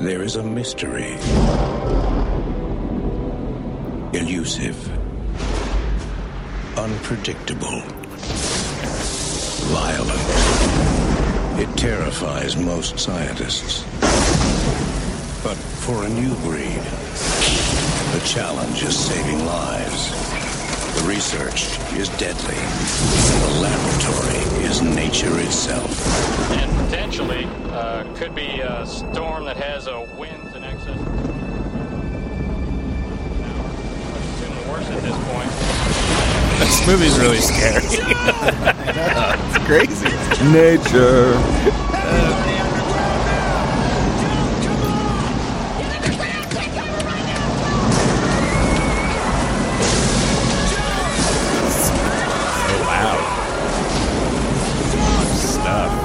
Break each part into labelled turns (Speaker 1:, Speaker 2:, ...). Speaker 1: There is a mystery. Elusive. Unpredictable. Violent. It terrifies most scientists. But for a new breed, the challenge is saving lives. The research is deadly. The laboratory is nature itself.
Speaker 2: and potentially uh, could be a storm that has a winds in excess. of 200 miles an hour. Let's assume the worst at this point.
Speaker 3: This movie's really scary.
Speaker 4: It's crazy.
Speaker 5: Nature.
Speaker 3: so loud. Much stuff.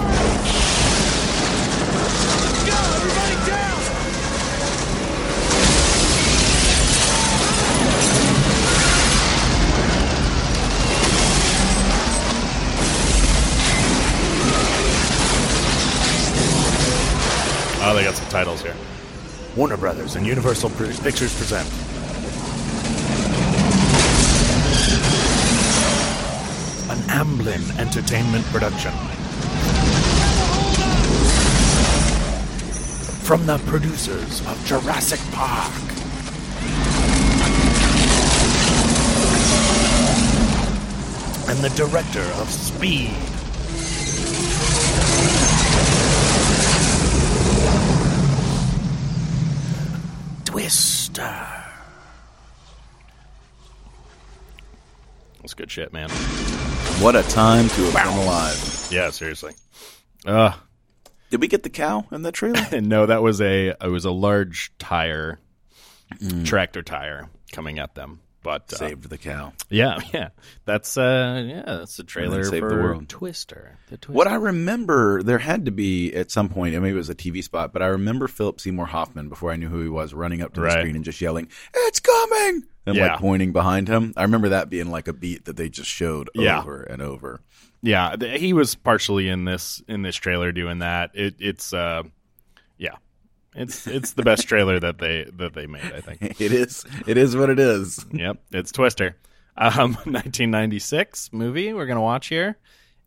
Speaker 3: Oh, they got some titles here. Warner Brothers and Universal Pr- Pictures present. An Amblin Entertainment production. From the producers of Jurassic Park. And the director of Speed. Twister. That's good shit, man.
Speaker 4: What a time to have been alive.
Speaker 3: Yeah, seriously. Uh
Speaker 4: Did we get the cow in that trailer?
Speaker 3: no, that was a it was a large tire tractor tire coming at them. But uh,
Speaker 4: Saved the cow.
Speaker 3: yeah, yeah. That's uh yeah, that's the trailer
Speaker 4: save the
Speaker 3: for
Speaker 4: world.
Speaker 3: Twister. The Twister.
Speaker 4: What I remember, there had to be at some point, and maybe it was a TV spot, but I remember Philip Seymour Hoffman before I knew who he was running up to the
Speaker 3: Right.
Speaker 4: screen and just yelling, It's coming! And
Speaker 3: Yeah.
Speaker 4: like pointing behind him. I remember that being like a beat that they just showed
Speaker 3: Yeah.
Speaker 4: over and over.
Speaker 3: Yeah, th- he was partially in this in this trailer doing that. It it's uh yeah. It's it's the best trailer that they that they made, I think.
Speaker 4: It is, it is what it is.
Speaker 3: yep, it's Twister. Um, 1996 movie we're gonna watch here,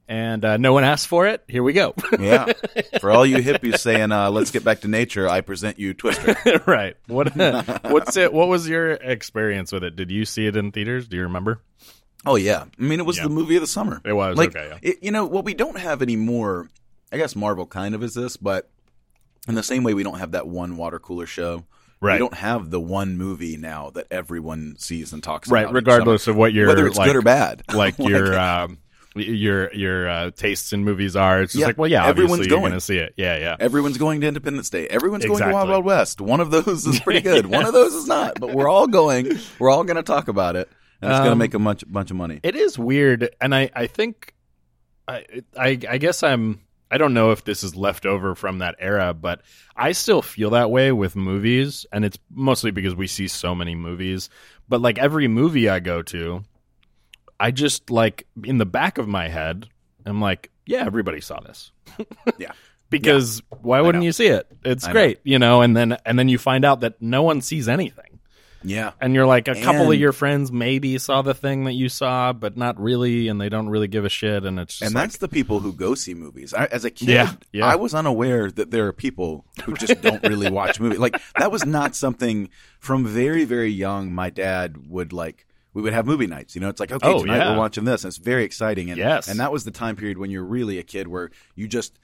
Speaker 3: and uh, no one asked for it. Here we go.
Speaker 4: Yeah. For all you hippies saying, uh, let's get back to nature, I present you Twister.
Speaker 3: right. What what's it? What was your experience with it? Did you see it in theaters? Do you remember?
Speaker 4: Oh yeah, I mean it was
Speaker 3: Yeah.
Speaker 4: the movie of the summer.
Speaker 3: It was,
Speaker 4: like
Speaker 3: okay, yeah.
Speaker 4: it- you know what we don't have anymore. I guess Marvel kind of is this, but in the same way we don't have that one water cooler show.
Speaker 3: Right.
Speaker 4: We don't have the one movie now that everyone sees and talks
Speaker 3: Right.
Speaker 4: about. each
Speaker 3: Regardless
Speaker 4: summer.
Speaker 3: of what your
Speaker 4: whether it's
Speaker 3: like,
Speaker 4: good or bad, Oh
Speaker 3: like your um, your your uh, tastes in movies are. It's just
Speaker 4: Yeah,
Speaker 3: like well, yeah,
Speaker 4: everyone's
Speaker 3: obviously you're
Speaker 4: going.
Speaker 3: gonna see it. Yeah, yeah.
Speaker 4: Everyone's going to Independence Day. Everyone's going to Wild
Speaker 3: Exactly.
Speaker 4: Wild West. One of those is pretty good. One of those is not. But we're all going. We're all going to talk about it, and it's going to
Speaker 3: Um,
Speaker 4: make a bunch, bunch of money.
Speaker 3: It is weird, and I I think I I, I guess I'm. I don't know if this is left over from that era, but I still feel that way with movies, and it's mostly because we see so many movies. But like every movie I go to, I just like in the back of my head, I'm like, yeah, everybody saw this.
Speaker 4: Yeah.
Speaker 3: Because why wouldn't
Speaker 4: know.
Speaker 3: you see it? It's
Speaker 4: I know.
Speaker 3: great, you know. And then and then you find out that no one sees anything
Speaker 4: Yeah.
Speaker 3: and you're like a couple of
Speaker 4: And-
Speaker 3: your friends maybe saw the thing that you saw but not really and they don't really give a shit and it's just
Speaker 4: and
Speaker 3: like,
Speaker 4: that's the people who go see movies. I, as a kid,
Speaker 3: Yeah, yeah.
Speaker 4: I was unaware that there are people who just don't really watch movies. Like that was not something from very very young. My dad would like we would have movie nights. You know, it's like okay,
Speaker 3: Oh,
Speaker 4: tonight
Speaker 3: yeah.
Speaker 4: we're watching this. And it's very exciting. And
Speaker 3: Yes.
Speaker 4: and that was the time period when you're really a kid where you just.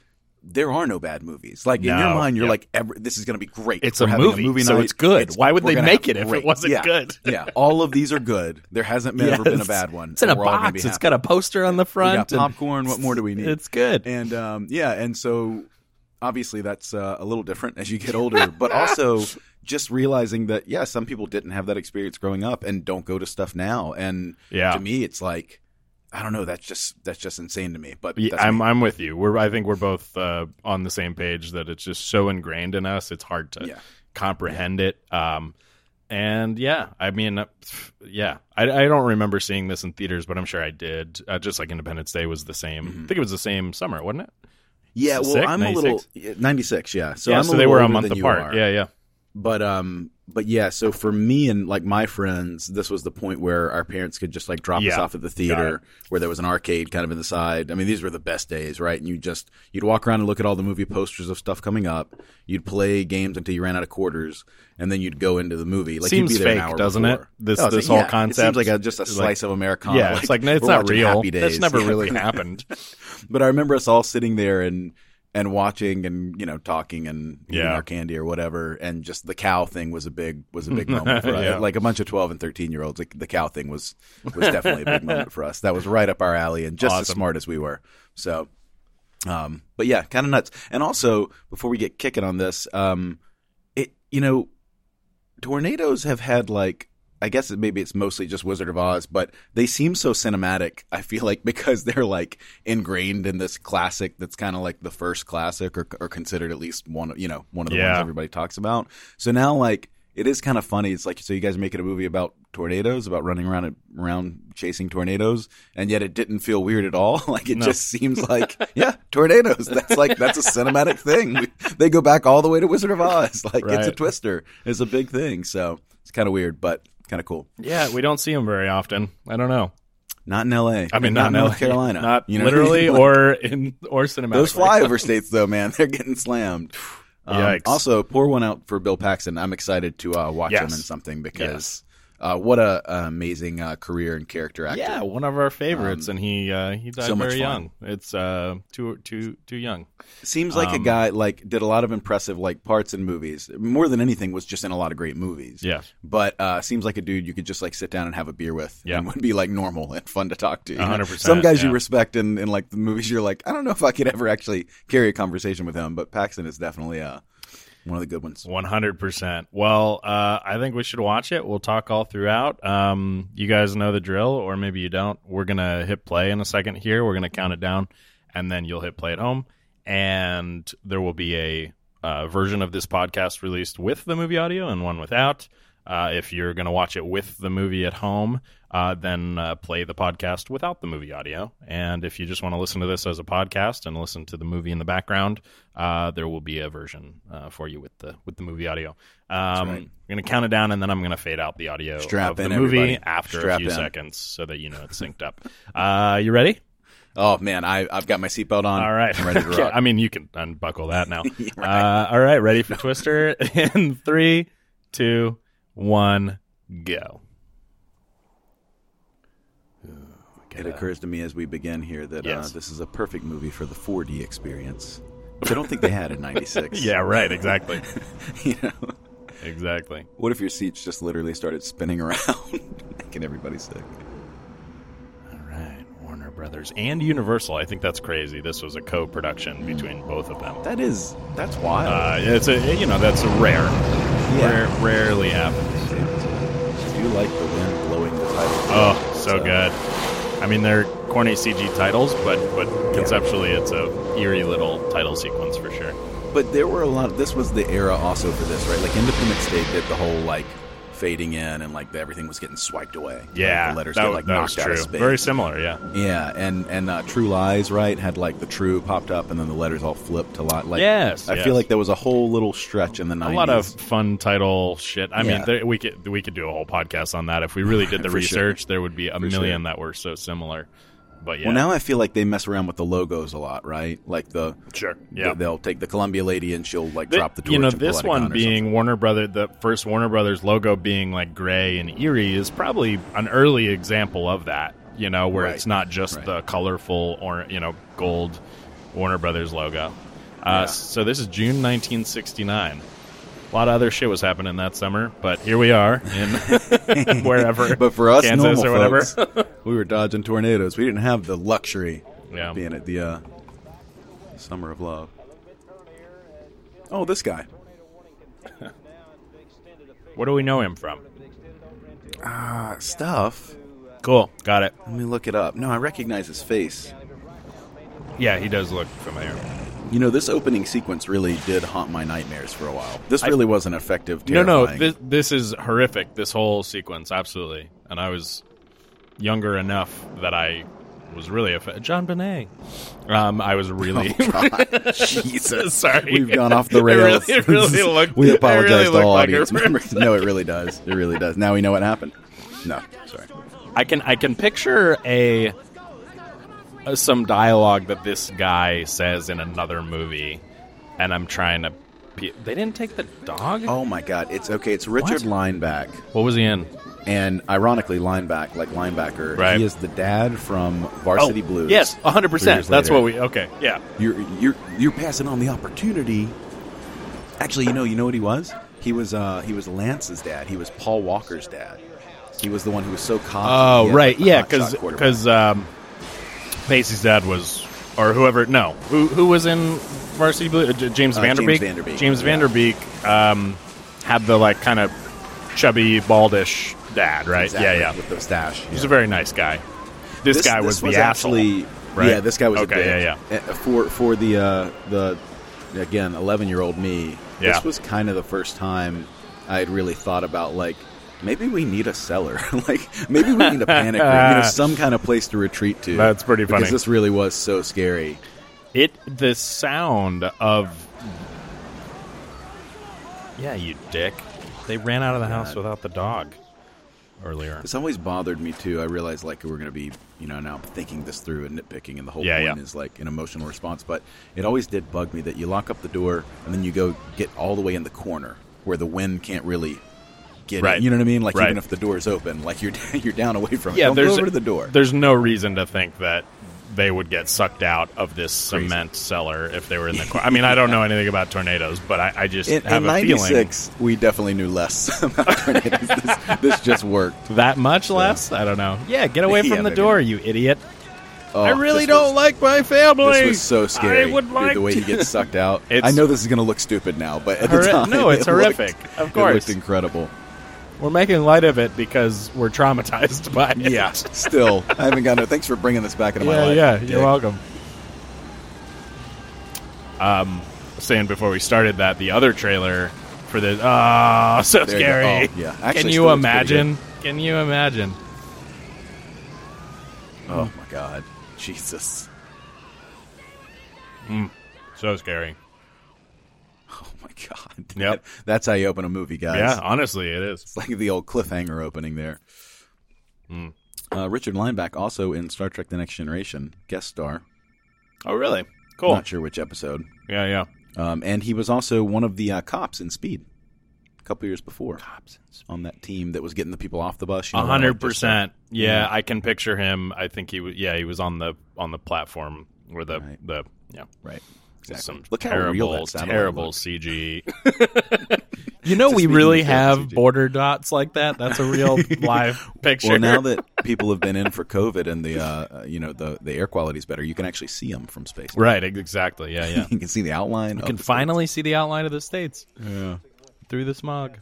Speaker 4: There are no bad movies. Like in your
Speaker 3: No,
Speaker 4: mind, you're
Speaker 3: yeah.
Speaker 4: like, Every, "This is going to be great."
Speaker 3: It's
Speaker 4: We're
Speaker 3: a
Speaker 4: having
Speaker 3: movie, so it's good. Why would
Speaker 4: we're
Speaker 3: they
Speaker 4: gonna
Speaker 3: make
Speaker 4: have
Speaker 3: it if it
Speaker 4: great-
Speaker 3: wasn't
Speaker 4: yeah,
Speaker 3: good?
Speaker 4: yeah, all of these are good. There hasn't ever been a
Speaker 3: Yes.
Speaker 4: bad one.
Speaker 3: it's in a
Speaker 4: and we're all gonna be
Speaker 3: box it's
Speaker 4: happy.
Speaker 3: got a poster on the
Speaker 4: We
Speaker 3: front
Speaker 4: got
Speaker 3: and
Speaker 4: popcorn. What more do we need?
Speaker 3: it's good
Speaker 4: and um, yeah, and so obviously that's uh, a little different as you get older, but also just realizing that yeah, some people didn't have that experience growing up and don't go to stuff now. And
Speaker 3: Yeah.
Speaker 4: to me, it's like I don't know. That's just that's just insane to me. But
Speaker 3: Yeah,
Speaker 4: that's
Speaker 3: I'm
Speaker 4: me.
Speaker 3: I'm with you. We're I think we're both uh, on the same page that it's just so ingrained in us. It's hard to
Speaker 4: Yeah.
Speaker 3: comprehend it. Um, and yeah, I mean, uh, pff, yeah, I, I don't remember seeing
Speaker 4: Mm-hmm.
Speaker 3: this in theaters, but I'm sure I did. Uh, just like Independence Day was the same. I think it was the same summer, wasn't it?
Speaker 4: Yeah, well,
Speaker 3: Sick?
Speaker 4: I'm a little
Speaker 3: 96?
Speaker 4: yeah, 96. Yeah, so
Speaker 3: yeah,
Speaker 4: I'm
Speaker 3: so
Speaker 4: a
Speaker 3: they
Speaker 4: little
Speaker 3: were a
Speaker 4: older
Speaker 3: month
Speaker 4: than you
Speaker 3: apart.
Speaker 4: are.
Speaker 3: Yeah, yeah.
Speaker 4: but um, but yeah. So for me and like my friends, this was the point where our parents could just like drop us
Speaker 3: Yeah.
Speaker 4: off at the theater where there was an arcade kind of in the side. I mean, these were the best days, right? And you just you'd walk around and look at all the movie posters of stuff coming up. You'd play games until you ran out of quarters, and then you'd go into the movie. Like
Speaker 3: Seems
Speaker 4: you'd be there an
Speaker 3: fake,
Speaker 4: hour
Speaker 3: doesn't it?
Speaker 4: before. Oh,
Speaker 3: This-
Speaker 4: it's
Speaker 3: this
Speaker 4: like,
Speaker 3: whole
Speaker 4: yeah,
Speaker 3: concept
Speaker 4: it seems like a, just a
Speaker 3: is
Speaker 4: slice of Americana.
Speaker 3: yeah, it's like it's
Speaker 4: we're
Speaker 3: not
Speaker 4: watching
Speaker 3: real.
Speaker 4: Happy Days.
Speaker 3: That's never
Speaker 4: Yeah.
Speaker 3: really happened.
Speaker 4: But I remember us all sitting there and and watching and you know talking and eating
Speaker 3: Yeah.
Speaker 4: our candy or whatever. And just the cow thing was a big was a big moment for us.
Speaker 3: Yeah.
Speaker 4: Like a bunch of twelve and thirteen year olds, like the cow thing was was definitely a big moment for us. That was right up our alley and just as
Speaker 3: Awesome.
Speaker 4: smart as we were. So, um, but yeah, kind of nuts. And also before we get kicking on this, um, it you know tornadoes have had like I guess it, maybe it's mostly just Wizard of Oz, but they seem so cinematic. I feel like because they're like ingrained in this classic that's kind of like the first classic or, or considered at least one of- you know one of the ones
Speaker 3: Yeah.
Speaker 4: everybody talks about. So now like it is kind of funny. It's like so you guys are making a movie about tornadoes, about running around and- around chasing tornadoes, and yet it didn't feel weird at all. Like it
Speaker 3: No.
Speaker 4: just seems like yeah, tornadoes. That's like that's a cinematic thing. We, they go back all the way to Wizard of Oz. Like it's a
Speaker 3: Right.
Speaker 4: twister is a big thing. So it's kind of weird, but kind of cool.
Speaker 3: yeah, we don't see them very often. I don't know.
Speaker 4: Not in L.A.
Speaker 3: I mean, not,
Speaker 4: not, in
Speaker 3: now.
Speaker 4: North Carolina.
Speaker 3: not
Speaker 4: You know what I
Speaker 3: literally
Speaker 4: mean?
Speaker 3: or in or cinematically.
Speaker 4: those flyover states, though, man, they're getting slammed. Um,
Speaker 3: Yikes.
Speaker 4: also, pour one out for Bill Paxton. I'm excited to uh, watch him
Speaker 3: Yes.
Speaker 4: in something because uh, what a uh, amazing uh, career and character actor.
Speaker 3: Yeah, one of our favorites,
Speaker 4: Um,
Speaker 3: and he uh, he died
Speaker 4: so much
Speaker 3: very
Speaker 4: fun.
Speaker 3: young. It's uh, too too too young.
Speaker 4: Seems like a
Speaker 3: Um,
Speaker 4: guy like did a lot of impressive like parts in movies. More than anything, was just in a lot of great movies.
Speaker 3: Yeah.
Speaker 4: But uh, seems like a dude you could just like sit down and have a beer with.
Speaker 3: Yeah.
Speaker 4: And would be like normal and fun to talk to. you know?
Speaker 3: 100%,
Speaker 4: Some guys you
Speaker 3: yeah.
Speaker 4: respect in, in like the movies, you're like, I don't know if I could ever actually carry a conversation with him. But Paxton is definitely uh, one of the good ones.
Speaker 3: One hundred percent. Well, uh, I think we should watch it. We'll talk all throughout. Um, you guys know the drill, or maybe you don't. We're gonna hit play in a second here. We're gonna count it down, and then you'll hit play at home, and there will be a uh, version of this podcast released with the movie audio and one without. Uh, if you're going to watch it with the movie at home, uh, then uh, play the podcast without the movie audio. And if you just want to listen to this as a podcast and listen to the movie in the background, uh, there will be a version uh, for you with the with the movie audio. Um,
Speaker 4: right.
Speaker 3: I'm going to count it down, and then I'm going to fade out the audio
Speaker 4: Strap
Speaker 3: of the
Speaker 4: in,
Speaker 3: movie
Speaker 4: everybody.
Speaker 3: after
Speaker 4: Strap
Speaker 3: a few
Speaker 4: in.
Speaker 3: seconds, so that you know it's synced up. Uh, you ready?
Speaker 4: Oh man, I, I've got my seatbelt on.
Speaker 3: All right.
Speaker 4: I'm ready to
Speaker 3: Okay,
Speaker 4: rock.
Speaker 3: I mean, you can unbuckle that now. uh, all right. Ready for Twister? In three, two, one, go.
Speaker 4: It occurs to me as we begin here that
Speaker 3: Yes.
Speaker 4: uh, this is a perfect movie for the 4D experience. Which I don't think they had in '96.
Speaker 3: Yeah, right. Exactly.
Speaker 4: you know.
Speaker 3: exactly.
Speaker 4: What if your seats just literally started spinning around, making everybody sick?
Speaker 3: All right. Warner Brothers and Universal. I think that's crazy. This was a co production between both of them.
Speaker 4: That is, that's wild.
Speaker 3: Uh, it's a, you know, that's a rare. Uh,
Speaker 4: Yeah.
Speaker 3: Rare, rarely happens.
Speaker 4: Do you like the wind blowing the title?
Speaker 3: Oh, so good. I mean, they're corny CG titles, but, but conceptually, it's a eerie little title sequence for sure.
Speaker 4: But there were a lot. This was the era also for this, right? Like Independence Day did the whole like fading in and like the, everything was getting swiped away.
Speaker 3: Yeah,
Speaker 4: Like, the letters
Speaker 3: that,
Speaker 4: got
Speaker 3: was-
Speaker 4: like
Speaker 3: that
Speaker 4: knocked
Speaker 3: was
Speaker 4: out
Speaker 3: true.
Speaker 4: of space.
Speaker 3: Very similar, yeah.
Speaker 4: Yeah, and and uh, True Lies, right, had like the true popped up, and then the letters all flipped a lot. Like,
Speaker 3: Yes,
Speaker 4: I
Speaker 3: yes.
Speaker 4: feel like there was a whole little stretch in the
Speaker 3: A
Speaker 4: nineties.
Speaker 3: lot of fun title shit. I
Speaker 4: Yeah.
Speaker 3: mean, there, we could we could do a whole podcast on that if we really did the
Speaker 4: For sure.
Speaker 3: research. There would be a
Speaker 4: For sure.
Speaker 3: million that were so similar. But yeah,
Speaker 4: Well, now I feel like they mess around with the logos a lot, right? Like the
Speaker 3: sure, yeah.
Speaker 4: they'll take the Columbia lady and she'll like
Speaker 3: The-
Speaker 4: drop the torch.
Speaker 3: you know,
Speaker 4: and
Speaker 3: this
Speaker 4: pull out
Speaker 3: one
Speaker 4: a gun or
Speaker 3: being Warner Brother, the first Warner Brothers logo being like gray and eerie is probably an early example of that. You know, where
Speaker 4: Right,
Speaker 3: it's not just
Speaker 4: right.
Speaker 3: the colorful or you know gold Warner Brothers logo. Uh,
Speaker 4: Yeah.
Speaker 3: So this is June 1969. A lot of other shit was happening that summer, but here we are in wherever.
Speaker 4: something. but for us,
Speaker 3: Kansas
Speaker 4: normal
Speaker 3: or whatever.
Speaker 4: folks, we were dodging tornadoes. We didn't have the luxury
Speaker 3: Yeah.
Speaker 4: of being at the uh, summer of love. Oh, this guy.
Speaker 3: Where do we know him from?
Speaker 4: Ah, stuff.
Speaker 3: Cool, got it.
Speaker 4: Let me look it up. No, I recognize his face.
Speaker 3: Yeah, he does look familiar.
Speaker 4: You know, this opening sequence really did haunt my nightmares for a while. This
Speaker 3: I-
Speaker 4: really was an effective.
Speaker 3: No,
Speaker 4: Terrifying.
Speaker 3: no, this, this is horrific. This whole sequence, absolutely. And I was younger enough that I was really a John Bonet. Um, I was really
Speaker 4: Jesus,
Speaker 3: Sorry.
Speaker 4: we've gone off the
Speaker 3: It really-
Speaker 4: rails.
Speaker 3: it really looked-
Speaker 4: we
Speaker 3: it
Speaker 4: apologize
Speaker 3: really
Speaker 4: to all
Speaker 3: looked like
Speaker 4: audience
Speaker 3: a river.
Speaker 4: members. No, it really does. It really does. Now we know what happened. No, sorry.
Speaker 3: I can I can picture a uh, some dialogue that this guy says in another movie, and I'm trying to. Pe- they didn't take the dog.
Speaker 4: Oh my God, it's okay. It's Richard Lineback,
Speaker 3: What was he in?
Speaker 4: and ironically, Lineback, like linebacker,
Speaker 3: Right.
Speaker 4: he is the dad from Varsity Blues.
Speaker 3: Oh, Yes, 100. percent
Speaker 4: Three years
Speaker 3: That's
Speaker 4: later.
Speaker 3: what we. Okay, yeah.
Speaker 4: you're you're you're passing on the opportunity. Actually, you know, you know what he was? He was uh he was Lance's dad. He was Paul Walker's dad. He was the one who was so cocky.
Speaker 3: Oh
Speaker 4: He had,
Speaker 3: right,
Speaker 4: like, a
Speaker 3: yeah,
Speaker 4: hotshot
Speaker 3: because
Speaker 4: quarterback.
Speaker 3: because um, Pacey's dad was or whoever. No, who who was in Varsity Blue? Uh, J- James
Speaker 4: Uh, James
Speaker 3: Vanderbeek.
Speaker 4: Vanderbeek,
Speaker 3: James
Speaker 4: yeah.
Speaker 3: Vanderbeek um, had the like kind of chubby, baldish dad, right?
Speaker 4: Exactly,
Speaker 3: Yeah, yeah.
Speaker 4: with the stash.
Speaker 3: He's a very nice guy. This, guy was, the
Speaker 4: actually
Speaker 3: asshole, right?
Speaker 4: yeah. This guy was
Speaker 3: okay.
Speaker 4: A dick.
Speaker 3: yeah, yeah.
Speaker 4: Uh, For for the uh, the again eleven year old me,
Speaker 3: Yeah.
Speaker 4: this was kind of the first time I had really thought about like maybe we need a cellar, like maybe we need a panic room, you know, some kind of place to retreat to.
Speaker 3: That's pretty funny.
Speaker 4: because this really was so scary.
Speaker 3: It the sound of yeah, you dick. They ran out of the house without the dog earlier.
Speaker 4: It's always bothered me too. I realize like we're going to be, you know, now thinking this through and nitpicking, and the whole
Speaker 3: Yeah,
Speaker 4: point
Speaker 3: yeah.
Speaker 4: is like an emotional response. But it always did bug me that you lock up the door and then you go get all the way in the corner where the wind can't really get. in.
Speaker 3: Right.
Speaker 4: You know what I mean? Like
Speaker 3: Right.
Speaker 4: even if the door's open, like you're you're down away from it.
Speaker 3: Yeah,
Speaker 4: Don't
Speaker 3: there's
Speaker 4: go over to the door.
Speaker 3: There's no reason to think that they would get sucked out of this cement cellar if they were in the. Cor- I mean, I don't know anything about tornadoes, but I, I just
Speaker 4: in,
Speaker 3: have
Speaker 4: in
Speaker 3: a feeling
Speaker 4: '96, we definitely knew less about tornadoes. this, this just worked.
Speaker 3: that much less. I don't know. Yeah, get away
Speaker 4: Yeah,
Speaker 3: from the
Speaker 4: maybe.
Speaker 3: door, you idiot!
Speaker 4: Oh,
Speaker 3: I really
Speaker 4: this was-
Speaker 3: don't like my family.
Speaker 4: This was so scary.
Speaker 3: I would
Speaker 4: dude,
Speaker 3: like
Speaker 4: the way
Speaker 3: to-
Speaker 4: he gets sucked out.
Speaker 3: It's-
Speaker 4: I know this is going to look stupid now, but at
Speaker 3: Horri-
Speaker 4: the time,
Speaker 3: no, it's
Speaker 4: it looked-
Speaker 3: horrific. Of
Speaker 4: it
Speaker 3: course.
Speaker 4: looked incredible.
Speaker 3: We're making light of it because we're traumatized by it.
Speaker 4: Yeah, still, I haven't got no. Thanks for bringing this back into my
Speaker 3: yeah,
Speaker 4: life.
Speaker 3: yeah.
Speaker 4: Dick.
Speaker 3: You're welcome. Um, saying Um, before we started that the other trailer for the ah so
Speaker 4: There you go.
Speaker 3: scary.
Speaker 4: Oh, yeah.
Speaker 3: Can
Speaker 4: Actually, still
Speaker 3: you
Speaker 4: looks pretty
Speaker 3: imagine? Can you imagine?
Speaker 4: Oh my God, Jesus!
Speaker 3: So scary.
Speaker 4: Oh my God.
Speaker 3: Yep.
Speaker 4: That's how you open a movie, guys.
Speaker 3: Yeah, honestly, it is.
Speaker 4: It's like the old cliffhanger opening there.
Speaker 3: Hmm.
Speaker 4: Uh, Richard Lineback also in Star Trek: The Next Generation, guest star.
Speaker 3: Oh, really? Cool.
Speaker 4: Not sure which episode.
Speaker 3: Yeah, yeah.
Speaker 4: Um, and he was also one of the uh, cops in Speed, a couple years before. Cops on that team that was getting the people off the bus. you
Speaker 3: A
Speaker 4: know, like
Speaker 3: hundred
Speaker 4: just, uh,
Speaker 3: percent. Yeah, I can picture him. I think he was. Yeah, he was on the on the platform where the
Speaker 4: Right.
Speaker 3: the yeah.
Speaker 4: Right. Exactly.
Speaker 3: Some
Speaker 4: Look how
Speaker 3: terrible,
Speaker 4: real that satellite
Speaker 3: terrible
Speaker 4: looks.
Speaker 3: CG. you know, we
Speaker 4: Just
Speaker 3: really
Speaker 4: the
Speaker 3: have
Speaker 4: CG.
Speaker 3: border dots like that. That's a real live picture.
Speaker 4: Well, now that people have been in for COVID and the uh, uh, you know the the air quality is better, you can actually see them from space.
Speaker 3: right, ex- exactly. Yeah, yeah.
Speaker 4: You can see the outline.
Speaker 3: You can finally see the outline of the states through the smog.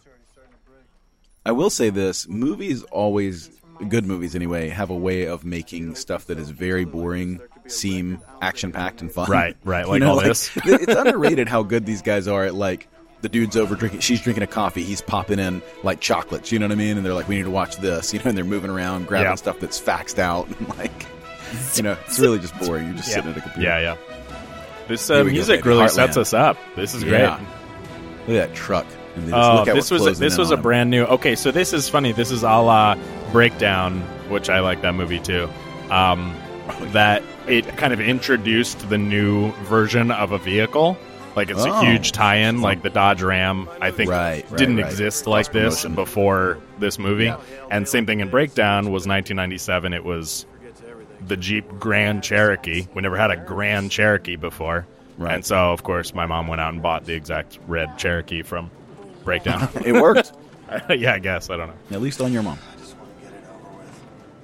Speaker 4: I will say this: movies always, good movies anyway, have a way of making stuff that is very boring seem action packed and fun.
Speaker 3: Right, right,
Speaker 4: You
Speaker 3: like
Speaker 4: know,
Speaker 3: all this.
Speaker 4: it's underrated how good these guys are at like. The dude's over drinking. She's drinking a coffee. He's popping in like chocolates. You know what I mean? And they're like, "We need to watch this." You know, and they're moving around, grabbing
Speaker 3: Yeah.
Speaker 4: stuff that's faxed out. And like, you know, it's really just boring. You're just sitting at a computer.
Speaker 3: Yeah, yeah. This
Speaker 4: Here
Speaker 3: uh,
Speaker 4: we go,
Speaker 3: music
Speaker 4: baby.
Speaker 3: really
Speaker 4: Heartland.
Speaker 3: sets us up. This is great.
Speaker 4: Yeah. Look at that truck. And they just
Speaker 3: Oh,
Speaker 4: look how
Speaker 3: this
Speaker 4: we're
Speaker 3: was
Speaker 4: closing
Speaker 3: this
Speaker 4: in
Speaker 3: was a
Speaker 4: on 'em.
Speaker 3: brand new. Okay, so this is funny. This is a la Breakdown, which I like that movie too. Um, that it kind of introduced the new version of a vehicle. Like it's
Speaker 4: Oh.
Speaker 3: a huge tie-in. Like the Dodge Ram, I think,
Speaker 4: Right, right,
Speaker 3: didn't
Speaker 4: right.
Speaker 3: exist like this
Speaker 4: Cross-promotion.
Speaker 3: before this movie. And same thing in Breakdown was 1997. It was the Jeep Grand Cherokee. We never had a Grand Cherokee before.
Speaker 4: Right.
Speaker 3: And so, of course, my mom went out and bought the exact red Cherokee from Breakdown.
Speaker 4: It worked.
Speaker 3: yeah, I guess. I don't know.
Speaker 4: at least on your mom.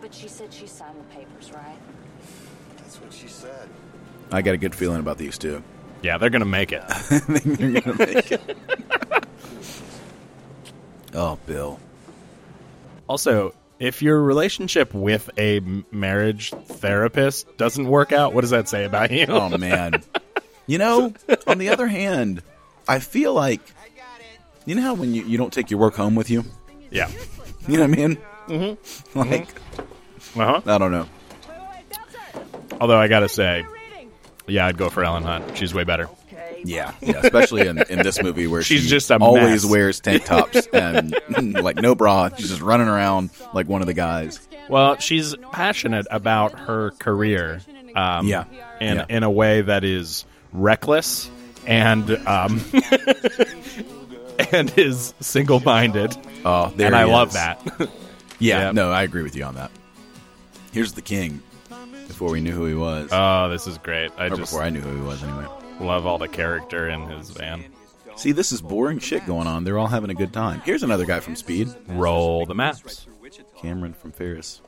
Speaker 6: But she said she signed the papers, right?
Speaker 7: That's what she said.
Speaker 4: I got a good feeling about these two.
Speaker 3: Yeah, they're going to make it.
Speaker 4: I think they're gonna make it. oh, Bill.
Speaker 3: Also, if your relationship with a m- marriage therapist doesn't work out, what does that say about you?
Speaker 4: Oh man. You know, on the other hand, I feel like you know how when you, you don't take your work home with you?
Speaker 3: yeah.
Speaker 4: You know what I mean? Mm-hmm. Like
Speaker 3: Uh huh.
Speaker 4: I don't know.
Speaker 3: Although I gotta say, yeah, I'd go for Ellen Hunt. She's way better.
Speaker 4: Yeah, yeah, especially in, in this movie where
Speaker 3: She's
Speaker 4: she
Speaker 3: just a
Speaker 4: always
Speaker 3: mess.
Speaker 4: wears tank tops and like no bra. She's just running around like one of the guys.
Speaker 3: Well, she's passionate about her career. Um,
Speaker 4: Yeah.
Speaker 3: And
Speaker 4: Yeah.
Speaker 3: in a way that is reckless and um, and is single minded.
Speaker 4: Oh, there
Speaker 3: And
Speaker 4: he
Speaker 3: I
Speaker 4: is.
Speaker 3: love that.
Speaker 4: Yeah,
Speaker 3: Yep.
Speaker 4: no, I agree with you on that. Here's the king. Before we knew who he was,
Speaker 3: Oh, this is great. I
Speaker 4: or
Speaker 3: just
Speaker 4: before I knew who he was, anyway.
Speaker 3: love all the character in his van.
Speaker 4: See, this is boring shit going on. They're all having a good time. Here's another guy from Speed,
Speaker 3: Roll the maps.
Speaker 4: Cameron from Ferris.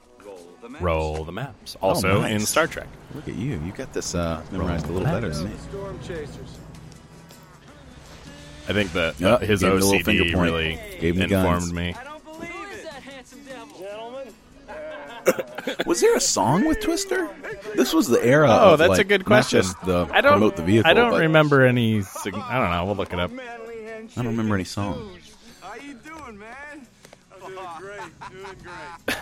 Speaker 3: Roll the maps. Also
Speaker 4: Oh, nice.
Speaker 3: in Star Trek.
Speaker 4: Look at you. You got this uh, memorized a little better than me.
Speaker 3: I think that
Speaker 4: Yep,
Speaker 3: his
Speaker 4: gave him the little
Speaker 3: OCD
Speaker 4: finger point.
Speaker 3: really
Speaker 4: Gave him the guns.
Speaker 3: informed me.
Speaker 4: Was there a song with Twister? This was the era.
Speaker 3: Oh,
Speaker 4: of,
Speaker 3: that's
Speaker 4: like,
Speaker 3: a good
Speaker 4: not
Speaker 3: question.
Speaker 4: just the
Speaker 3: I don't
Speaker 4: promote the vehicle.
Speaker 3: I don't
Speaker 4: but
Speaker 3: remember any. Sig- I don't know. We'll look it up.
Speaker 4: I don't remember any song.
Speaker 8: How you doing, man? I'm doing great, doing great.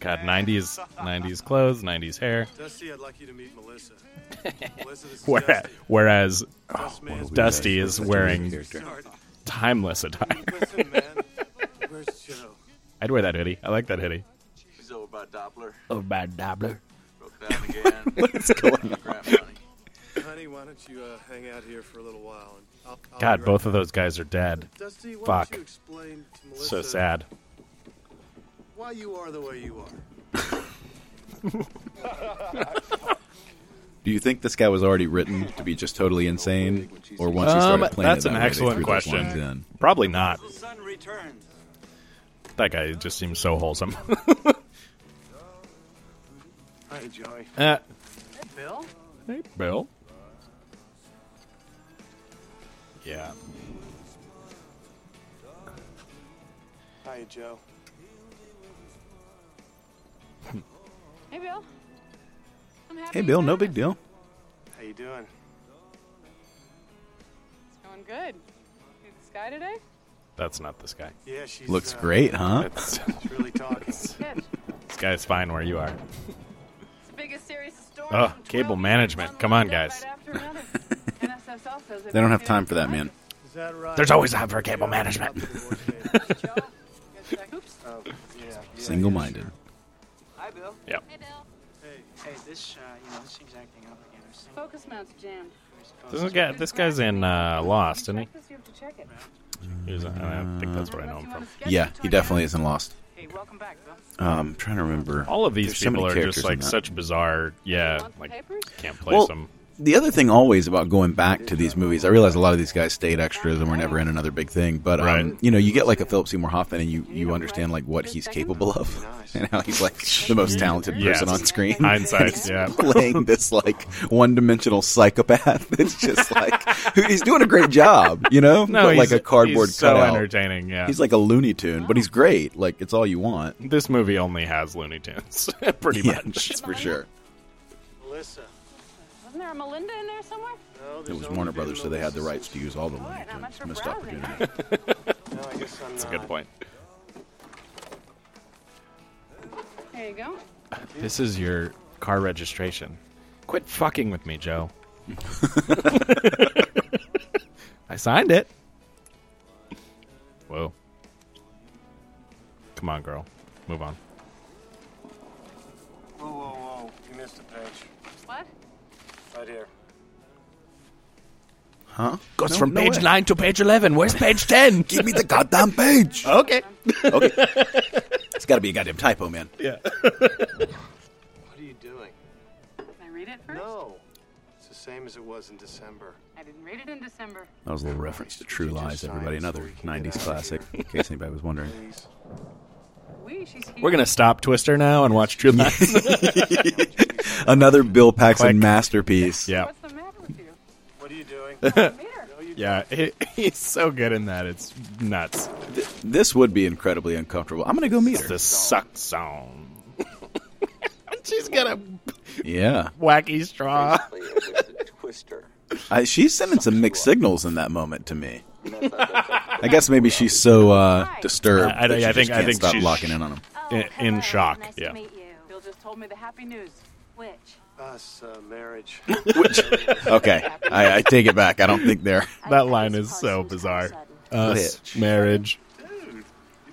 Speaker 3: God, 90s, 90s clothes, 90s hair.
Speaker 8: Dusty, I'd like you to meet Melissa. Melissa, this is
Speaker 3: Whereas,
Speaker 8: Dusty.
Speaker 3: whereas
Speaker 4: Oh,
Speaker 8: Best man.
Speaker 3: Dusty is wearing
Speaker 8: Sorry.
Speaker 3: timeless attire.
Speaker 8: Listen, man. Where's Joe?
Speaker 3: I'd wear that hoodie. I like that hoodie.
Speaker 8: She's over by Doppler.
Speaker 3: Oh, bad dabbler.
Speaker 8: Broke down again. What's going on? Honey, why don't you uh, hang out here for a little while? And I'll, I'll be
Speaker 3: God,
Speaker 8: right
Speaker 3: both
Speaker 8: back.
Speaker 3: of those guys are dead.
Speaker 8: Dusty, why
Speaker 3: Fuck.
Speaker 8: Don't you explain to Melissa
Speaker 3: So sad.
Speaker 8: Why you are the way you are.
Speaker 4: Do you think this guy was already written to be just totally insane, or once he
Speaker 3: Um,
Speaker 4: started playing
Speaker 3: that's
Speaker 4: it, that
Speaker 3: an
Speaker 4: way, they
Speaker 3: excellent
Speaker 4: threw those ones
Speaker 3: question.
Speaker 4: in?
Speaker 3: Probably not.
Speaker 8: sun returns.
Speaker 3: That guy just seems so wholesome.
Speaker 8: Hi, Joey.
Speaker 3: uh,
Speaker 9: Bill?
Speaker 3: hey, Bill. Yeah.
Speaker 8: Hi, Joe.
Speaker 9: Hey, Bill. I'm happy
Speaker 4: Hey,
Speaker 9: you
Speaker 4: Bill,
Speaker 9: found
Speaker 4: no big
Speaker 9: us.
Speaker 4: deal.
Speaker 8: How you doing?
Speaker 9: It's going good. See the sky today?
Speaker 3: That's not this guy.
Speaker 8: Yeah, she's
Speaker 4: Looks
Speaker 8: uh,
Speaker 4: great, huh?
Speaker 3: That's,
Speaker 8: She's really talking.
Speaker 9: Good.
Speaker 3: this guy's fine where you are.
Speaker 9: It's the biggest series of storms
Speaker 3: Ugh,
Speaker 9: in 12
Speaker 3: Ah, cable
Speaker 9: years.
Speaker 3: management. Come on, guys.
Speaker 9: Right after another. NSS also is
Speaker 4: They don't have time for that, man.
Speaker 8: Is that right?
Speaker 3: There's always time for cable management.
Speaker 9: Oops.
Speaker 8: oh, yeah.
Speaker 4: Single-minded.
Speaker 10: Hi, Bill.
Speaker 3: Yep.
Speaker 9: Hey, Bill.
Speaker 8: Hey,
Speaker 10: Hey, this, uh, you know, this thing's acting up again. There's something
Speaker 9: Focus mount's jammed.
Speaker 10: we're supposed
Speaker 3: This, guy, this guy's in uh, Lost, isn't he?
Speaker 9: Check this, you have to check it.
Speaker 3: He was- I don't think that's where I know
Speaker 9: Unless
Speaker 3: him
Speaker 9: you want
Speaker 3: from.
Speaker 9: to sketch
Speaker 4: Yeah,
Speaker 9: it,
Speaker 4: he
Speaker 9: Tornado.
Speaker 4: definitely isn't lost.
Speaker 10: Hey, welcome back, Bill.
Speaker 4: Um, I'm trying to remember.
Speaker 3: All of these
Speaker 4: There's so
Speaker 3: people
Speaker 4: many
Speaker 3: are just
Speaker 4: characters in
Speaker 3: like
Speaker 4: that.
Speaker 3: such bizarre. Yeah,
Speaker 9: Want the
Speaker 3: like
Speaker 9: papers?
Speaker 3: can't place
Speaker 4: Well,
Speaker 3: them.
Speaker 4: the other thing always about going back to these movies, I realize a lot of these guys stayed extras and were never in another big thing. But um,
Speaker 3: Right.
Speaker 4: you know, you get like a Philip Seymour Hoffman, and you you understand like what he's capable of, and how he's like the most talented person
Speaker 3: Yes.
Speaker 4: on screen.
Speaker 3: Hindsight, yeah.
Speaker 4: playing this like one dimensional psychopath. It's just like who- he's doing a great job, you know.
Speaker 3: No,
Speaker 4: But,
Speaker 3: he's,
Speaker 4: like a cardboard
Speaker 3: he's so
Speaker 4: cutout.
Speaker 3: entertaining. Yeah,
Speaker 4: He's like a Looney Tune, but he's great. Like it's all you want,
Speaker 3: this movie only has Looney Tunes, pretty
Speaker 4: Yeah,
Speaker 3: much.
Speaker 4: that's for sure.
Speaker 8: Melissa.
Speaker 9: Wasn't there a Melinda in there somewhere?
Speaker 8: No,
Speaker 4: It was Warner Brothers, so they had the rights to use all the Looney
Speaker 9: Boy, not
Speaker 4: Tunes.
Speaker 9: much for
Speaker 4: Missed
Speaker 9: browsing.
Speaker 4: opportunity.
Speaker 9: huh?
Speaker 8: No, I guess I'm
Speaker 3: That's a
Speaker 8: not.
Speaker 3: good point.
Speaker 9: There you go.
Speaker 3: This is your car registration. Quit fucking with me, Joe. I signed it. Whoa. Come on, girl. Move on.
Speaker 8: Whoa, whoa, whoa! You missed a page.
Speaker 9: What?
Speaker 8: Right here.
Speaker 4: Huh?
Speaker 3: Goes
Speaker 4: No-
Speaker 3: from
Speaker 4: no
Speaker 3: page
Speaker 4: way.
Speaker 3: 9 to page 11. Where's page 10?
Speaker 4: Give me the goddamn page.
Speaker 3: okay.
Speaker 4: Okay. It's got to be a goddamn typo, man.
Speaker 8: What are you doing?
Speaker 9: Did I read it first?
Speaker 8: No. It's the same as it was in December.
Speaker 9: I didn't read it in December.
Speaker 4: That was a little reference to True Lies, everybody. Another 90s classic, in case anybody was wondering.
Speaker 8: Please.
Speaker 9: We, she's here.
Speaker 3: We're going to stop Twister now and watch True Lies.
Speaker 4: Another Bill Paxton
Speaker 3: Click.
Speaker 4: masterpiece.
Speaker 3: yeah.
Speaker 9: What's the matter with you?
Speaker 8: What are you doing?
Speaker 9: Come here.
Speaker 8: No, you
Speaker 3: Yeah, he, he's so good in that. It's nuts.
Speaker 4: This would be incredibly uncomfortable. I'm going to go meet her.
Speaker 3: The suck zone. She's got a
Speaker 4: Yeah.
Speaker 3: wacky straw.
Speaker 11: Twister.
Speaker 4: I, she's sending some mixed signals in that moment to me. I guess maybe she's so uh, disturbed.
Speaker 3: I- I-
Speaker 4: that she
Speaker 3: I
Speaker 4: just
Speaker 3: think- I
Speaker 4: can't
Speaker 3: think
Speaker 4: stop
Speaker 3: she's-
Speaker 4: locking in on him.
Speaker 9: Oh,
Speaker 3: In- in
Speaker 9: hello.
Speaker 3: shock,
Speaker 9: Nice
Speaker 3: yeah.
Speaker 9: to meet you. Bill just told me the happy news. Which?
Speaker 8: Us, uh, marriage.
Speaker 4: Okay, I, I take it back. I don't think they're.
Speaker 3: That line is so bizarre. Us,
Speaker 4: Bitch.
Speaker 3: marriage.
Speaker 8: Dude, you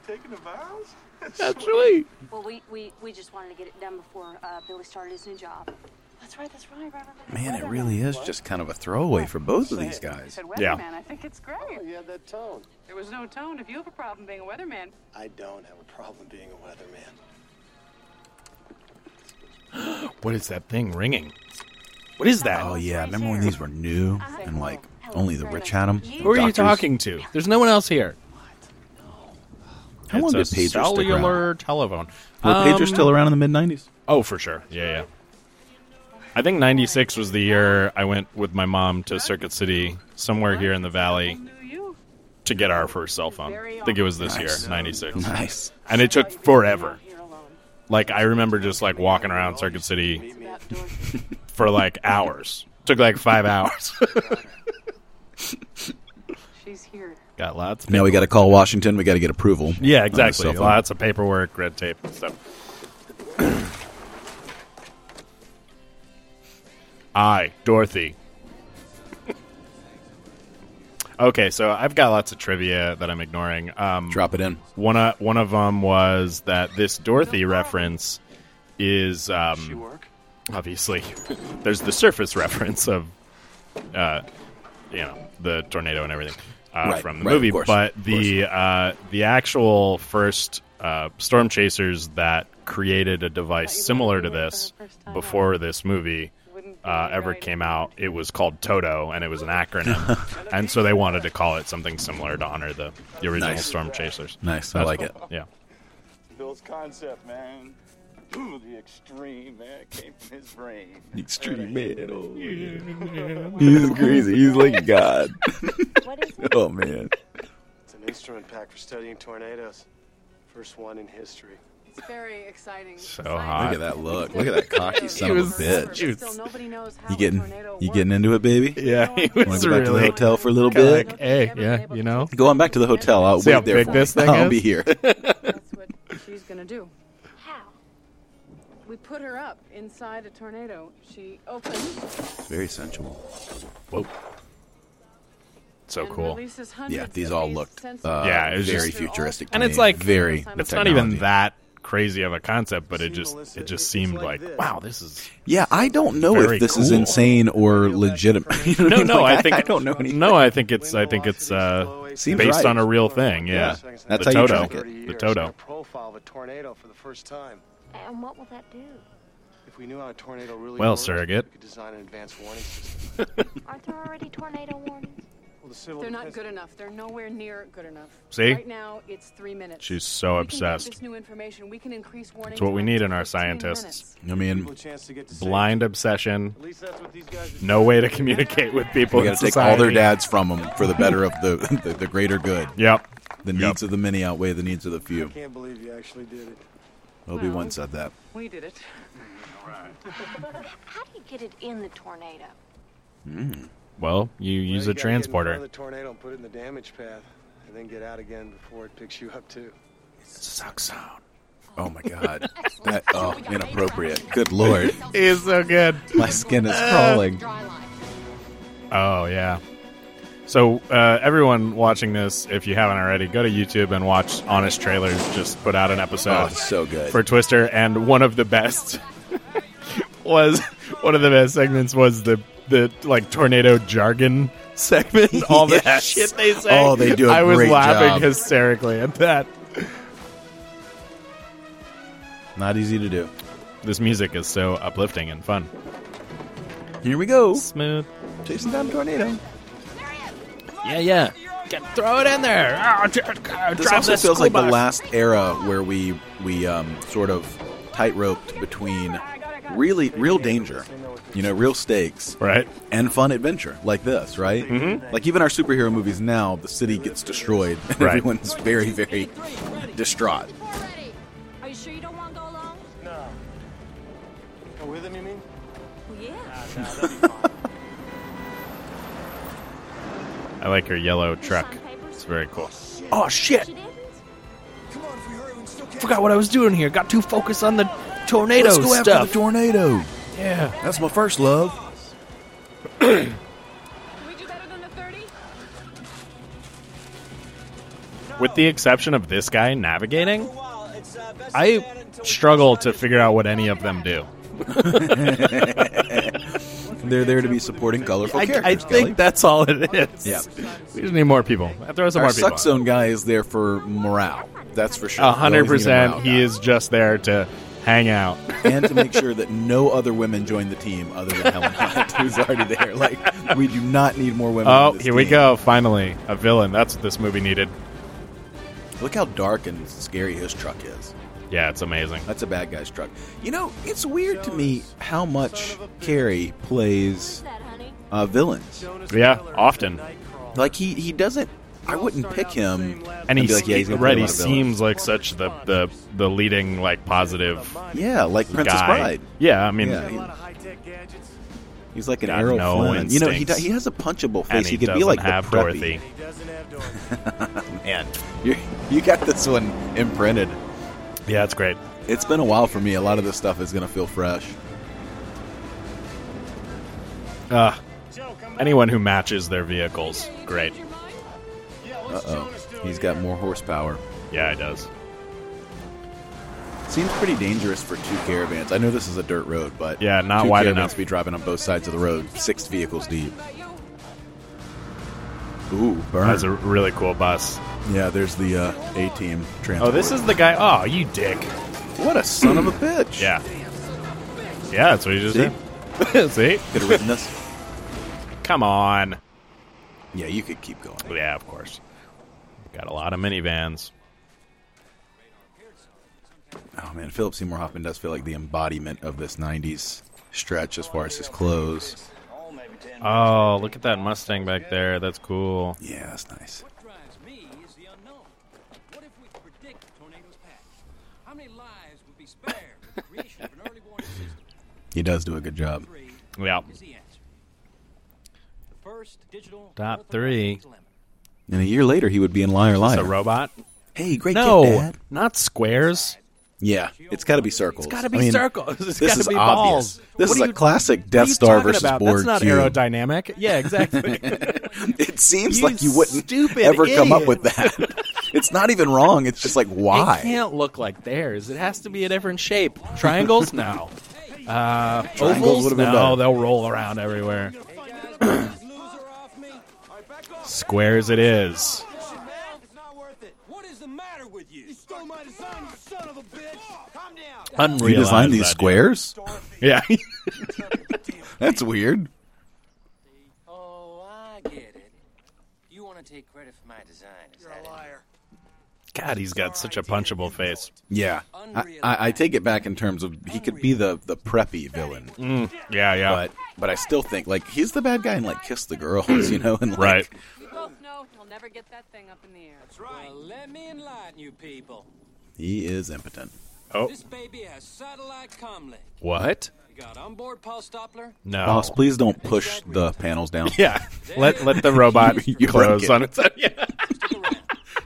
Speaker 8: taking the vows?
Speaker 3: Actually,
Speaker 6: Well, we, we, we just wanted to get it done before uh, Billy started his new job. That's right, that's right. right, right, right.
Speaker 4: Man, it really is just kind of a throwaway for both of these
Speaker 9: I
Speaker 4: guys.
Speaker 9: said, weatherman,
Speaker 3: Yeah.
Speaker 9: I think it's great.
Speaker 8: You had that tone.
Speaker 9: There was no tone. If you have a problem being a weatherman,
Speaker 8: I don't have a problem being a weatherman.
Speaker 3: what is that thing ringing? What is that?
Speaker 4: Oh yeah, remember when these were new and like only the rich had them?
Speaker 3: Who are you talking to? There's no one else here.
Speaker 4: How long did
Speaker 3: it's a
Speaker 4: pagers stick around?
Speaker 3: cellular telephone.
Speaker 4: Were pagers
Speaker 3: Um,
Speaker 4: still around in the mid nineties?
Speaker 3: Oh, for sure. Yeah, yeah. I think 96 was the year I went with my mom to Circuit City, somewhere here in the valley,
Speaker 9: who knew you?
Speaker 3: to get our first cell phone. I think it was this year, 96.
Speaker 4: Nice.
Speaker 3: And it took forever.
Speaker 9: You're alone.
Speaker 3: Like, I remember just like walking around Circuit City
Speaker 9: It's about doors.
Speaker 3: for like hours. Took like five hours.
Speaker 9: She's here.
Speaker 3: Got lots.
Speaker 4: Now we got to call Washington. We got to get approval.
Speaker 3: Yeah,
Speaker 4: on this
Speaker 3: exactly.
Speaker 4: cell phone.
Speaker 3: Lots of paperwork, red tape, and stuff. I, Dorothy. okay, so I've got lots of trivia that I'm ignoring. Um,
Speaker 4: Drop it in.
Speaker 3: one of one of them was that this Dorothy reference is um,
Speaker 8: work?
Speaker 3: obviously there's the surface reference of uh, you know the tornado and everything uh,
Speaker 4: Right,
Speaker 3: from the
Speaker 4: right, of
Speaker 3: movie,
Speaker 4: course,
Speaker 3: but
Speaker 4: of
Speaker 3: the uh, the actual first uh, storm chasers that created a device similar to this before this movie. Uh, ever came out, it was called Toto, and it was an acronym, and so they wanted to call it something similar to honor the, the original
Speaker 4: Nice.
Speaker 3: Storm Chasers.
Speaker 4: Nice. I like it.
Speaker 3: Yeah.
Speaker 12: Bill's concept, man. the extreme, man. It came from his brain.
Speaker 4: Extreme metal. He's crazy. He's like God.
Speaker 6: What is it?
Speaker 4: Oh man.
Speaker 8: It's an instrument pack for studying tornadoes. First one in history.
Speaker 9: It's very exciting.
Speaker 3: So
Speaker 4: Look
Speaker 3: hot.
Speaker 4: at that look. Look at that cocky son of a
Speaker 3: was-
Speaker 4: bitch.
Speaker 3: Dude.
Speaker 9: Still, nobody knows how
Speaker 4: You
Speaker 9: a
Speaker 4: getting
Speaker 9: tornado
Speaker 4: you
Speaker 9: works.
Speaker 4: getting into it, baby?
Speaker 3: Yeah, he
Speaker 4: Wanna
Speaker 3: was
Speaker 4: go back to the
Speaker 3: really.
Speaker 4: hotel for a little
Speaker 3: kinda
Speaker 4: bit?
Speaker 3: like, hey, yeah, you know?
Speaker 4: Go on back to the hotel. I'll
Speaker 3: See how
Speaker 4: wait there.
Speaker 3: big
Speaker 4: for
Speaker 3: this
Speaker 4: you.
Speaker 3: thing
Speaker 4: I'll
Speaker 3: is?
Speaker 4: be here.
Speaker 9: That's what she's gonna do.
Speaker 6: How?
Speaker 9: We put her up inside a tornado. She opens
Speaker 4: Very sensual.
Speaker 3: So
Speaker 9: and
Speaker 3: cool.
Speaker 9: releases hundreds
Speaker 4: Yeah, these
Speaker 9: of
Speaker 4: all
Speaker 9: these
Speaker 4: look
Speaker 9: sensors.
Speaker 4: uh,
Speaker 3: Yeah, it was
Speaker 4: very
Speaker 3: just-
Speaker 4: futuristic. to
Speaker 3: And
Speaker 4: me.
Speaker 3: it's like-
Speaker 4: very.
Speaker 9: It's
Speaker 4: the
Speaker 3: It's not even
Speaker 4: technology.
Speaker 3: that crazy of a concept, but it just
Speaker 8: Melissa,
Speaker 3: it
Speaker 8: it's
Speaker 3: just seemed
Speaker 8: like
Speaker 3: like,
Speaker 8: this.
Speaker 3: wow, this is
Speaker 4: Yeah, I don't know
Speaker 3: Very
Speaker 4: if this is
Speaker 3: cool.
Speaker 4: insane or legitimate. You know what I
Speaker 3: no,
Speaker 4: mean?
Speaker 3: no.
Speaker 4: Like,
Speaker 3: I think
Speaker 4: I don't know anything.
Speaker 3: No, I think it's I think it's uh,
Speaker 4: Seems
Speaker 3: based
Speaker 4: right.
Speaker 3: on a real thing. Yeah,
Speaker 8: That's
Speaker 3: the
Speaker 4: how you
Speaker 3: Toto,
Speaker 4: track it.
Speaker 3: the Toto.
Speaker 8: profile of a tornado for the first time.
Speaker 6: And what will that do?
Speaker 8: If we knew how a tornado really
Speaker 3: Well,
Speaker 8: works,
Speaker 3: surrogate.
Speaker 8: we could design an advanced warning system.
Speaker 6: Aren't there already tornado warnings?
Speaker 8: Well, the civil
Speaker 9: They're not
Speaker 8: defense-
Speaker 9: good enough. They're nowhere near good enough.
Speaker 3: See?
Speaker 9: Right now, it's three minutes.
Speaker 3: She's so
Speaker 9: We can get
Speaker 3: obsessed.
Speaker 9: This new information. We can increase warning.
Speaker 3: It's what we
Speaker 9: time
Speaker 3: need
Speaker 9: to
Speaker 3: in our
Speaker 9: 15
Speaker 3: scientists.
Speaker 9: minutes.
Speaker 4: I
Speaker 8: people
Speaker 4: mean,
Speaker 8: a chance to get to safety.
Speaker 3: Blind obsession,
Speaker 8: At least that's what these guys are
Speaker 3: no way to communicate with people.
Speaker 4: we
Speaker 3: in
Speaker 4: got to take all their
Speaker 3: society.
Speaker 4: dads from them for the better of the the, the greater good.
Speaker 3: Yep.
Speaker 4: The
Speaker 3: Yep.
Speaker 4: needs of the many outweigh the needs of the few.
Speaker 8: Can't believe you actually did it.
Speaker 4: Obi Wan said that.
Speaker 9: We did it.
Speaker 6: How do you get it in the tornado?
Speaker 3: Well, you use
Speaker 8: Well,
Speaker 3: a
Speaker 8: you gotta get in front of
Speaker 3: transporter.
Speaker 8: The tornado and put it in the damage path, and then get out again before it picks you up too.
Speaker 4: Suck sound. Oh my god. that, oh, inappropriate. Good lord.
Speaker 3: It's so good.
Speaker 4: My skin is crawling.
Speaker 3: Oh yeah. So uh, everyone watching this, if you haven't already, go to YouTube and watch Honest Trailers. Just put out an
Speaker 4: Oh,
Speaker 3: episode
Speaker 4: it's so good.
Speaker 3: for Twister, and one of the best was one of the best segments was the the like tornado jargon segment. All the
Speaker 4: Yes.
Speaker 3: shit they say.
Speaker 4: Oh, they do a
Speaker 3: I was
Speaker 4: great
Speaker 3: laughing
Speaker 4: job.
Speaker 3: hysterically at that.
Speaker 4: Not easy to do.
Speaker 3: This music is so uplifting and fun.
Speaker 4: Here we go.
Speaker 3: Smooth.
Speaker 4: Chasing down tornado.
Speaker 3: Yeah, yeah. throw it in there. Ah,
Speaker 4: This also feels like the last era where we we um, sort of tightroped between really real danger, you know, real stakes,
Speaker 3: Right.
Speaker 4: and fun adventure like this, right? Mm-hmm. Like even our superhero movies now, the city gets destroyed and
Speaker 3: Right.
Speaker 4: everyone's very very distraught.
Speaker 6: ready. Are you sure you don't want to go along?
Speaker 8: Oh, with him, you mean?
Speaker 6: Well, yeah.
Speaker 3: I like your yellow truck.
Speaker 6: Sign papers?
Speaker 3: It's very cool.
Speaker 4: Oh shit!
Speaker 6: She didn't?
Speaker 3: Forgot what I was doing here. Got too focused on the tornado
Speaker 4: Let's go after the tornado.
Speaker 3: Yeah.
Speaker 4: That's my first love.
Speaker 9: Can we do better than the 30?
Speaker 3: With the exception of this guy navigating,
Speaker 8: uh,
Speaker 3: I struggle to figure out what any of them do.
Speaker 4: They're there to be supporting colorful
Speaker 3: I,
Speaker 4: characters.
Speaker 3: I
Speaker 4: Kelly.
Speaker 3: think that's all it is.
Speaker 4: Yeah.
Speaker 3: We just need more people. Throw some
Speaker 4: Our
Speaker 3: more people.
Speaker 4: suck zone guy is there for morale. That's for sure.
Speaker 3: A hundred
Speaker 4: We always need a
Speaker 3: percent.
Speaker 4: morale
Speaker 3: He
Speaker 4: guy.
Speaker 3: is just there to hang out.
Speaker 4: and to make sure that no other women join the team other than Helen Hunt, who's already there. Like we do not need more women.
Speaker 3: Oh,
Speaker 4: on this
Speaker 3: here we
Speaker 4: team.
Speaker 3: go. Finally, a villain. That's what this movie needed.
Speaker 4: Look how dark and scary his truck is.
Speaker 3: Yeah, it's amazing.
Speaker 4: That's a bad guy's truck. You know, it's weird to me how much Carrie plays uh, villains.
Speaker 3: Yeah, often.
Speaker 4: Like he he doesn't. I wouldn't pick him.
Speaker 3: And he,
Speaker 4: be like, yeah, he's gonna
Speaker 3: right,
Speaker 4: play
Speaker 3: he
Speaker 4: a lot of villains.
Speaker 3: seems like such the, the the leading like positive
Speaker 4: Yeah, like Princess
Speaker 3: guy.
Speaker 4: Bride.
Speaker 3: Yeah, I mean,
Speaker 4: Yeah, he- he's like an
Speaker 3: Got
Speaker 4: Errol
Speaker 3: no
Speaker 4: Flynn. You know, he, do-
Speaker 3: instincts.
Speaker 4: he has a punchable
Speaker 3: and
Speaker 4: face.
Speaker 3: he,
Speaker 4: He, could
Speaker 3: doesn't
Speaker 4: be like the
Speaker 3: have Dorothy.
Speaker 4: preppy. Man, you you got this one imprinted.
Speaker 3: Yeah, it's great.
Speaker 4: It's been a while for me. A lot of this stuff is gonna feel fresh.
Speaker 3: Uh, anyone who matches their vehicles, great.
Speaker 4: Uh oh, he's got more horsepower.
Speaker 3: Yeah, it does.
Speaker 4: Seems pretty dangerous for two caravans. I know this is a dirt road, but
Speaker 3: Yeah, not
Speaker 4: two
Speaker 3: wide
Speaker 4: caravans
Speaker 3: enough.
Speaker 4: Be driving on both sides of the road, six vehicles deep. Ooh, burn!
Speaker 3: That's a really cool bus.
Speaker 4: yeah, there's the uh, A team transport.
Speaker 3: Oh, this is the guy. Oh, you dick.
Speaker 4: what a son of a bitch!
Speaker 3: Yeah. Yeah, that's what you just
Speaker 4: See?
Speaker 3: did. See?
Speaker 4: could have written this.
Speaker 3: Come on.
Speaker 4: Yeah, you could keep going.
Speaker 3: Yeah, of course. Got a lot of minivans.
Speaker 4: Oh man, Philip Seymour Hoffman does feel like the embodiment of this '90s stretch as far as his clothes.
Speaker 3: Oh, look at that Mustang back there. That's cool.
Speaker 4: Yeah, that's nice.
Speaker 8: drives me is the unknown. What if we could predict the tornado's path? How many lives would be spared with the creation of an early warning system?
Speaker 4: He does do a good job.
Speaker 8: Three
Speaker 3: Yeah.
Speaker 8: is the answer. The first digital
Speaker 3: Dot
Speaker 8: orthogonal
Speaker 3: three.
Speaker 8: telemetry.
Speaker 4: And a year later, he would be in Liar
Speaker 3: It's
Speaker 4: Liar.
Speaker 3: a robot.
Speaker 4: hey, great kid,
Speaker 3: No,
Speaker 4: Dad.
Speaker 3: not squares.
Speaker 4: Yeah, it's got to be circles. It's
Speaker 3: Got to be circles. It's
Speaker 4: this
Speaker 3: gotta
Speaker 4: is
Speaker 3: be
Speaker 4: obvious.
Speaker 3: balls.
Speaker 4: This
Speaker 3: What
Speaker 4: is
Speaker 3: are
Speaker 4: a
Speaker 3: you-
Speaker 4: classic
Speaker 3: what are
Speaker 4: Death
Speaker 3: you
Speaker 4: Star
Speaker 3: talking
Speaker 4: versus
Speaker 3: about? That's
Speaker 4: Borg
Speaker 3: not
Speaker 4: cube.
Speaker 3: aerodynamic. Yeah, exactly.
Speaker 4: It seems
Speaker 3: You
Speaker 4: like you wouldn't
Speaker 3: stupid
Speaker 4: ever come up
Speaker 3: idiot.
Speaker 4: with that. it's not even wrong. It's just like
Speaker 3: It
Speaker 4: why?
Speaker 3: can't look like theirs. It has to be a different shape. Triangles? No. Uh,
Speaker 4: Triangles
Speaker 3: ovals?
Speaker 4: would've been
Speaker 3: No,
Speaker 4: better.
Speaker 3: they'll roll around everywhere. Squares it is.
Speaker 8: What is the matter with you? You stole my design, you son of a bitch! Oh, Calm down!
Speaker 4: You
Speaker 3: Unrealized
Speaker 4: designed these
Speaker 3: idea.
Speaker 4: squares?
Speaker 3: Yeah.
Speaker 4: That's weird.
Speaker 8: Oh, I get it. You want to take credit for my design, is that it?
Speaker 3: God, he's got such a punchable face.
Speaker 4: Yeah, I, I, I take it back in terms of he could be the the preppy villain,
Speaker 3: Yeah, yeah.
Speaker 4: but but I still think like he's the bad guy and like kiss the girls, you know, and like,
Speaker 3: right.
Speaker 9: We both know he'll never get that thing up in the air.
Speaker 8: Well, let me enlighten you people.
Speaker 4: he is impotent.
Speaker 3: Oh,
Speaker 8: This baby has satellite comlink.
Speaker 3: what?
Speaker 8: We got onboard pulse Doppler.
Speaker 3: No.
Speaker 4: Boss, please don't push the panels down.
Speaker 3: Yeah. Let let the robot
Speaker 4: You- you broke
Speaker 3: close
Speaker 4: it.
Speaker 3: on its own. Yeah.
Speaker 8: Stick around.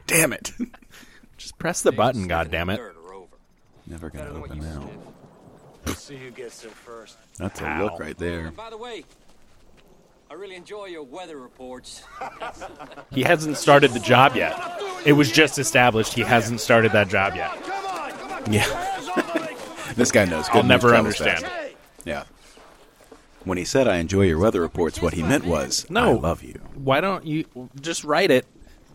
Speaker 4: Damn it!
Speaker 3: Just press the button, goddammit.
Speaker 8: Third are over.
Speaker 4: Never gonna open now.
Speaker 13: See who gets there first.
Speaker 4: That's a
Speaker 3: Ow.
Speaker 4: look right there.
Speaker 8: And by the way, I really enjoy your weather reports.
Speaker 3: He hasn't started the job yet. It was just established he hasn't started that job yet.
Speaker 4: Yeah. this guy knows. Good
Speaker 3: I'll
Speaker 4: news
Speaker 3: never
Speaker 4: travels
Speaker 3: understand.
Speaker 4: fast. Yeah. When he said, I enjoy your weather reports, what he meant was,
Speaker 3: No.
Speaker 4: I love you.
Speaker 3: Why don't you just write it?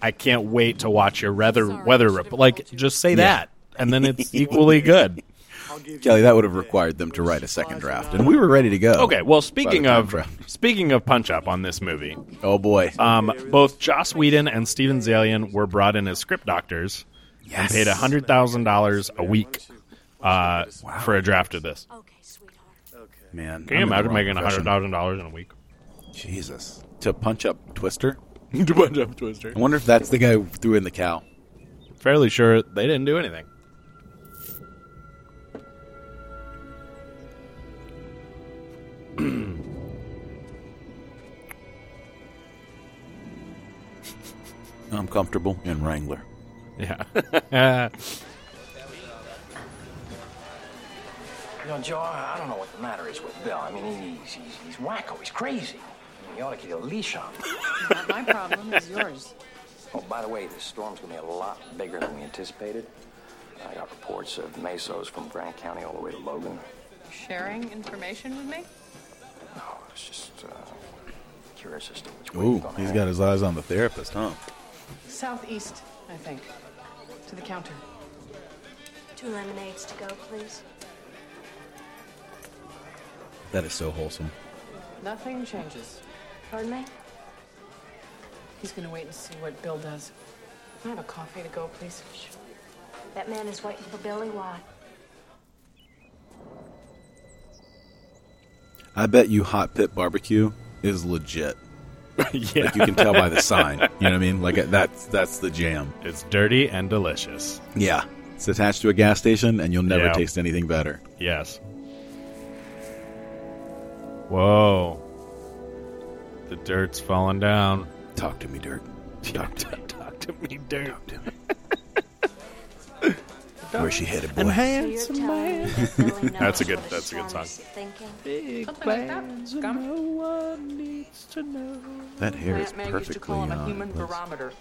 Speaker 3: I can't wait to watch your weather weather report. Like just say that and then it's equally good.
Speaker 4: Kelly, that would have required them to write a second draft, and we were ready to go.
Speaker 3: Okay, well speaking
Speaker 4: By the
Speaker 3: of
Speaker 4: time
Speaker 3: speaking of punch up on this movie,
Speaker 4: Oh, boy.
Speaker 3: um, both Joss Whedon and Steven Zalian were brought in as script doctors
Speaker 4: yes.
Speaker 3: paid hundred thousand dollars a week uh, for a draft of this.
Speaker 6: Okay, sweetheart.
Speaker 4: Man.
Speaker 3: Can you
Speaker 4: I'm in the
Speaker 3: imagine
Speaker 4: wrong
Speaker 3: making hundred
Speaker 4: profession.
Speaker 3: thousand dollars in a week?
Speaker 4: Jesus. To punch up Twister?
Speaker 3: to punch up Twister.
Speaker 4: I wonder if that's the guy who threw in the cow.
Speaker 3: Fairly sure they didn't do anything.
Speaker 4: I'm comfortable in Wrangler.
Speaker 3: Yeah.
Speaker 8: You know, Joe, I I don't know what the matter is with Bill. I mean, he's, he's, he's wacko. He's crazy. I mean, you ought to get a leash on him.
Speaker 9: Not my problem, it's yours.
Speaker 8: Oh, by the way, this storm's going to be a lot bigger than we anticipated. I got reports of mesos from Grant County all the way to Logan.
Speaker 9: Sharing information with me?
Speaker 8: Oh, I was just uh, curious as to which way
Speaker 4: Ooh,
Speaker 8: you're gonna
Speaker 4: he's
Speaker 8: head.
Speaker 4: got his eyes on the therapist, huh?
Speaker 9: Southeast, I think. To the counter.
Speaker 6: Two lemonades to go, please.
Speaker 4: That is so wholesome.
Speaker 9: Nothing changes.
Speaker 6: Pardon me?
Speaker 9: He's gonna wait and see what Bill does. Can I have a coffee to go, please?
Speaker 6: That man is waiting for Billy Watt.
Speaker 4: I bet you Hot Pit Barbecue is legit.
Speaker 3: Yeah.
Speaker 4: Like you can tell by the sign. You know what I mean? Like that's that's the jam.
Speaker 3: It's dirty and delicious.
Speaker 4: Yeah. It's attached to a gas station and you'll never
Speaker 3: Yeah.
Speaker 4: taste anything better.
Speaker 3: Yes. Whoa. The dirt's falling down.
Speaker 4: Talk to me, dirt. Talk to me.
Speaker 3: Talk to me, dirt.
Speaker 4: Where's she headed, boy?
Speaker 3: And
Speaker 6: So you're telling me that Billy knows
Speaker 3: That's a good.
Speaker 6: what
Speaker 3: That's a good
Speaker 6: storm
Speaker 3: song.
Speaker 6: is Thinking.
Speaker 9: Something like that. Scum.
Speaker 3: No one needs to know.
Speaker 4: That hair is
Speaker 9: Plant man used to
Speaker 4: perfectly uh,
Speaker 9: call him a
Speaker 4: on.
Speaker 9: human
Speaker 4: place.
Speaker 9: barometer.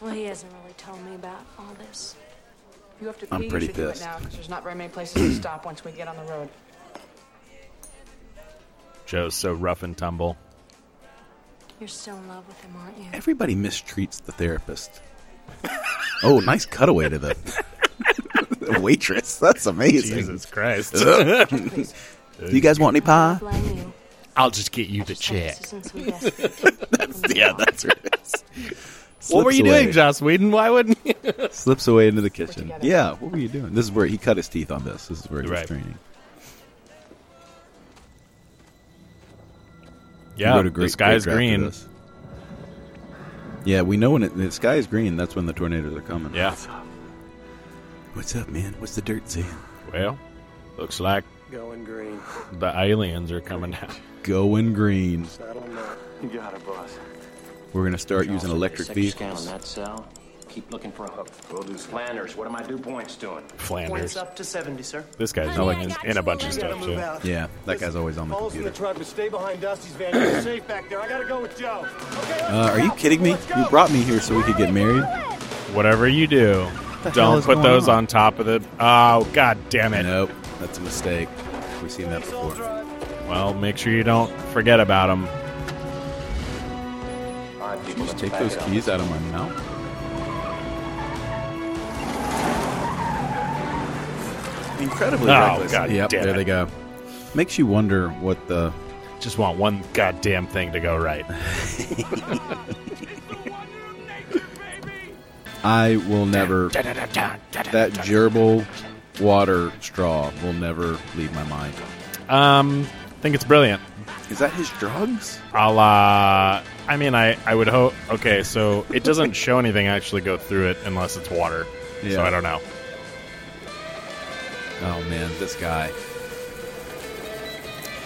Speaker 6: Well, he hasn't really told me about all this.
Speaker 9: If you have to pee,
Speaker 4: I'm pretty
Speaker 9: you should do it
Speaker 4: pissed.
Speaker 9: now, 'cause there's not very many places to stop once we get on the road.
Speaker 3: Joe's so rough and tumble.
Speaker 6: You're still in love with him, aren't you?
Speaker 4: Everybody mistreats the therapist. oh, nice cutaway to the the waitress. That's amazing.
Speaker 3: Jesus Christ.
Speaker 4: Do you guys want any pie?
Speaker 6: Blame you.
Speaker 3: I'll just get you to check.
Speaker 6: This isn't some desperate.
Speaker 4: Yeah, that's right.
Speaker 3: What were you
Speaker 4: Slips away.
Speaker 3: doing, Joss Whedon? Why wouldn't you?
Speaker 4: Slips away into the kitchen.
Speaker 9: together.
Speaker 4: Yeah, what were you doing? This is where he cut his teeth on this. This is where he was
Speaker 3: Right.
Speaker 4: training.
Speaker 3: yeah,
Speaker 4: wrote a
Speaker 3: the
Speaker 4: great-
Speaker 3: sky's
Speaker 4: great draft of
Speaker 3: green.
Speaker 4: this. Yeah, we know when it, the sky is green, that's when the tornadoes are coming.
Speaker 3: Yeah.
Speaker 4: What's up, man? What's the dirt saying?
Speaker 3: Well, looks like
Speaker 11: Going green.
Speaker 3: the aliens are coming down.
Speaker 4: Going green.
Speaker 11: Saddle 'em up.
Speaker 14: You got it, boss.
Speaker 4: We're going to start using
Speaker 8: Johnson,
Speaker 4: electric
Speaker 8: sector scan
Speaker 4: vehicles.
Speaker 8: on that cell. Keep looking for a hook. We'll do. Flanders, what are my dew points doing?
Speaker 3: Flanders.
Speaker 14: up to 70, sir.
Speaker 3: This guy's
Speaker 6: Honey, I
Speaker 3: in,
Speaker 6: got
Speaker 3: in a
Speaker 6: you
Speaker 3: bunch of
Speaker 6: a
Speaker 3: stuff too.
Speaker 4: Yeah, that guy's always on the
Speaker 14: Paul's
Speaker 4: computer.
Speaker 14: in the truck, but stay behind Dusty's van. You're safe back there. I gotta go with Joe. Okay,
Speaker 4: Uh, are you kidding me? You brought me here so we could get married?
Speaker 3: Whatever you do,
Speaker 4: the hell
Speaker 3: don't
Speaker 4: is
Speaker 3: put
Speaker 4: going
Speaker 3: those on?
Speaker 4: on?
Speaker 3: top of the. Oh god damn it!
Speaker 4: Nope, that's a mistake. We've seen that before.
Speaker 3: Well, make sure you don't forget about them.
Speaker 8: All
Speaker 4: Can
Speaker 8: right, people,
Speaker 4: you just
Speaker 8: let's
Speaker 4: take
Speaker 8: back
Speaker 4: those
Speaker 8: it up.
Speaker 4: keys out of my mouth? Incredibly
Speaker 3: Oh,
Speaker 4: reckless.
Speaker 3: God
Speaker 4: yep,
Speaker 3: damn
Speaker 4: there
Speaker 3: it.
Speaker 4: they go. Makes you wonder what the
Speaker 3: Just want one goddamn thing to go right.
Speaker 4: I will never that gerbil water straw will never leave my mind.
Speaker 3: Um, think it's brilliant.
Speaker 4: Is that his drugs?
Speaker 3: A la. I mean, I I would hope. Okay, so it doesn't show anything actually go through it unless it's water. So
Speaker 4: Yeah.
Speaker 3: I don't know.
Speaker 4: Oh man, this guy.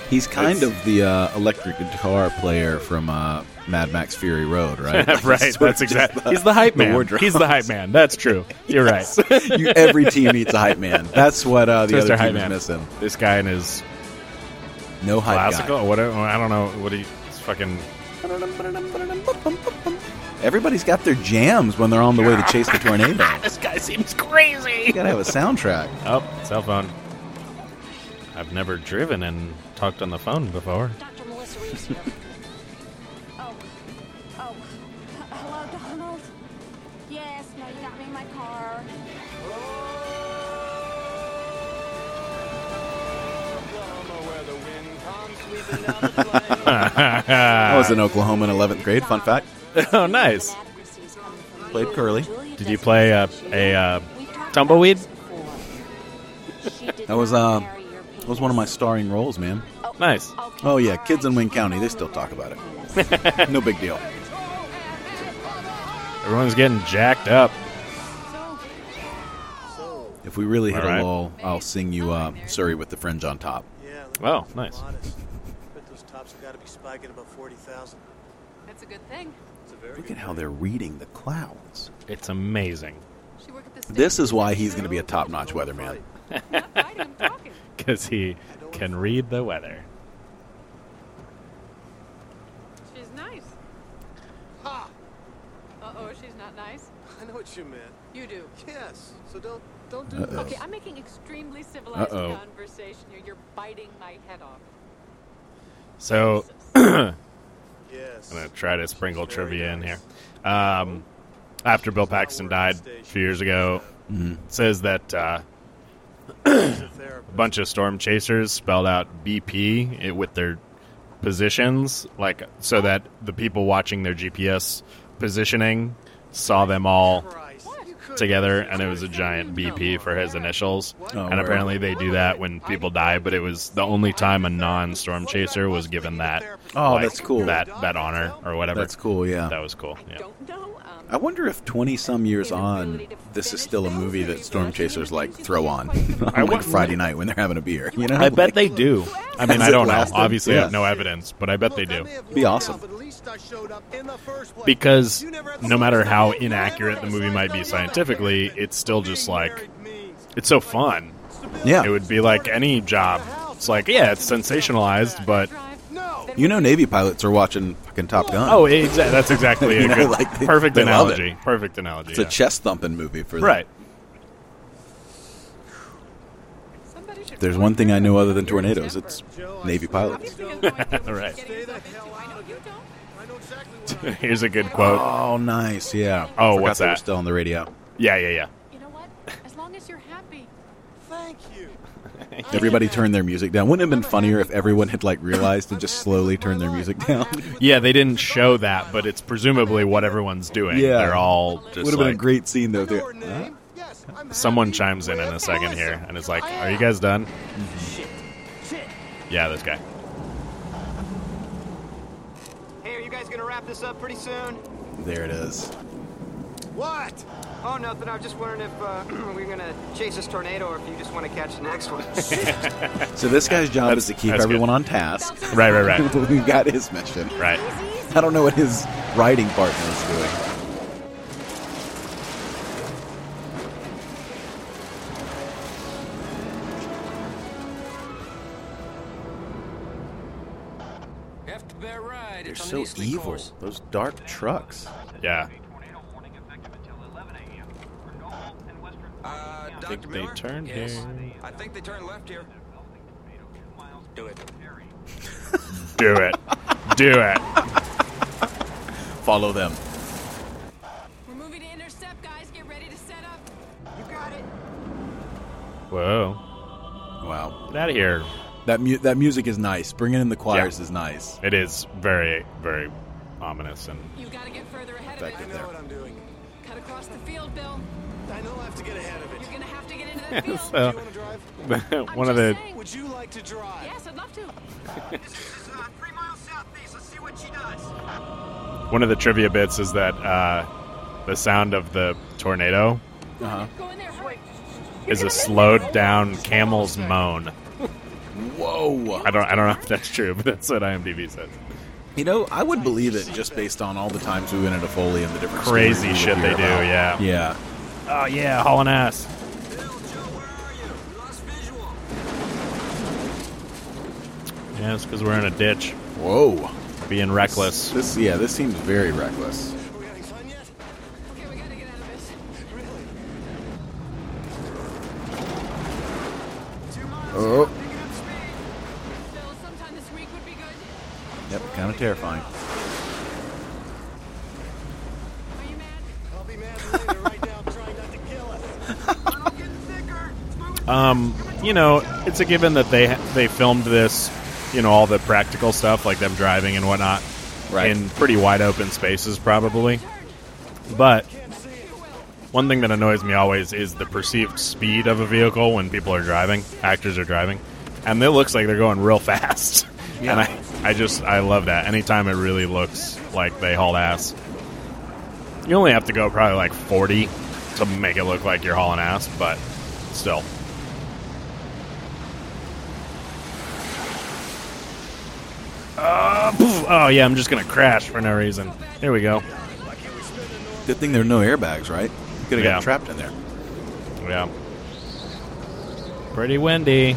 Speaker 4: He's kind of the uh, electric guitar player from uh, Mad Max Fury Road, right?
Speaker 3: right, that's exactly. He's the hype man. He's the hype man. That's true. You're right.
Speaker 4: you, every team needs a hype man. That's what uh, the
Speaker 3: Twister
Speaker 4: other
Speaker 3: hype
Speaker 4: team is
Speaker 3: man.
Speaker 4: missing.
Speaker 3: This guy and his
Speaker 4: No hype
Speaker 3: classical. Or whatever. I don't know. What do you? It's fucking.
Speaker 4: guy. Everybody's got their jams when they're on the way to chase the tornado.
Speaker 3: This guy seems crazy.
Speaker 4: you gotta have a soundtrack.
Speaker 3: Oh, cell phone. I've never driven and talked on the phone before.
Speaker 6: Dr. Melissa Reeves here. oh, oh, H- hello, Donald. Yes, no, you got me in my car.
Speaker 4: I was in Oklahoma in 11th grade. Fun fact.
Speaker 3: oh, nice.
Speaker 4: Played curly.
Speaker 3: Did you play a, a uh, tumbleweed?
Speaker 4: That was uh, that was one of my starring roles, man.
Speaker 3: Nice.
Speaker 4: Oh yeah, kids in Wayne County, they still talk about it. no big deal.
Speaker 3: Everyone's getting jacked up.
Speaker 4: If we really hit
Speaker 3: All right.
Speaker 4: a lull, I'll sing you uh, Surrey with the fringe on top.
Speaker 11: Yeah. let's
Speaker 3: Wow,
Speaker 11: be
Speaker 3: nice.
Speaker 11: Honest. Bet those tops have got to be spiking about forty thousand.
Speaker 9: That's a good thing.
Speaker 11: It's a very
Speaker 4: Look at how they're reading the clouds.
Speaker 3: It's amazing.
Speaker 9: She worked at the
Speaker 4: This is why he's going to be a top-notch weatherman.
Speaker 9: Not fighting, I'm talking.
Speaker 11: because he can read the weather.
Speaker 9: She's nice.
Speaker 8: Ha!
Speaker 9: Uh oh, she's not nice.
Speaker 8: I know what you meant.
Speaker 9: You do.
Speaker 8: Yes. So don't don't do
Speaker 11: Uh-oh.
Speaker 8: that.
Speaker 9: Okay, I'm making extremely civilized
Speaker 11: Uh-oh.
Speaker 9: conversation here. You're biting my head off.
Speaker 11: So I'm gonna try to sprinkle trivia in here. Um, after Bill Paxton died a few years ago, it says that uh,
Speaker 4: Uh-huh.
Speaker 11: a bunch of storm chasers spelled out BP it, with their positions, like so that the people watching their GPS positioning saw them all together, and it was a giant BP for his initials.
Speaker 4: Oh,
Speaker 11: and
Speaker 4: word.
Speaker 11: apparently, they do that when people die. But it was the only time a non-storm chaser was given that.
Speaker 4: Oh,
Speaker 11: like,
Speaker 4: that's cool.
Speaker 11: That that honor or whatever.
Speaker 4: That's cool, yeah.
Speaker 11: That was cool. Yeah.
Speaker 4: I wonder if 20 some years on, this is still a movie that storm chasers like throw
Speaker 11: I
Speaker 4: on on like
Speaker 11: wouldn't-
Speaker 4: Friday night when they're having a beer. You know,
Speaker 11: I bet they do. I mean,
Speaker 4: Has
Speaker 11: I
Speaker 4: it
Speaker 11: don't know.
Speaker 4: lasted?
Speaker 11: Obviously, I have
Speaker 4: Yeah.
Speaker 11: no evidence, but I bet they do.
Speaker 4: be awesome.
Speaker 11: Because no matter how inaccurate the movie might be scientifically, it's still just like it's so fun.
Speaker 4: Yeah.
Speaker 11: it would be like any job. It's like yeah, it's sensationalized, but
Speaker 4: You know, Navy pilots are watching fucking Top Gun.
Speaker 11: oh, exa- that's exactly a
Speaker 4: You know,
Speaker 11: good,
Speaker 4: like, they-
Speaker 11: perfect
Speaker 4: they love
Speaker 11: analogy.
Speaker 4: it.
Speaker 11: Perfect analogy.
Speaker 4: it's
Speaker 11: yeah.
Speaker 4: a chest thumping movie for them.
Speaker 11: right.
Speaker 4: If there's one thing I know other than tornadoes, it's Navy pilots.
Speaker 11: right. Here's a good quote.
Speaker 4: Oh, nice. Yeah.
Speaker 11: Oh,
Speaker 4: Forgot
Speaker 11: what's
Speaker 4: they were
Speaker 11: that?
Speaker 4: still on the radio.
Speaker 11: Yeah, yeah, yeah.
Speaker 9: As long as you're happy.
Speaker 8: Thank you.
Speaker 4: Everybody turned their music down. Wouldn't it have been funnier if everyone had like realized and just slowly turned their music down?
Speaker 11: Yeah, they didn't show that, but it's presumably what everyone's doing.
Speaker 4: Yeah.
Speaker 11: They're all
Speaker 4: Would
Speaker 11: just
Speaker 4: have been a
Speaker 11: like,
Speaker 4: great scene though. if they- "Ah, Huh?
Speaker 11: someone chimes in in a second here and is like, "Are you guys done?"
Speaker 15: Shit. Shit.
Speaker 11: Yeah, this guy.
Speaker 15: Hey, are you guys gonna wrap this up pretty soon?
Speaker 4: There it is.
Speaker 15: What? Oh, nothing. I was just wondering if uh, we're gonna chase this tornado or if you just want to catch the next one.
Speaker 4: So this guy's job is to keep
Speaker 11: that's good.
Speaker 4: everyone on task.
Speaker 11: Right, right, right.
Speaker 4: We've got his mission.
Speaker 11: Right.
Speaker 4: I don't know what his writing partner is doing.
Speaker 2: They're
Speaker 4: so evil. Those dark trucks.
Speaker 11: Yeah.
Speaker 2: Uh,
Speaker 11: I think they turned
Speaker 2: yes.
Speaker 11: here.
Speaker 2: I think they turned left here. Do it.
Speaker 11: Do it. Do it.
Speaker 4: Follow them.
Speaker 9: We're moving to intercept, guys. Get ready to set up.
Speaker 11: Whoa.
Speaker 4: Wow.
Speaker 11: Get out of here.
Speaker 4: That mu- that music is nice. Bringing in the choirs is nice.
Speaker 11: It is very, very ominous and
Speaker 9: You gotta get further ahead of
Speaker 4: Back
Speaker 9: it.
Speaker 4: in there.
Speaker 8: I'm doing.
Speaker 9: Cut across the field, Bill.
Speaker 8: I know I have to get ahead of it.
Speaker 9: You're gonna have to get into that field.
Speaker 11: so one of the
Speaker 8: Would you like to drive?
Speaker 9: Yes, I'd love to.
Speaker 15: uh,
Speaker 11: one of the trivia bits is that uh, the sound of the tornado
Speaker 4: Uh-huh.
Speaker 9: Go in there, hurry.
Speaker 11: is a slowed down camel's moan.
Speaker 4: Whoa.
Speaker 11: I don't I don't know if that's true, but that's what IMDb says.
Speaker 4: You know, I would believe it just based on all the times we went into Foley and the different
Speaker 11: Crazy
Speaker 4: stories we
Speaker 11: shit
Speaker 4: would
Speaker 11: they
Speaker 4: hear
Speaker 11: do, yeah.
Speaker 4: about. Yeah.
Speaker 11: Oh yeah, hauling ass. Yeah, it's because we're in a ditch,
Speaker 4: Whoa.
Speaker 11: being reckless.
Speaker 4: This yeah, this seems very reckless.
Speaker 9: Okay, we gotta get out of this.
Speaker 4: Oh.
Speaker 9: Bill, sometime this week would be good.
Speaker 4: Yep, kind of terrifying.
Speaker 9: Are you mad?
Speaker 8: I'll be mad later. Right now, I'm trying not to kill us.
Speaker 11: Um, you know, it's a given that they they filmed this, you know, all the practical stuff like them driving and whatnot,
Speaker 4: Right.
Speaker 11: in pretty wide open spaces probably. But one thing that annoys me always is the perceived speed of a vehicle when people are driving, actors are driving, and it looks like they're going real fast. And I, I just I love that. Anytime it really looks like they hauled ass, you only have to go probably like forty to make it look like you're hauling ass, but still. Uh, poof. oh yeah, I'm just gonna crash for no reason. There we go.
Speaker 4: Good thing there are no airbags, right? Could have
Speaker 11: Yeah.
Speaker 4: got trapped in there.
Speaker 11: Yeah. Pretty windy.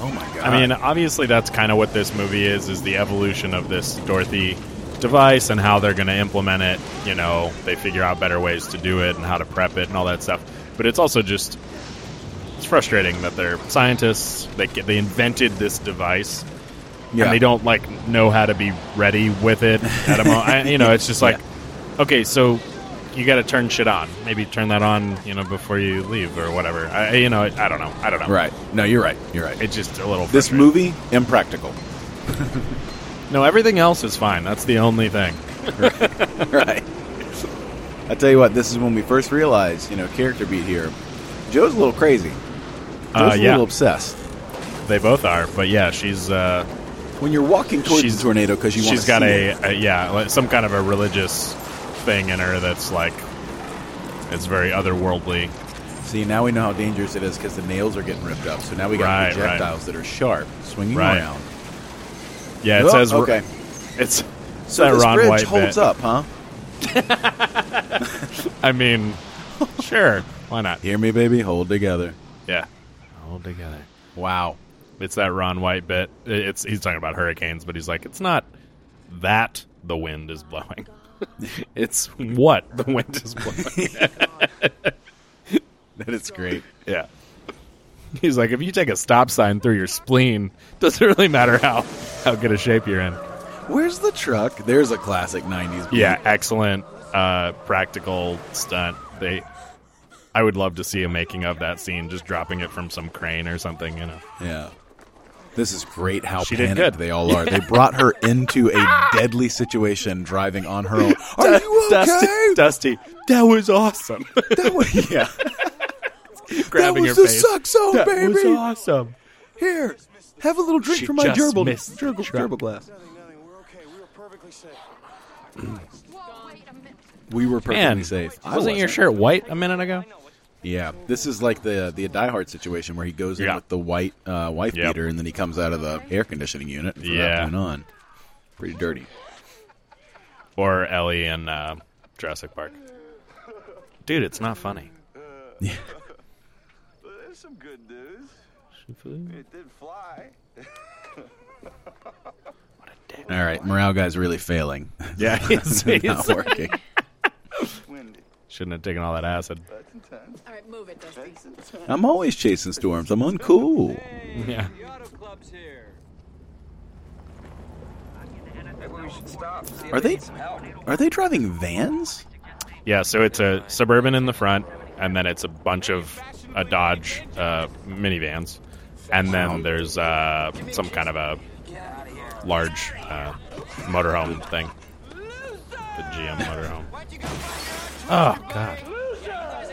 Speaker 4: Oh my god!
Speaker 11: I mean, obviously, that's kind of what this movie is: is the evolution of this Dorothy device and how they're going to implement it. You know, they figure out better ways to do it and how to prep it and all that stuff. But it's also just it's frustrating that they're scientists. They get, they invented this device,
Speaker 4: Yeah.
Speaker 11: and they don't like know how to be ready with it. At a mo- I, you know, it's just like, okay, so you got to turn shit on. Maybe turn that on, you know, before you leave or whatever. I, you know, I don't know. I don't know.
Speaker 4: Right? No, you're right. You're right.
Speaker 11: It's just a little.
Speaker 4: This movie impractical.
Speaker 11: No, everything else is fine. That's the only thing.
Speaker 4: right. I tell you what, this is when we first realized, you know, character beat here. Joe's a little crazy. Joe's
Speaker 11: Uh,
Speaker 4: a
Speaker 11: yeah.
Speaker 4: little obsessed.
Speaker 11: They both are, but yeah, she's. Uh,
Speaker 4: when you're walking towards the tornado because you want
Speaker 11: she's
Speaker 4: to
Speaker 11: got
Speaker 4: see
Speaker 11: a,
Speaker 4: it.
Speaker 11: a yeah, like some kind of a religious thing in her that's like it's very otherworldly.
Speaker 4: See, now we know how dangerous it is because the nails are getting ripped up. So now we got
Speaker 11: Right, right.
Speaker 4: projectiles that are sharp, swinging
Speaker 11: Right.
Speaker 4: around.
Speaker 11: Yeah, it
Speaker 4: Oh,
Speaker 11: says
Speaker 4: okay.
Speaker 11: It's
Speaker 4: So
Speaker 11: that
Speaker 4: this
Speaker 11: Ron
Speaker 4: bridge
Speaker 11: White
Speaker 4: holds
Speaker 11: bit.
Speaker 4: up, huh?
Speaker 11: I mean, sure, why not?
Speaker 4: Hear me, baby. Hold together.
Speaker 11: Yeah, all together.
Speaker 4: Wow,
Speaker 11: it's that Ron White bit. I- It's he's talking about hurricanes, but he's like, it's not that the wind is blowing. it's what the wind is blowing.
Speaker 4: that is great.
Speaker 11: Yeah. He's like, if you take a stop sign through your spleen, doesn't really matter how how good a shape you're in.
Speaker 4: Where's the truck? There's a classic '90s. beat.
Speaker 11: Yeah, excellent uh, practical stunt. They, I would love to see a making of that scene, just dropping it from some crane or something. You know.
Speaker 4: Yeah. This is great how
Speaker 11: She did
Speaker 4: panicked
Speaker 11: good. Ah!
Speaker 4: they all are. They brought her into a deadly situation driving on her own. Are you okay?
Speaker 11: Dusty, Dusty, that was awesome.
Speaker 4: That was yeah.
Speaker 11: Grabbing
Speaker 4: that was
Speaker 11: her
Speaker 4: the
Speaker 11: face.
Speaker 4: Suxo,
Speaker 11: That
Speaker 4: baby.
Speaker 11: was awesome.
Speaker 4: Here, have a little drink
Speaker 11: She
Speaker 4: from my
Speaker 11: just
Speaker 4: gerbil,
Speaker 11: missed the
Speaker 4: gerbil,
Speaker 11: truck.
Speaker 4: gerbil glass. We were perfectly
Speaker 11: Man,
Speaker 4: safe. I
Speaker 11: wasn't your shirt white a minute ago?
Speaker 4: Yeah, this is like the the Die Hard situation where he goes in
Speaker 11: Yeah.
Speaker 4: with the white uh, wife
Speaker 11: Yep.
Speaker 4: beater, and then he comes out of the air conditioning unit. And forgot
Speaker 11: Yeah.
Speaker 4: to put it on. Pretty dirty.
Speaker 11: Or Ellie in uh, Jurassic Park. Dude, it's not funny.
Speaker 16: There's some good news. It did fly.
Speaker 4: All right, morale guy's really failing.
Speaker 11: Yeah,
Speaker 4: it's
Speaker 11: he's-
Speaker 4: not working.
Speaker 11: Shouldn't have taken all that acid.
Speaker 9: All right, move it, Dusty.
Speaker 4: I'm always chasing storms. I'm uncool.
Speaker 11: Yeah.
Speaker 4: Are they are they driving vans?
Speaker 11: Yeah, so it's a suburban in the front, and then it's a bunch of a Dodge uh, minivans, and then there's uh, some kind of a large uh, motorhome thing, the GM motorhome. Oh God!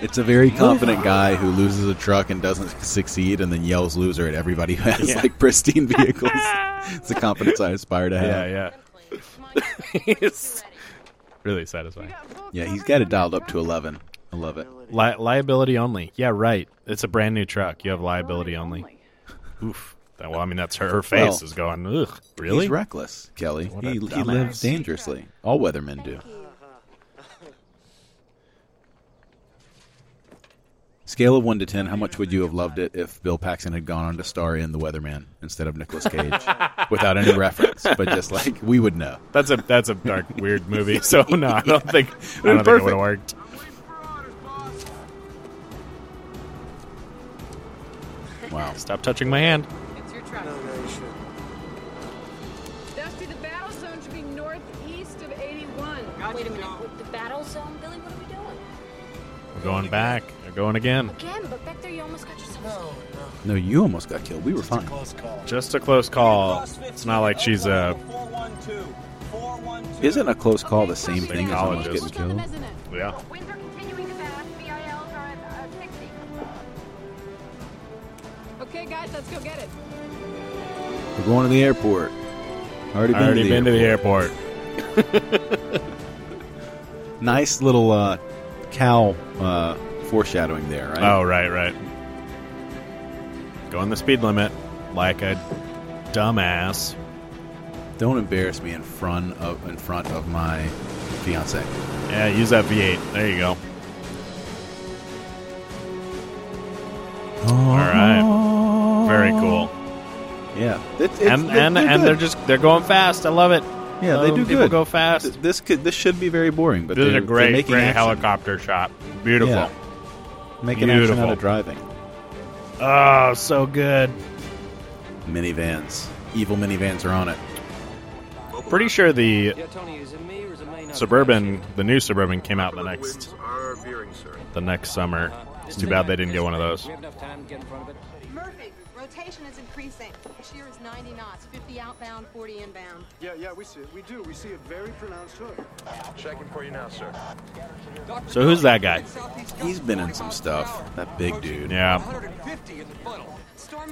Speaker 4: It's a very confident guy who loses a truck and doesn't succeed, and then yells "loser" at everybody who has
Speaker 11: Yeah.
Speaker 4: like pristine vehicles. it's the confidence I aspire to have.
Speaker 11: Yeah, yeah. it's really satisfying.
Speaker 4: Yeah, he's got it dialed up to 11. I love it.
Speaker 11: Li- liability only. Yeah, right. It's a brand new truck. You have liability only. Oof. That- Well, I mean, that's her, her face
Speaker 4: Well,
Speaker 11: is going. Ugh. Really?
Speaker 4: He's reckless, Kelly.
Speaker 11: What a
Speaker 4: He, he
Speaker 11: dumbass.
Speaker 4: lives dangerously. All weathermen do. Scale of 1 to 10, how much would you have loved it if Bill Paxton had gone on to star in The Weatherman instead of Nicolas Cage? Without any reference, but just like, we would know.
Speaker 11: That's a that's a dark, weird movie. So no, I don't think I
Speaker 4: It
Speaker 11: don't think it
Speaker 4: was
Speaker 11: would
Speaker 4: perfect.
Speaker 11: have worked.
Speaker 4: Wow.
Speaker 11: Stop touching my hand.
Speaker 9: It's your truck. Dusty, the battle zone should be northeast of 81.
Speaker 6: Wait a minute. With the battle zone, Billy, what are we doing?
Speaker 11: We're going back. We're going again.
Speaker 6: Again, but back there you almost got yourself. No, no.
Speaker 4: No, you almost got killed. We were fine.
Speaker 11: Just a close call. It's not like she's uh, a
Speaker 4: Isn't a close call the same thing as almost getting
Speaker 11: psychologist.
Speaker 4: killed?
Speaker 11: Yeah.
Speaker 9: Okay, guys, let's go get it.
Speaker 4: We're going to the airport. Already been,
Speaker 11: Already
Speaker 4: to, the
Speaker 11: been to the airport.
Speaker 4: Nice little uh, cow uh, foreshadowing there, right?
Speaker 11: Oh right, right. Going the speed limit, like a dumbass.
Speaker 4: Don't embarrass me in front of in front of my fiance.
Speaker 11: Yeah, use that V8. There you go. All right. Very cool.
Speaker 4: Yeah, It- it-
Speaker 11: and
Speaker 4: they're-
Speaker 11: and
Speaker 4: they're
Speaker 11: and
Speaker 4: good.
Speaker 11: they're just they're going fast. I love it.
Speaker 4: Yeah, they
Speaker 11: Um,
Speaker 4: do
Speaker 11: people
Speaker 4: good.
Speaker 11: go fast.
Speaker 4: Th- This could this should be very boring, but
Speaker 11: This is
Speaker 4: they're,
Speaker 11: a great,
Speaker 4: they're making
Speaker 11: great
Speaker 4: action.
Speaker 11: helicopter shot. Beautiful.
Speaker 4: Yeah. Making action out
Speaker 11: Beautiful.
Speaker 4: of driving.
Speaker 11: Oh, so good.
Speaker 4: Minivans, evil minivans are on it.
Speaker 11: Pretty sure the
Speaker 2: Tony, is it me or is it Maynard?
Speaker 11: suburban, the new suburban, came out the next
Speaker 2: Are veering, sir.
Speaker 11: the next summer. It's too bad they didn't get one of those.
Speaker 2: We have enough time to get in front of it.
Speaker 6: Murphy, rotation is increasing. Shear is 90 knots, 50 outbound, 40 inbound.
Speaker 8: Yeah, yeah, we see it. We do. We see a very pronounced hook.
Speaker 17: Checking for you now, sir.
Speaker 11: So who's that guy?
Speaker 4: He's been in some stuff. That big dude.
Speaker 11: Yeah.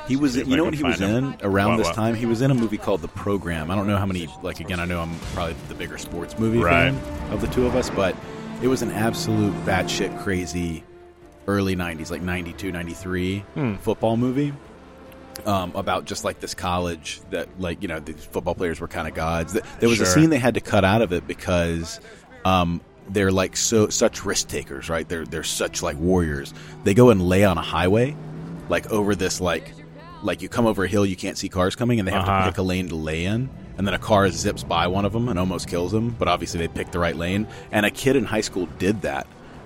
Speaker 4: He was.
Speaker 11: See if
Speaker 4: You
Speaker 11: I
Speaker 4: know
Speaker 11: can
Speaker 4: what he was
Speaker 11: find him.
Speaker 4: in around
Speaker 11: What,
Speaker 4: this
Speaker 11: what?
Speaker 4: time? He was in a movie called The Program. I don't know how many. Like again, I know I'm probably the bigger sports movie
Speaker 11: Right.
Speaker 4: fan of the two of us, but it was an absolute batshit crazy early '90s, like '92, '93
Speaker 11: Hmm.
Speaker 4: football movie. Um, about just like this college that like you know these football players were kind of gods. Th- There was a
Speaker 11: Sure.
Speaker 4: scene they had to cut out of it because um, they're like so such risk takers, right? They're they're such like warriors. They go and lay on a highway, like over this like like you come over a hill, you can't see cars coming, and they have
Speaker 11: Uh-huh.
Speaker 4: to pick a lane to lay in. And then a car zips by one of them and almost kills him, but obviously they picked the right lane. And a kid in high school did that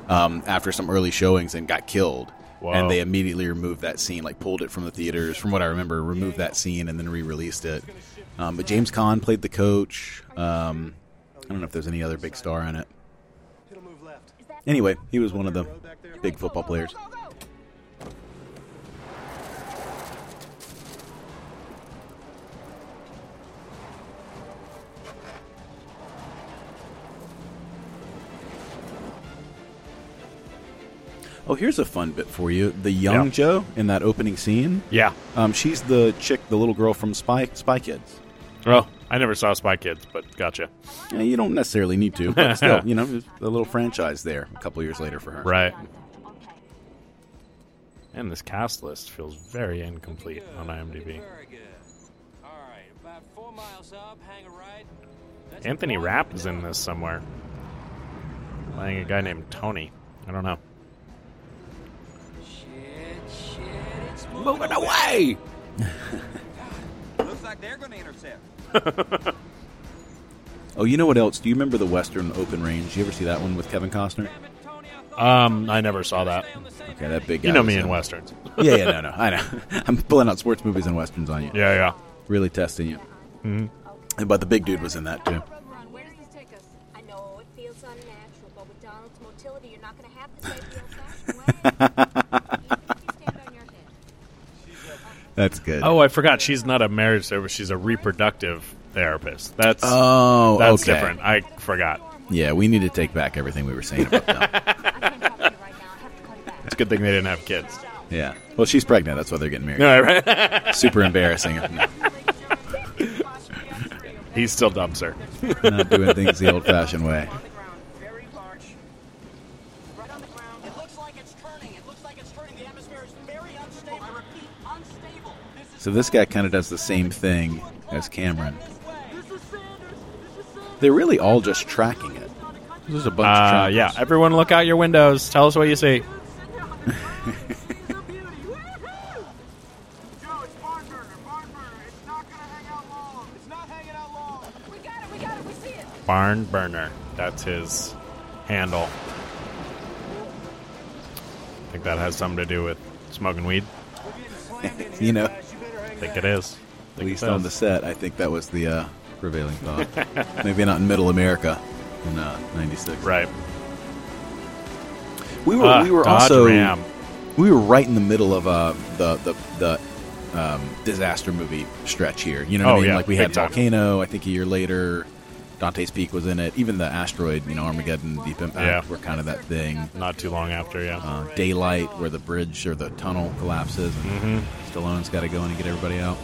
Speaker 4: um, after some early showings and got killed.
Speaker 11: Wow.
Speaker 4: And they immediately removed that scene, like pulled it from the theaters. From what I remember, removed that scene and then re-released it. Um, but James Caan played the coach. Um, I don't know if there's any other big star in it. Anyway, he was one of the big football players. Oh, here's a fun bit for you. The young
Speaker 11: Yeah.
Speaker 4: Joe in that opening scene.
Speaker 11: Yeah.
Speaker 4: Um, she's the chick, the little girl from Spy Spy Kids.
Speaker 11: Oh, I never saw Spy Kids, but gotcha.
Speaker 4: Yeah, you don't necessarily need to, but still, you know, a little franchise there a couple years later for her.
Speaker 11: Right. And this cast list feels very incomplete on IMDb. Anthony Rapp is in this somewhere. Playing a guy named Tony. I don't know. Moving away!
Speaker 16: Looks like they're going to intercept.
Speaker 4: Oh, you know what else? Do you remember the Western Open Range? You ever see that one with Kevin Costner?
Speaker 11: Um, I never saw that.
Speaker 4: Okay, that big guy.
Speaker 11: You know
Speaker 4: was
Speaker 11: me in
Speaker 4: him.
Speaker 11: westerns.
Speaker 4: yeah, yeah, no, no, I know. I'm pulling out sports movies and westerns on you.
Speaker 11: Yeah, yeah.
Speaker 4: Really testing you.
Speaker 11: Mhm.
Speaker 4: And But the big dude was in that too.
Speaker 6: I know it feels unnatural, but with Donald's motility, you're not going to have the
Speaker 4: That's good.
Speaker 11: Oh, I forgot. She's not a marriage therapist. She's a reproductive therapist. That's
Speaker 4: Oh,
Speaker 11: that's
Speaker 4: okay.
Speaker 11: different. I forgot.
Speaker 4: Yeah, we need to take back everything we were saying about that.
Speaker 11: It's a good thing they didn't have kids.
Speaker 4: yeah. Well, she's pregnant. That's why they're getting married.
Speaker 11: All right.
Speaker 4: Super embarrassing. No,
Speaker 11: He still dumps her.
Speaker 4: not doing things the old-fashioned way. So this guy kind of does the same thing as Cameron. They're really all just tracking it. There's a bunch of
Speaker 11: Uh,
Speaker 4: trackers.
Speaker 11: yeah, everyone look out your windows. Tell us what you see. Barn burner. That's his handle. I think that has something to do with smoking weed.
Speaker 4: you know,
Speaker 11: I think it is.
Speaker 4: at least on the set, I think that was the uh, prevailing thought. Maybe not in Middle America in uh, '96.
Speaker 11: Right.
Speaker 4: We were
Speaker 11: Ah,
Speaker 4: we were
Speaker 11: Dodge
Speaker 4: also
Speaker 11: Ram.
Speaker 4: we were right in the middle of uh, the the the um, disaster movie stretch here. You know what
Speaker 11: Oh,
Speaker 4: I mean?
Speaker 11: yeah,
Speaker 4: like we
Speaker 11: big
Speaker 4: had
Speaker 11: time.
Speaker 4: Volcano. I think a year later, Dante's Peak was in it. Even the asteroid, you know, Armageddon, Deep Impact
Speaker 11: Yeah.
Speaker 4: were kind of that thing.
Speaker 11: Not too long after, yeah.
Speaker 4: Uh, Daylight, where the bridge or the tunnel collapses,
Speaker 11: Mm-hmm.
Speaker 4: and Stallone's got to go in and get everybody out.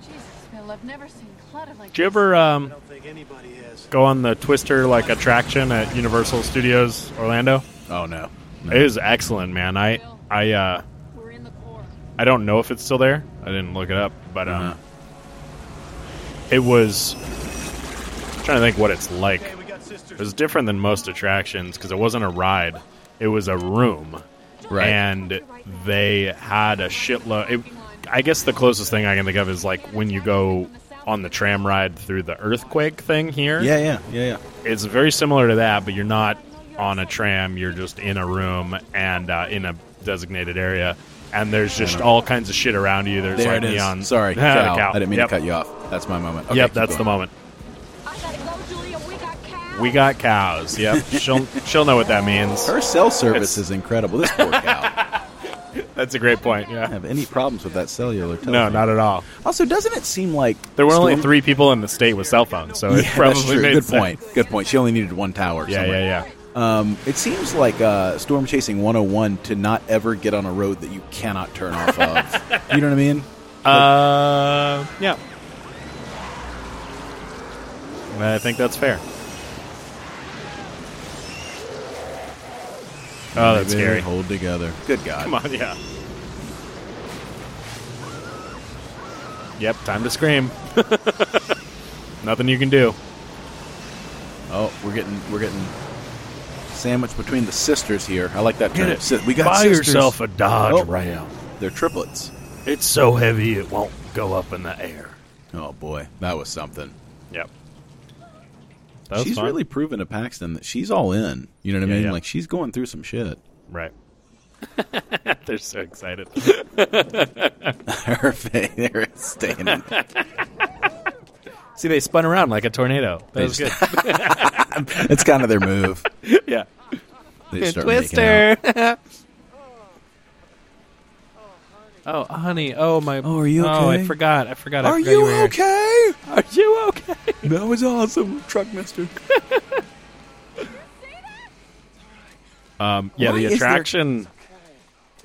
Speaker 9: Jesus, Bill, I've never seen clutter like
Speaker 11: Did you ever um, go on the Twister like attraction at Universal Studios Orlando?
Speaker 4: Oh no, No.
Speaker 11: it is excellent, man. I I uh, I don't know if it's still there. I didn't look it up, but
Speaker 4: Uh-huh.
Speaker 11: um, it was. I'm trying to think what it's like. It was different than most attractions because it wasn't a ride; it was a room,
Speaker 4: Right.
Speaker 11: And they had a shitload. It, I guess the closest thing I can think of is like when you go on the tram ride through the earthquake thing here.
Speaker 4: Yeah, yeah, yeah, yeah.
Speaker 11: It's very similar to that, but you're not on a tram. You're just in a room and uh, in a designated area, and there's just all kinds of shit around you. There's
Speaker 4: there
Speaker 11: like
Speaker 4: it is.
Speaker 11: neon. Ah,
Speaker 4: Sorry,
Speaker 11: the
Speaker 4: cow.
Speaker 11: cow.
Speaker 4: I didn't mean
Speaker 11: Yep.
Speaker 4: to cut you off. That's my moment. Okay,
Speaker 11: yep,
Speaker 4: keep
Speaker 11: that's the
Speaker 4: going.
Speaker 11: moment. We got cows. Yep, she'll she'll know what that means.
Speaker 4: Her cell service is incredible. This poor cow.
Speaker 11: That's a great point. Yeah.
Speaker 4: Have any problems with that cellular? Telephone.
Speaker 11: No, not at all.
Speaker 4: Also, doesn't it seem like
Speaker 11: There were only
Speaker 4: Storm-
Speaker 11: three people in the state with cell phones, so
Speaker 4: yeah,
Speaker 11: it probably
Speaker 4: that's true.
Speaker 11: made
Speaker 4: good
Speaker 11: sense.
Speaker 4: point. Good point. She only needed one tower.
Speaker 11: Yeah,
Speaker 4: somewhere.
Speaker 11: yeah,
Speaker 4: Um, it seems like uh, Storm Chasing 101 to not ever get on a road that you cannot turn off of. you know what I mean?
Speaker 11: Uh, yeah. I think that's fair. Oh, that's
Speaker 4: Maybe
Speaker 11: scary.
Speaker 4: Hold together. Good God.
Speaker 11: Come on, yeah. Yep, time to scream. Nothing you can do.
Speaker 4: Oh, we're getting we're getting sandwiched between the sisters here. I like that
Speaker 11: Get
Speaker 4: term.
Speaker 11: it.
Speaker 4: Si- We got
Speaker 11: Buy
Speaker 4: sisters.
Speaker 11: yourself a Dodge
Speaker 4: Oh,
Speaker 11: Ram.
Speaker 4: They're triplets.
Speaker 11: It's so heavy it won't go up in the air.
Speaker 4: Oh boy, that was something.
Speaker 11: Yep. That was
Speaker 4: she's
Speaker 11: fun.
Speaker 4: really proven to Paxton that she's all in. You know what I
Speaker 11: Yeah,
Speaker 4: mean?
Speaker 11: yeah.
Speaker 4: Like she's going through some shit.
Speaker 11: Right. They're so excited.
Speaker 4: Her face, there it's standing.
Speaker 11: See, they spun around like a tornado. That
Speaker 4: They
Speaker 11: was good.
Speaker 4: just- That's kind of their move.
Speaker 11: yeah.
Speaker 4: They start making out.
Speaker 11: Twister. oh, honey. Oh my.
Speaker 4: Oh, are you
Speaker 11: Oh, I
Speaker 4: okay?
Speaker 11: forgot. I forgot. I
Speaker 4: Are
Speaker 11: forgot
Speaker 4: you
Speaker 11: were here.
Speaker 4: okay?
Speaker 11: Are you okay?
Speaker 4: That was awesome, truck mister.
Speaker 11: Um, yeah,
Speaker 4: Why
Speaker 11: the
Speaker 4: is there-
Speaker 11: attraction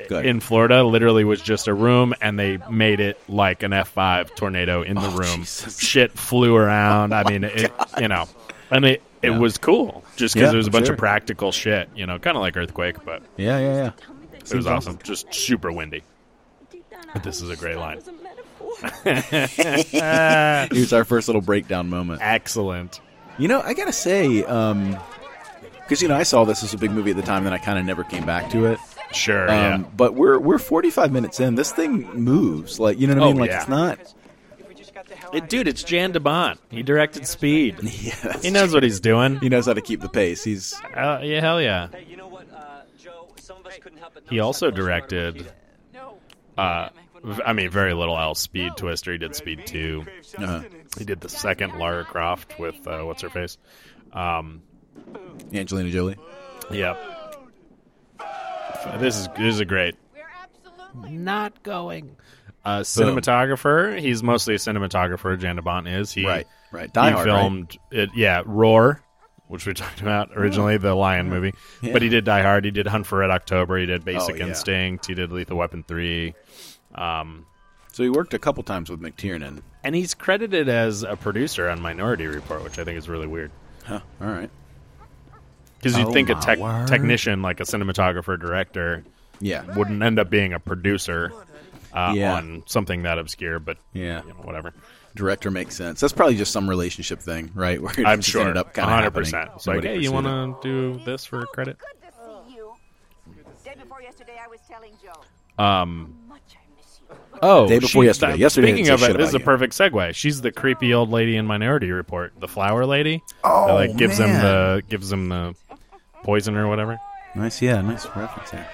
Speaker 4: Go ahead.
Speaker 11: in Florida literally was just a room, and they made it like an F5 tornado in the
Speaker 4: Oh,
Speaker 11: room. Shit flew around. I mean, it, you know, and it, it
Speaker 4: Yeah.
Speaker 11: was cool just because
Speaker 4: Yeah,
Speaker 11: it was a bunch
Speaker 4: sure.
Speaker 11: of practical shit, you know, kind of like Earthquake, but
Speaker 4: Yeah, yeah, yeah.
Speaker 11: it was awesome. Just super windy. But this is a great line.
Speaker 4: Here's our first little breakdown moment.
Speaker 11: Excellent.
Speaker 4: You know, I gotta say, um 'cause because you know, I saw this as a big movie at the time, then I kind of never came back to it.
Speaker 11: Sure.
Speaker 4: Um, But we're we're 45 minutes in. This thing moves. Like you know what I
Speaker 11: Oh,
Speaker 4: mean? Like
Speaker 11: yeah.
Speaker 4: it's not.
Speaker 11: yeah. It- dude, it's Jan DeBont. He directed Speed.
Speaker 4: Yeah, that's
Speaker 11: He knows what he's doing.
Speaker 4: He knows how to keep the pace. He's
Speaker 11: Uh, yeah, hell yeah. He also directed. Uh, v- I mean, very little else. Speed Twister. He did Speed 2
Speaker 4: Uh-huh.
Speaker 11: He did the second Lara Croft with uh, what's her face. Um,
Speaker 4: Angelina Jolie.
Speaker 11: yeah. This is this is a great
Speaker 9: Not going.
Speaker 11: uh, cinematographer. He's mostly a cinematographer. Jan DeBont is he?
Speaker 4: Right, right. Die
Speaker 11: he
Speaker 4: Hard, right?
Speaker 11: filmed it. Yeah, Roar, which we talked about originally, the Lion movie.
Speaker 4: Yeah.
Speaker 11: But he did Die Hard. He did Hunt for Red October. He did Basic
Speaker 4: Oh, yeah.
Speaker 11: Instinct. He did Lethal Weapon three. Um,
Speaker 4: So he worked a couple times with McTiernan.
Speaker 11: and he's credited as a producer on Minority Report, which I think is really weird.
Speaker 4: Huh. All right.
Speaker 11: Because you'd
Speaker 4: Oh,
Speaker 11: think a
Speaker 4: my
Speaker 11: tech-
Speaker 4: word.
Speaker 11: technician, like a cinematographer, director,
Speaker 4: Yeah.
Speaker 11: wouldn't end up being a producer uh,
Speaker 4: Yeah.
Speaker 11: on something that obscure, but
Speaker 4: Yeah.
Speaker 11: you know, whatever.
Speaker 4: Director makes sense. That's probably just some relationship thing, right? Where it
Speaker 11: I'm
Speaker 4: just
Speaker 11: sure.
Speaker 4: ended up kinda
Speaker 11: hundred
Speaker 4: happening.
Speaker 11: percent. It's like,
Speaker 4: Somebody
Speaker 11: hey, you
Speaker 4: pursued
Speaker 11: want
Speaker 4: it.
Speaker 11: to do this for credit?
Speaker 6: oh, Good to see you. Day before yesterday, I was telling Joe.
Speaker 11: Um.
Speaker 4: Oh,
Speaker 11: Oh,
Speaker 4: day before
Speaker 11: she-
Speaker 4: yesterday.
Speaker 11: that-
Speaker 4: yesterday.
Speaker 11: Speaking
Speaker 4: didn't
Speaker 11: of
Speaker 4: say
Speaker 11: it,
Speaker 4: shit
Speaker 11: this is a
Speaker 4: about you.
Speaker 11: perfect segue. She's the creepy old lady in Minority Report, the flower lady.
Speaker 4: Oh,
Speaker 11: that, like gives him
Speaker 4: man.
Speaker 11: the gives him the poison or whatever.
Speaker 4: nice. Yeah, nice reference there.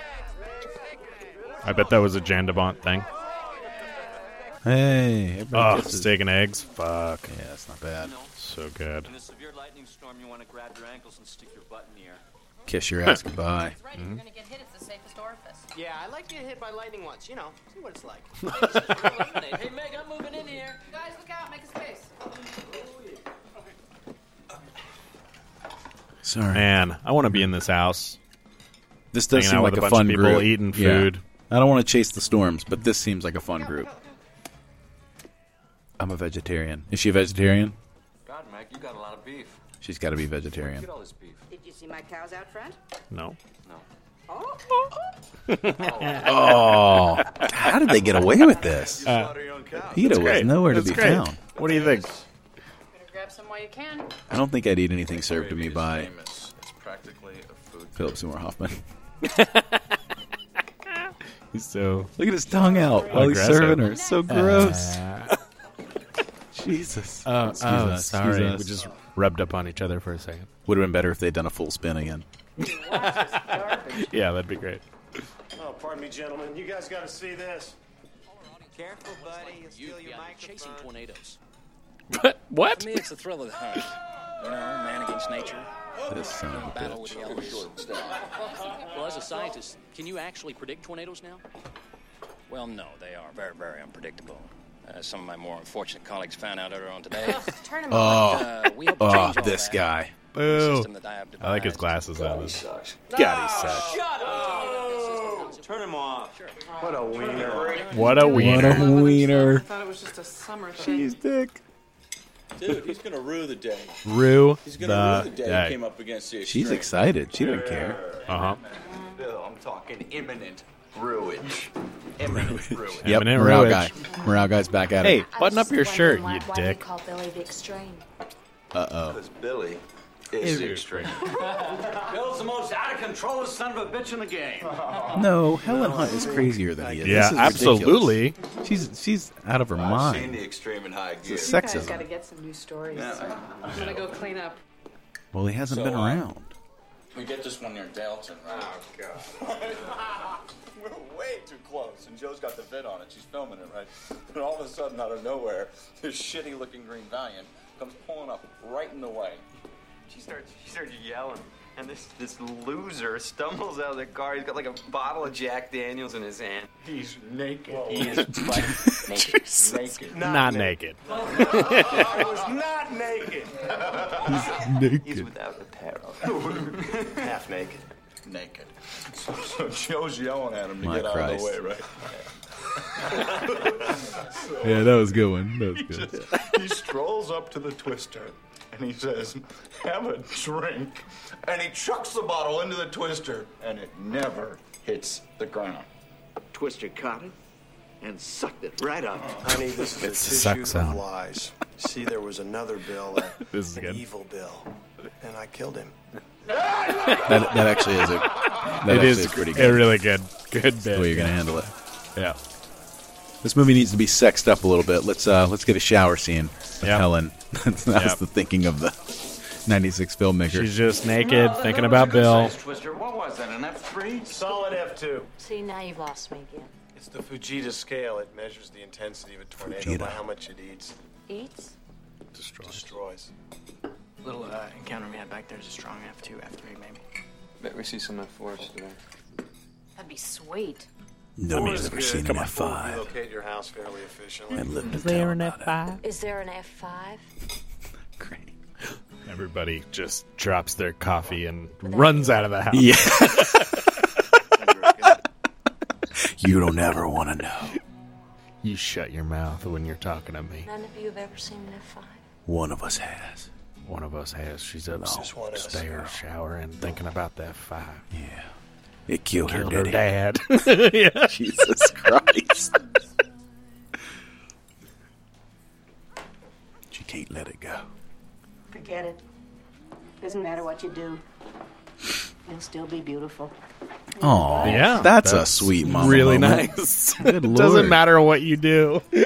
Speaker 11: I bet that was a Jandabont thing.
Speaker 4: Hey, everybody
Speaker 11: Oh,
Speaker 4: kisses.
Speaker 11: steak and eggs. Fuck,
Speaker 4: Yeah, that's not bad.
Speaker 11: so good.
Speaker 2: In a severe lightning storm, you want to grab your ankles and stick your butt in the air.
Speaker 4: Kiss your ass goodbye.
Speaker 18: Right, if you're gonna get hit, it's the safest orifice.
Speaker 15: Yeah, I like to get hit by lightning once, you know, see what it's like.
Speaker 2: hey, Meg, I'm moving in here.
Speaker 18: You guys, look out! Make a space.
Speaker 4: Sorry.
Speaker 11: Man, I want to be in this house.
Speaker 4: This does
Speaker 11: Hanging
Speaker 4: seem
Speaker 11: out
Speaker 4: like
Speaker 11: with
Speaker 4: a,
Speaker 11: a bunch
Speaker 4: fun
Speaker 11: of people
Speaker 4: group.
Speaker 11: eating
Speaker 4: Yeah.
Speaker 11: food.
Speaker 4: I don't want to chase the storms, but this seems like a fun group. I'm a vegetarian. Is she a vegetarian?
Speaker 2: God, Meg, you got a lot of beef.
Speaker 4: She's got to be vegetarian.
Speaker 2: all this beef.
Speaker 18: Did you see my cows out front?
Speaker 11: No,
Speaker 18: Oh,
Speaker 4: Oh, how did they get away with this?
Speaker 11: Uh, That's
Speaker 4: Peta was
Speaker 11: great.
Speaker 4: nowhere to
Speaker 11: That's
Speaker 4: be
Speaker 11: great.
Speaker 4: found.
Speaker 11: What do you think?
Speaker 18: better grab some while you can.
Speaker 4: I don't think I'd eat anything served to me by
Speaker 17: It's practically a food.
Speaker 4: Philip Seymour Hoffman.
Speaker 11: He's so
Speaker 4: Look at his tongue out while he's
Speaker 11: Aggressive.
Speaker 4: serving her. It's So gross.
Speaker 11: Uh,
Speaker 4: Jesus.
Speaker 11: Oh,
Speaker 4: Excuse
Speaker 11: oh
Speaker 4: us,
Speaker 11: sorry.
Speaker 4: excuse us.
Speaker 11: We just rubbed up on each other for a second.
Speaker 4: Would have been better if they'd done a full spin again.
Speaker 11: yeah, that'd be great.
Speaker 1: Oh, pardon me, gentlemen. You guys got to see this.
Speaker 9: Careful, buddy. You'll steal your microphone.
Speaker 2: Chasing tornadoes.
Speaker 11: What?
Speaker 2: To me, it's the thrill of the hunt. You know, man against nature.
Speaker 4: This son of a
Speaker 2: Battle with
Speaker 4: bitch.
Speaker 2: the elements. Well, as a scientist, can you actually predict tornadoes now? Well, no, they are very, very unpredictable. Uh, some of my more unfortunate colleagues found out earlier on today.
Speaker 4: Oh,
Speaker 2: Uh, we hope to
Speaker 4: oh,
Speaker 2: change all
Speaker 4: this
Speaker 2: that.
Speaker 4: guy.
Speaker 11: Boo.
Speaker 2: System that I have
Speaker 11: I like his
Speaker 2: devised.
Speaker 11: glasses on. this.
Speaker 4: God, he sucks.
Speaker 9: Turn him off. What a wiener.
Speaker 11: What a wiener.
Speaker 4: What a wiener.
Speaker 19: thought it was just a summer thing.
Speaker 4: She's dick.
Speaker 3: Dude, he's gonna rue the day.
Speaker 4: Rue
Speaker 3: He's gonna
Speaker 4: the
Speaker 3: rue the day,
Speaker 4: day.
Speaker 3: he came up against the
Speaker 4: She's
Speaker 3: extreme.
Speaker 4: excited. She didn't care.
Speaker 11: Uh huh.
Speaker 3: Bill, I'm talking imminent ruinage. Imminent ruinage.
Speaker 4: Yep,
Speaker 11: Eminent
Speaker 4: morale
Speaker 11: Ruage.
Speaker 4: guy. Morale guy's back at
Speaker 11: Hey,
Speaker 4: it.
Speaker 11: button up your shirt, you
Speaker 6: why
Speaker 11: dick.
Speaker 6: we call Billy the extreme.
Speaker 4: Uh oh.
Speaker 3: Because Billy is the extreme.
Speaker 20: Bill's the most out of control son of a bitch in the game.
Speaker 4: No, Helen Hunt is crazier than he is.
Speaker 11: Yeah,
Speaker 4: This is
Speaker 11: absolutely.
Speaker 4: ridiculous. She's she's out of her
Speaker 3: I've seen the
Speaker 4: mind.
Speaker 3: extreme in high gear.
Speaker 4: It's
Speaker 19: You
Speaker 4: a
Speaker 19: guys
Speaker 4: sexism.
Speaker 19: gotta get some new stories.
Speaker 3: Yeah.
Speaker 19: I'm gonna go clean up.
Speaker 4: Well, he hasn't
Speaker 3: So,
Speaker 4: been
Speaker 3: uh,
Speaker 4: around.
Speaker 3: We get this one near Dalton, right? Oh, God. We're way too close, and Joe's got the vid on it. She's filming it, right? And all of a sudden, out of nowhere, this shitty looking green Valiant comes pulling up right in the way.
Speaker 9: She starts, she starts yelling, and this this loser stumbles out of the car. He's got like a bottle of Jack Daniels in his hand. He's naked. He is butt naked. naked.
Speaker 11: Not naked.
Speaker 9: I was not naked.
Speaker 4: He's naked.
Speaker 3: He's without a pair of Half naked. Naked. So, so Joe's yelling at him to
Speaker 4: My
Speaker 3: get out of
Speaker 4: Christ.
Speaker 3: the way, right? So-
Speaker 4: Yeah, that was a good one. That was
Speaker 3: He
Speaker 4: good.
Speaker 3: just- he strolls up to the twister and he says, Have a drink. And he chucks the bottle into the twister and it never hits the ground.
Speaker 20: Twister caught it and sucked it right up.
Speaker 1: Honey, this is
Speaker 4: It's
Speaker 1: a
Speaker 4: the suck
Speaker 1: tissue of
Speaker 4: sound.
Speaker 1: lies. See, there was another Bill, a-
Speaker 11: This is
Speaker 1: an
Speaker 11: good.
Speaker 1: evil Bill, and I killed him.
Speaker 4: That that actually is a. That
Speaker 11: it
Speaker 4: actually
Speaker 11: is,
Speaker 4: pretty
Speaker 11: A
Speaker 4: good.
Speaker 11: really good, good bit.
Speaker 4: The way you're gonna handle it.
Speaker 11: Yeah.
Speaker 4: This movie needs to be sexed up a little bit. Let's uh let's get a shower scene with
Speaker 11: Yep.
Speaker 4: Helen. That's that's
Speaker 11: Yep.
Speaker 4: the thinking of the '96 filmmaker.
Speaker 11: She's just naked, thinking about Bill.
Speaker 20: Twister, what was that, an F3?
Speaker 1: Solid F2.
Speaker 6: See, now you've lost me again.
Speaker 1: It's the Fujita scale. It measures the intensity of a tornado
Speaker 4: Fujita.
Speaker 1: by how much it eats,
Speaker 6: Eats?
Speaker 1: destroys. destroys.
Speaker 21: Little uh, encounter we had back there is a strong F2, F3 maybe.
Speaker 22: Bet we see some F4s today.
Speaker 6: That'd be sweet.
Speaker 4: No
Speaker 1: Four
Speaker 4: man's
Speaker 1: is
Speaker 4: ever
Speaker 1: good.
Speaker 4: seen
Speaker 1: Come
Speaker 4: an
Speaker 1: on, four will
Speaker 4: F5
Speaker 1: Relocate your house fairly efficiently.
Speaker 4: and lived to
Speaker 6: there
Speaker 4: tell
Speaker 6: an
Speaker 4: about
Speaker 6: Is there an F5?
Speaker 11: Everybody just drops their coffee and runs out of the house.
Speaker 4: it. Yeah. you don't ever want to know.
Speaker 11: You shut your mouth when you're talking to me.
Speaker 6: None of you have ever seen an F5.
Speaker 4: One of us has.
Speaker 11: One of us has. She's
Speaker 4: Just one of us,
Speaker 11: upstairs showering, thinking about that five.
Speaker 4: Yeah. It killed,
Speaker 11: Killed
Speaker 4: her
Speaker 11: her
Speaker 4: daddy.
Speaker 11: dad. yeah.
Speaker 4: Jesus Christ. she can't let it go.
Speaker 8: Forget it. Doesn't matter what you do, you'll still be beautiful.
Speaker 4: Oh,
Speaker 11: Yeah,
Speaker 4: That's, a
Speaker 11: that's
Speaker 4: sweet mama.
Speaker 11: really
Speaker 4: moment.
Speaker 11: nice.
Speaker 4: Good
Speaker 11: it
Speaker 4: lord.
Speaker 11: doesn't matter what you do.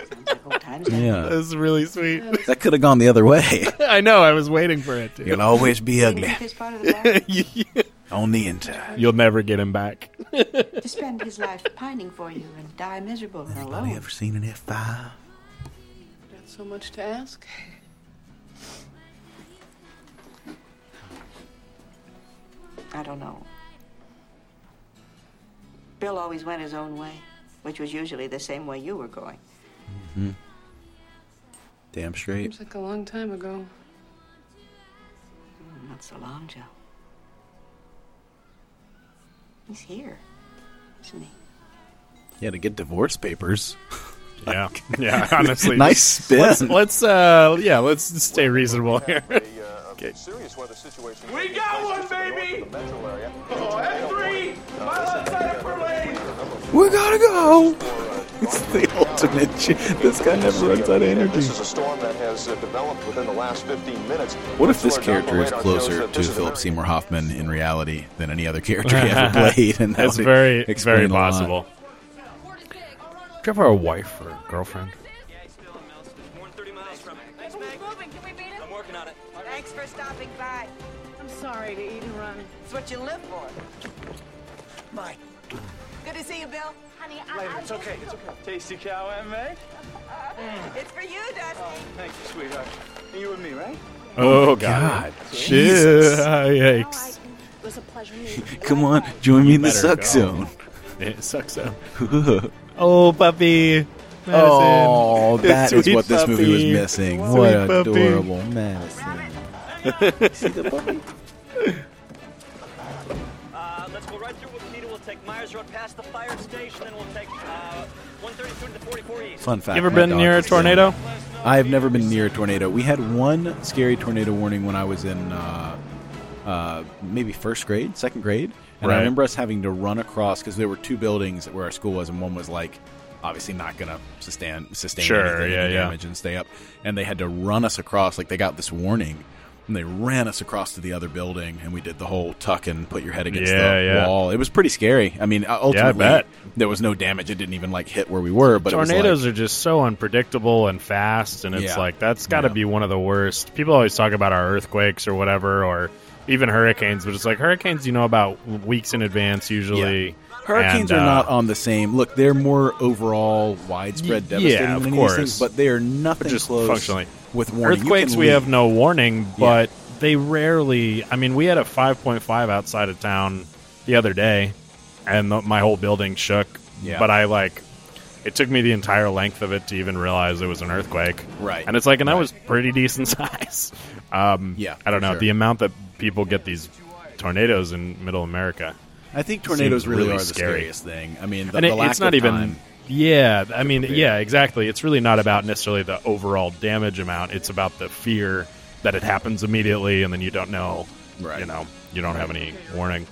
Speaker 4: Yeah.
Speaker 11: That's really sweet.
Speaker 4: That could have gone the other way.
Speaker 11: I know. I was waiting for it.
Speaker 4: You can always be ugly
Speaker 11: to.
Speaker 4: on the inside.
Speaker 11: You'll never get him back.
Speaker 8: to spend his life pining for you and die miserable and alone.
Speaker 4: Anybody ever seen an F5?
Speaker 19: Got so much to ask.
Speaker 8: I don't know. Bill always went his own way, which was usually the same way you were going.
Speaker 4: Damn straight.
Speaker 19: Seems like a long time ago.
Speaker 8: Mm, Not so long, Joe. He's here, isn't he?
Speaker 4: Yeah, to get divorce papers.
Speaker 11: Yeah, yeah. Honestly,
Speaker 4: Nice
Speaker 11: just-
Speaker 4: spin.
Speaker 11: Let's, let's, uh, yeah, let's stay reasonable here.
Speaker 4: Okay.
Speaker 3: Serious weather situation.
Speaker 20: We got one, baby! Oh, F3! My left side of Berlin!
Speaker 4: We gotta go. It's the ultimate. ch- This guy never runs out of energy.
Speaker 20: a storm that has uh, developed within the last 15 minutes.
Speaker 4: What if this character is closer to Philip Seymour Hoffman in reality than any other character he ever played? And that
Speaker 11: That's
Speaker 4: would
Speaker 11: very,
Speaker 4: explain
Speaker 11: very
Speaker 4: a lot.
Speaker 11: possible. Do you have a wife or a girlfriend?
Speaker 6: moving. Can we beat it? I'm working on it. Thanks for stopping by.
Speaker 23: I'm sorry to eat and run. It's what you live for.
Speaker 17: My
Speaker 23: Good to see you, Bill.
Speaker 6: Honey,
Speaker 17: Later, it's okay, it's okay. Tasty cow, eh, May?
Speaker 6: It's for you, Dusty.
Speaker 17: Thank you, sweetheart. And you and me, right?
Speaker 11: Oh God!
Speaker 4: Jesus.
Speaker 11: Shit! Yikes!
Speaker 6: was a pleasure meeting you.
Speaker 4: Come on, join me in the
Speaker 11: Better
Speaker 4: suck
Speaker 11: go.
Speaker 4: zone.
Speaker 11: It sucks out.
Speaker 4: oh, puppy. Oh,
Speaker 11: Madison.
Speaker 4: that is
Speaker 11: Sweet
Speaker 4: what this movie was
Speaker 11: puppy.
Speaker 4: missing.
Speaker 11: Sweet
Speaker 4: what
Speaker 11: puppy.
Speaker 4: adorable Madison. See the puppy?
Speaker 24: Uh, let's go right through Wakita. We'll take Myers Road past the fire station, then we'll take uh, 132 to the 44 East.
Speaker 4: Fun fact.
Speaker 11: You ever
Speaker 4: my
Speaker 11: been
Speaker 4: dog
Speaker 11: near a
Speaker 4: is
Speaker 11: tornado?
Speaker 4: sick. I have never been near a tornado. We had one scary tornado warning when I was in uh, uh, maybe first grade, second grade. And I
Speaker 11: Right.
Speaker 4: remember us having to run across because there were two buildings where our school was, and one was like obviously not going to sustain sustain
Speaker 11: Sure,
Speaker 4: anything,
Speaker 11: yeah,
Speaker 4: any
Speaker 11: yeah.
Speaker 4: damage and stay up. And they had to run us across. Like they got this warning, and they ran us across to the other building, and we did the whole tuck and put your head against
Speaker 11: Yeah,
Speaker 4: the
Speaker 11: yeah.
Speaker 4: wall. It was pretty scary. I mean, uh, ultimately,
Speaker 11: bet.
Speaker 4: there was no damage. It didn't even like hit where we were, but it was like,
Speaker 11: tornadoes are just so unpredictable and fast, and it's
Speaker 4: Yeah.
Speaker 11: like that's got to be one of the worst. People always talk about our earthquakes or whatever, or even hurricanes, but it's like hurricanes you know about weeks in advance usually.
Speaker 4: Hurricanes
Speaker 11: And,
Speaker 4: are
Speaker 11: uh,
Speaker 4: not on the same. Look, they're more overall widespread
Speaker 11: Y-
Speaker 4: devastating
Speaker 11: yeah,
Speaker 4: than
Speaker 11: of
Speaker 4: any of these
Speaker 11: course.
Speaker 4: things, but they are nothing
Speaker 11: just
Speaker 4: close
Speaker 11: functionally
Speaker 4: with warning. You
Speaker 11: Earthquakes,
Speaker 4: can
Speaker 11: we
Speaker 4: leave.
Speaker 11: have no warning, but they rarely. I mean, we had a 5.5 outside of town the other day, and the, my whole building shook.
Speaker 4: Yeah.
Speaker 11: But I like. It took me the entire length of it to even realize it was an earthquake.
Speaker 4: Right.
Speaker 11: And it's like, and that was pretty decent size. Um, yeah. I don't
Speaker 4: for
Speaker 11: know
Speaker 4: sure.
Speaker 11: the amount that people get these tornadoes in Middle America.
Speaker 4: I think tornadoes
Speaker 11: seems
Speaker 4: really, are the
Speaker 11: scary
Speaker 4: scariest thing. I mean, the,
Speaker 11: and it-
Speaker 4: the lack
Speaker 11: it's not
Speaker 4: of
Speaker 11: even.
Speaker 4: time.
Speaker 11: Yeah, I mean, yeah, exactly. It's really not about necessarily the overall damage amount. It's about the fear that it happens immediately, and then you don't know. Right. You know, you don't have any warning.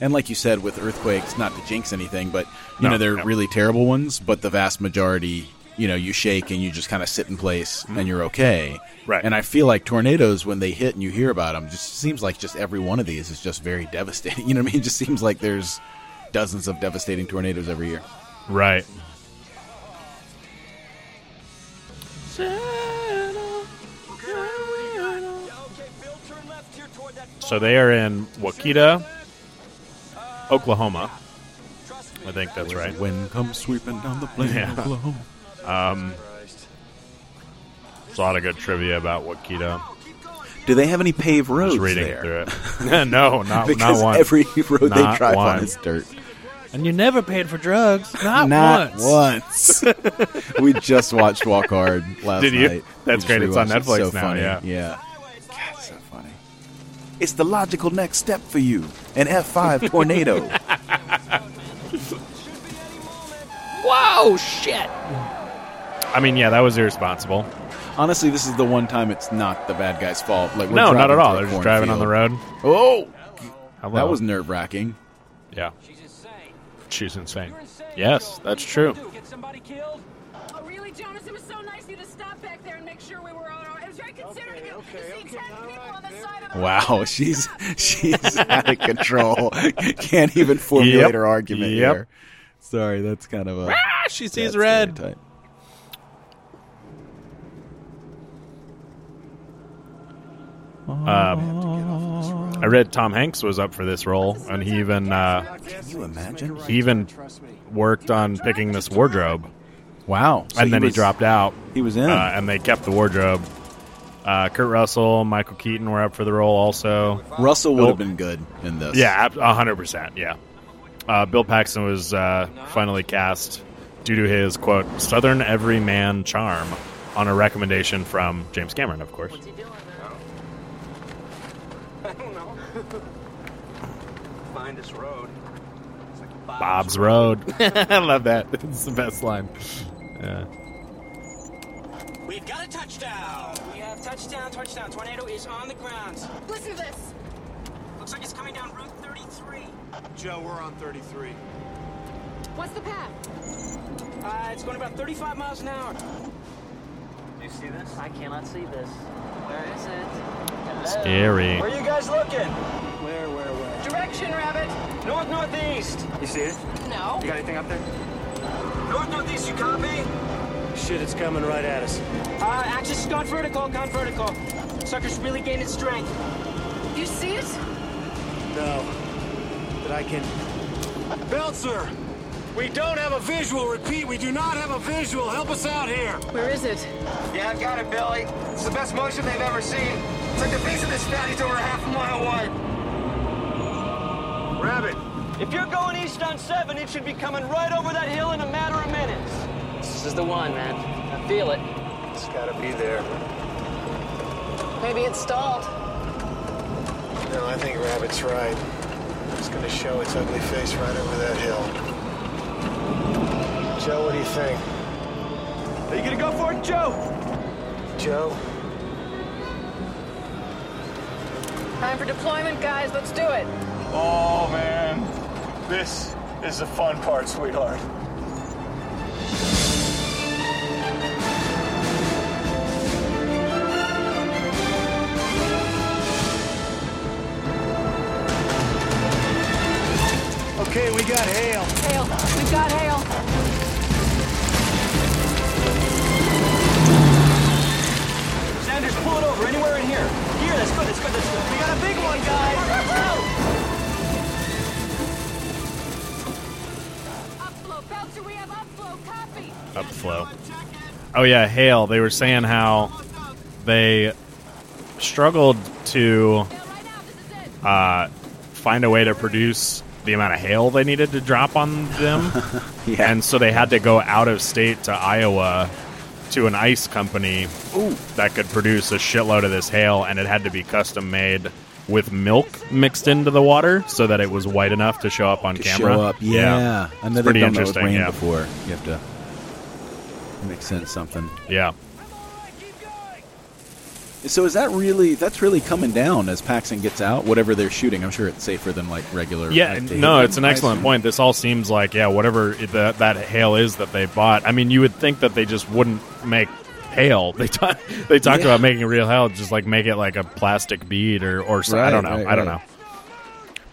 Speaker 4: And like you said, with earthquakes, not to jinx anything, but you
Speaker 11: No,
Speaker 4: know they're
Speaker 11: no.
Speaker 4: really terrible ones. But the vast majority, you know, you shake and you just kind of sit in place
Speaker 11: Mm-hmm.
Speaker 4: and you're okay. Right. And I feel like tornadoes, when they hit and you hear about them, just seems like just every one of these is just very devastating. You know what I mean? It just seems like there's dozens of devastating tornadoes every year.
Speaker 11: Right. So they are in Wakita, Oklahoma. I think that's right.
Speaker 4: Wind comes sweeping down the plain
Speaker 11: Yeah.
Speaker 4: of Oklahoma.
Speaker 11: Um, there's a lot of good trivia about Wakita.
Speaker 4: Do they have any paved roads
Speaker 11: reading
Speaker 4: there?
Speaker 11: through it. no, not
Speaker 4: because
Speaker 11: not one.
Speaker 4: every road
Speaker 11: Not
Speaker 4: they drive
Speaker 11: one.
Speaker 4: on is dirt.
Speaker 11: And you never paid for drugs. Not,
Speaker 4: Not
Speaker 11: once.
Speaker 4: we just watched Walk Hard last
Speaker 11: Did you?
Speaker 4: night.
Speaker 11: That's
Speaker 4: We just
Speaker 11: great. It's on
Speaker 4: rewatched it.
Speaker 11: Netflix
Speaker 4: so
Speaker 11: now,
Speaker 4: Funny.
Speaker 11: yeah.
Speaker 4: yeah. God, so funny. It's the logical next step for you. An F5 tornado.
Speaker 2: Whoa, shit!
Speaker 11: I mean, yeah, that was irresponsible.
Speaker 4: Honestly, this is the one time it's not the bad guy's fault. Like we're
Speaker 11: No, not
Speaker 4: driving
Speaker 11: at all.
Speaker 4: through a
Speaker 11: They're just driving on the road.
Speaker 4: cornfield. Oh,
Speaker 11: Hello.
Speaker 4: that was nerve wracking.
Speaker 11: Yeah. She's insane. Yes, that's true.
Speaker 6: Oh, really, Jonas? It was so nice of you to stop back there and make sure we were all right. It was very considerate of you to see ten people on the side of the
Speaker 4: Wow, she's she's out of control. Can't even formulate
Speaker 11: Yep.
Speaker 4: her argument
Speaker 11: Yep.
Speaker 4: here. Sorry, that's kind of a
Speaker 11: Ah, she sees
Speaker 4: bad
Speaker 11: red.
Speaker 4: stereotype.
Speaker 11: Um, I read Tom Hanks was up for this role, and he even uh,
Speaker 4: Can you imagine?
Speaker 11: he even worked on picking this wardrobe.
Speaker 4: Wow! So
Speaker 11: and then he,
Speaker 4: was-
Speaker 11: dropped out.
Speaker 4: He was in.
Speaker 11: uh, and they kept the wardrobe. Uh, Kurt Russell, Michael Keaton were up for the role also.
Speaker 4: Russell would
Speaker 11: Bill-
Speaker 4: have been good in this.
Speaker 11: Yeah, ab- a hundred percent. Yeah, uh, Bill Paxton was uh, finally cast due to his quote "Southern Everyman charm" on a recommendation from James Cameron, of course.
Speaker 15: I don't know. Find this road. It's like a
Speaker 11: Bob's Road. I love that. It's the best line. Yeah.
Speaker 24: We've got a touchdown! We have touchdown, touchdown. Tornado is on the ground.
Speaker 18: Listen to this.
Speaker 24: Looks like it's coming down Route 33.
Speaker 8: Joe, we're on 33.
Speaker 18: What's the path?
Speaker 24: Uh, it's going about 35 miles an hour.
Speaker 23: Do you see this? I cannot see this.
Speaker 24: Where is it?
Speaker 11: Scary.
Speaker 24: Where are you guys looking? Where, where, where?
Speaker 18: Direction, Rabbit.
Speaker 24: North, northeast. You see it?
Speaker 18: No.
Speaker 24: You got anything up there? North northeast, you copy?
Speaker 25: Shit, it's coming right at us.
Speaker 23: Uh, axis has gone vertical, gone vertical. Sucker's really gaining strength. You see it?
Speaker 25: No. But I can. Belzer! We don't have a visual. Repeat, we do not have a visual. Help us out here.
Speaker 9: Where is it?
Speaker 15: Yeah, I've got it, Billy. It's the best motion they've ever seen. It's like the base of this fatty's over half a mile wide.
Speaker 24: Rabbit! If you're going east on 7, it should be coming right over that hill in a matter of minutes.
Speaker 23: This is the one, man. I feel it.
Speaker 16: It's gotta be there.
Speaker 9: Maybe it's stalled.
Speaker 16: No, I think Rabbit's right. It's gonna show its ugly face right over that hill. Joe, what do you think? Are you gonna go for it, Joe? Joe?
Speaker 9: Time for deployment, guys. Let's do it.
Speaker 16: Oh man, this is the fun part, sweetheart. Okay, we got hail.
Speaker 9: Hail. We've got hail.
Speaker 24: Sanders, pull it over anywhere in here. Here, that's good, that's good, that's good. We got a big one, guys.
Speaker 18: Upflow, Belcher, we have upflow. Copy.
Speaker 11: Upflow. Oh yeah, hail. They were saying how they struggled to uh, find a way to produce the amount of hail they needed to drop on them,
Speaker 4: Yeah.
Speaker 11: and so they had to go out of state to Iowa to an ice company that could produce a shitload of this hail, and it had to be custom made with milk mixed into the water so that it was white enough to show up on camera.
Speaker 4: Show up, yeah. I know
Speaker 11: it's
Speaker 4: they've
Speaker 11: pretty
Speaker 4: done that with
Speaker 11: interesting.
Speaker 4: rain
Speaker 11: yeah.
Speaker 4: before. You have to make sense something.
Speaker 11: Yeah.
Speaker 4: So is that really? That's really coming down as Paxton gets out. Whatever they're shooting, I'm sure it's safer than like regular.
Speaker 11: Yeah,
Speaker 4: active-
Speaker 11: no, it's an excellent
Speaker 4: I-
Speaker 11: point. This all seems like yeah, whatever it, that that hail is that they bought. I mean, you would think that they just wouldn't make hail. They talk, they talked
Speaker 4: Yeah.
Speaker 11: about making real hail, just like make it like a plastic bead or or so, I
Speaker 4: Right,
Speaker 11: don't know,
Speaker 4: right,
Speaker 11: I don't
Speaker 4: right.
Speaker 11: know.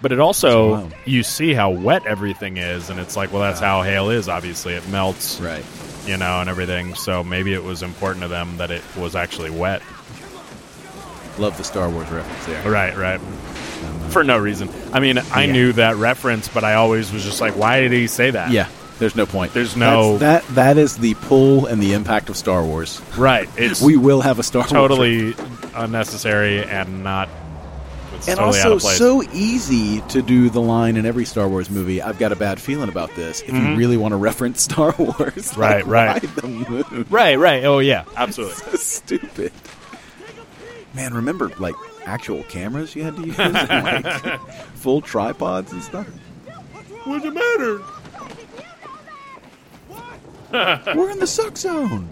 Speaker 11: But it also you see how wet everything is, and it's like well, that's how hail is. Obviously, it melts,
Speaker 4: right?
Speaker 11: You know, and everything. So maybe it was important to them that it was actually wet.
Speaker 4: Love the Star Wars reference there.
Speaker 11: Right, right. For no reason. I mean, I
Speaker 4: Yeah.
Speaker 11: knew that reference, but I always was just like, why did he say that?
Speaker 4: Yeah, there's no point.
Speaker 11: There's no
Speaker 4: That's- that. That is the pull and the impact of Star Wars.
Speaker 11: right. It's
Speaker 4: we will have a Star Wars
Speaker 11: totally unnecessary and not. It's
Speaker 4: and
Speaker 11: totally
Speaker 4: also
Speaker 11: out of place.
Speaker 4: so easy to do the line in every Star Wars movie. I've got a bad feeling about this. If you
Speaker 11: Mhm.
Speaker 4: really want to reference Star Wars,
Speaker 11: Right,
Speaker 4: like,
Speaker 11: right.
Speaker 4: why the moon?
Speaker 11: Right, right. Oh yeah, absolutely.
Speaker 4: so stupid. Man, remember like actual cameras you had to use, and, like, full tripods and stuff.
Speaker 11: What's the matter?
Speaker 4: We're in the suck zone.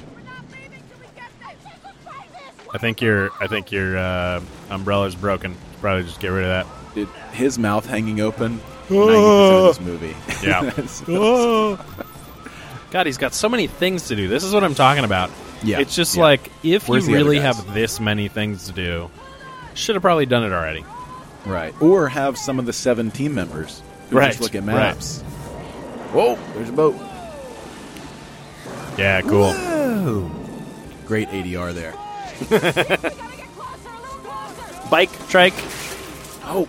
Speaker 11: I think your I think your uh, umbrella's broken. Probably just get rid of that.
Speaker 4: Dude, his mouth hanging open. 90% of this movie.
Speaker 11: Yeah.
Speaker 4: That's-
Speaker 11: God, he's got so many things to do. This is what I'm talking about.
Speaker 4: Yeah,
Speaker 11: It's just
Speaker 4: yeah.
Speaker 11: like if
Speaker 4: Where's
Speaker 11: you
Speaker 4: the other
Speaker 11: really
Speaker 4: guys?
Speaker 11: have this many things to do, should have probably done it already.
Speaker 4: Right. Or have some of the seven team members who
Speaker 11: Right,
Speaker 4: just look at
Speaker 11: right.
Speaker 4: maps. Whoa, there's a boat.
Speaker 11: Yeah, cool.
Speaker 4: Whoa. Great ADR there.
Speaker 11: Bike, trike.
Speaker 4: Oh.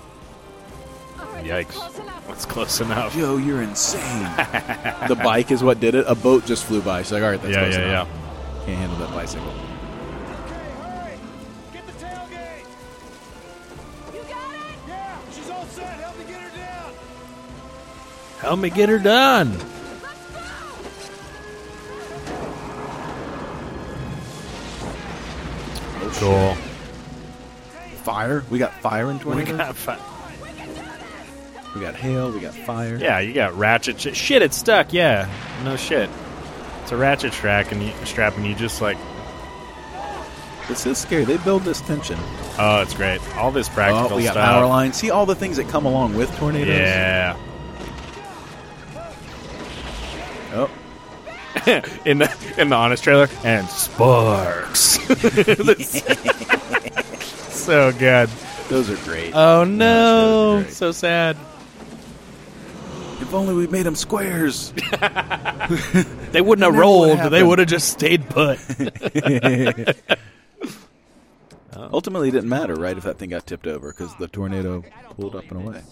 Speaker 11: Yikes. That's close enough.
Speaker 4: Joe, you're insane. the bike is what did it. A boat just flew by. She's like, all right, that's
Speaker 11: Yeah,
Speaker 4: close
Speaker 11: yeah,
Speaker 4: enough. Can't handle that bicycle.
Speaker 17: She's all set. Help me get her down.
Speaker 11: Help me get her done. Cool.
Speaker 4: Fire. We got fire in
Speaker 11: We
Speaker 4: 20.
Speaker 11: got fi-
Speaker 4: we got hail. We got fire.
Speaker 11: yeah, you got ratchet shit. Shit, it's stuck. Yeah, no shit. It's a ratchet track and you, strap, and you just like,
Speaker 4: This is scary. They build this tension.
Speaker 11: oh, it's great. All this practical
Speaker 4: Oh, we got
Speaker 11: stuff.
Speaker 4: power lines. See all the things that come along with tornadoes.
Speaker 11: Yeah.
Speaker 4: Oh.
Speaker 11: in the in the honest trailer and sparks. so good.
Speaker 4: Uh, Oh, Those are great.
Speaker 11: Oh no, so sad.
Speaker 4: In If only we made them squares.
Speaker 11: They wouldn't have
Speaker 4: Never
Speaker 11: rolled.
Speaker 4: would
Speaker 11: They
Speaker 4: happen.
Speaker 11: would have just stayed put.
Speaker 4: Ultimately, it didn't matter, right? If that thing got tipped over because the tornado pulled up and away.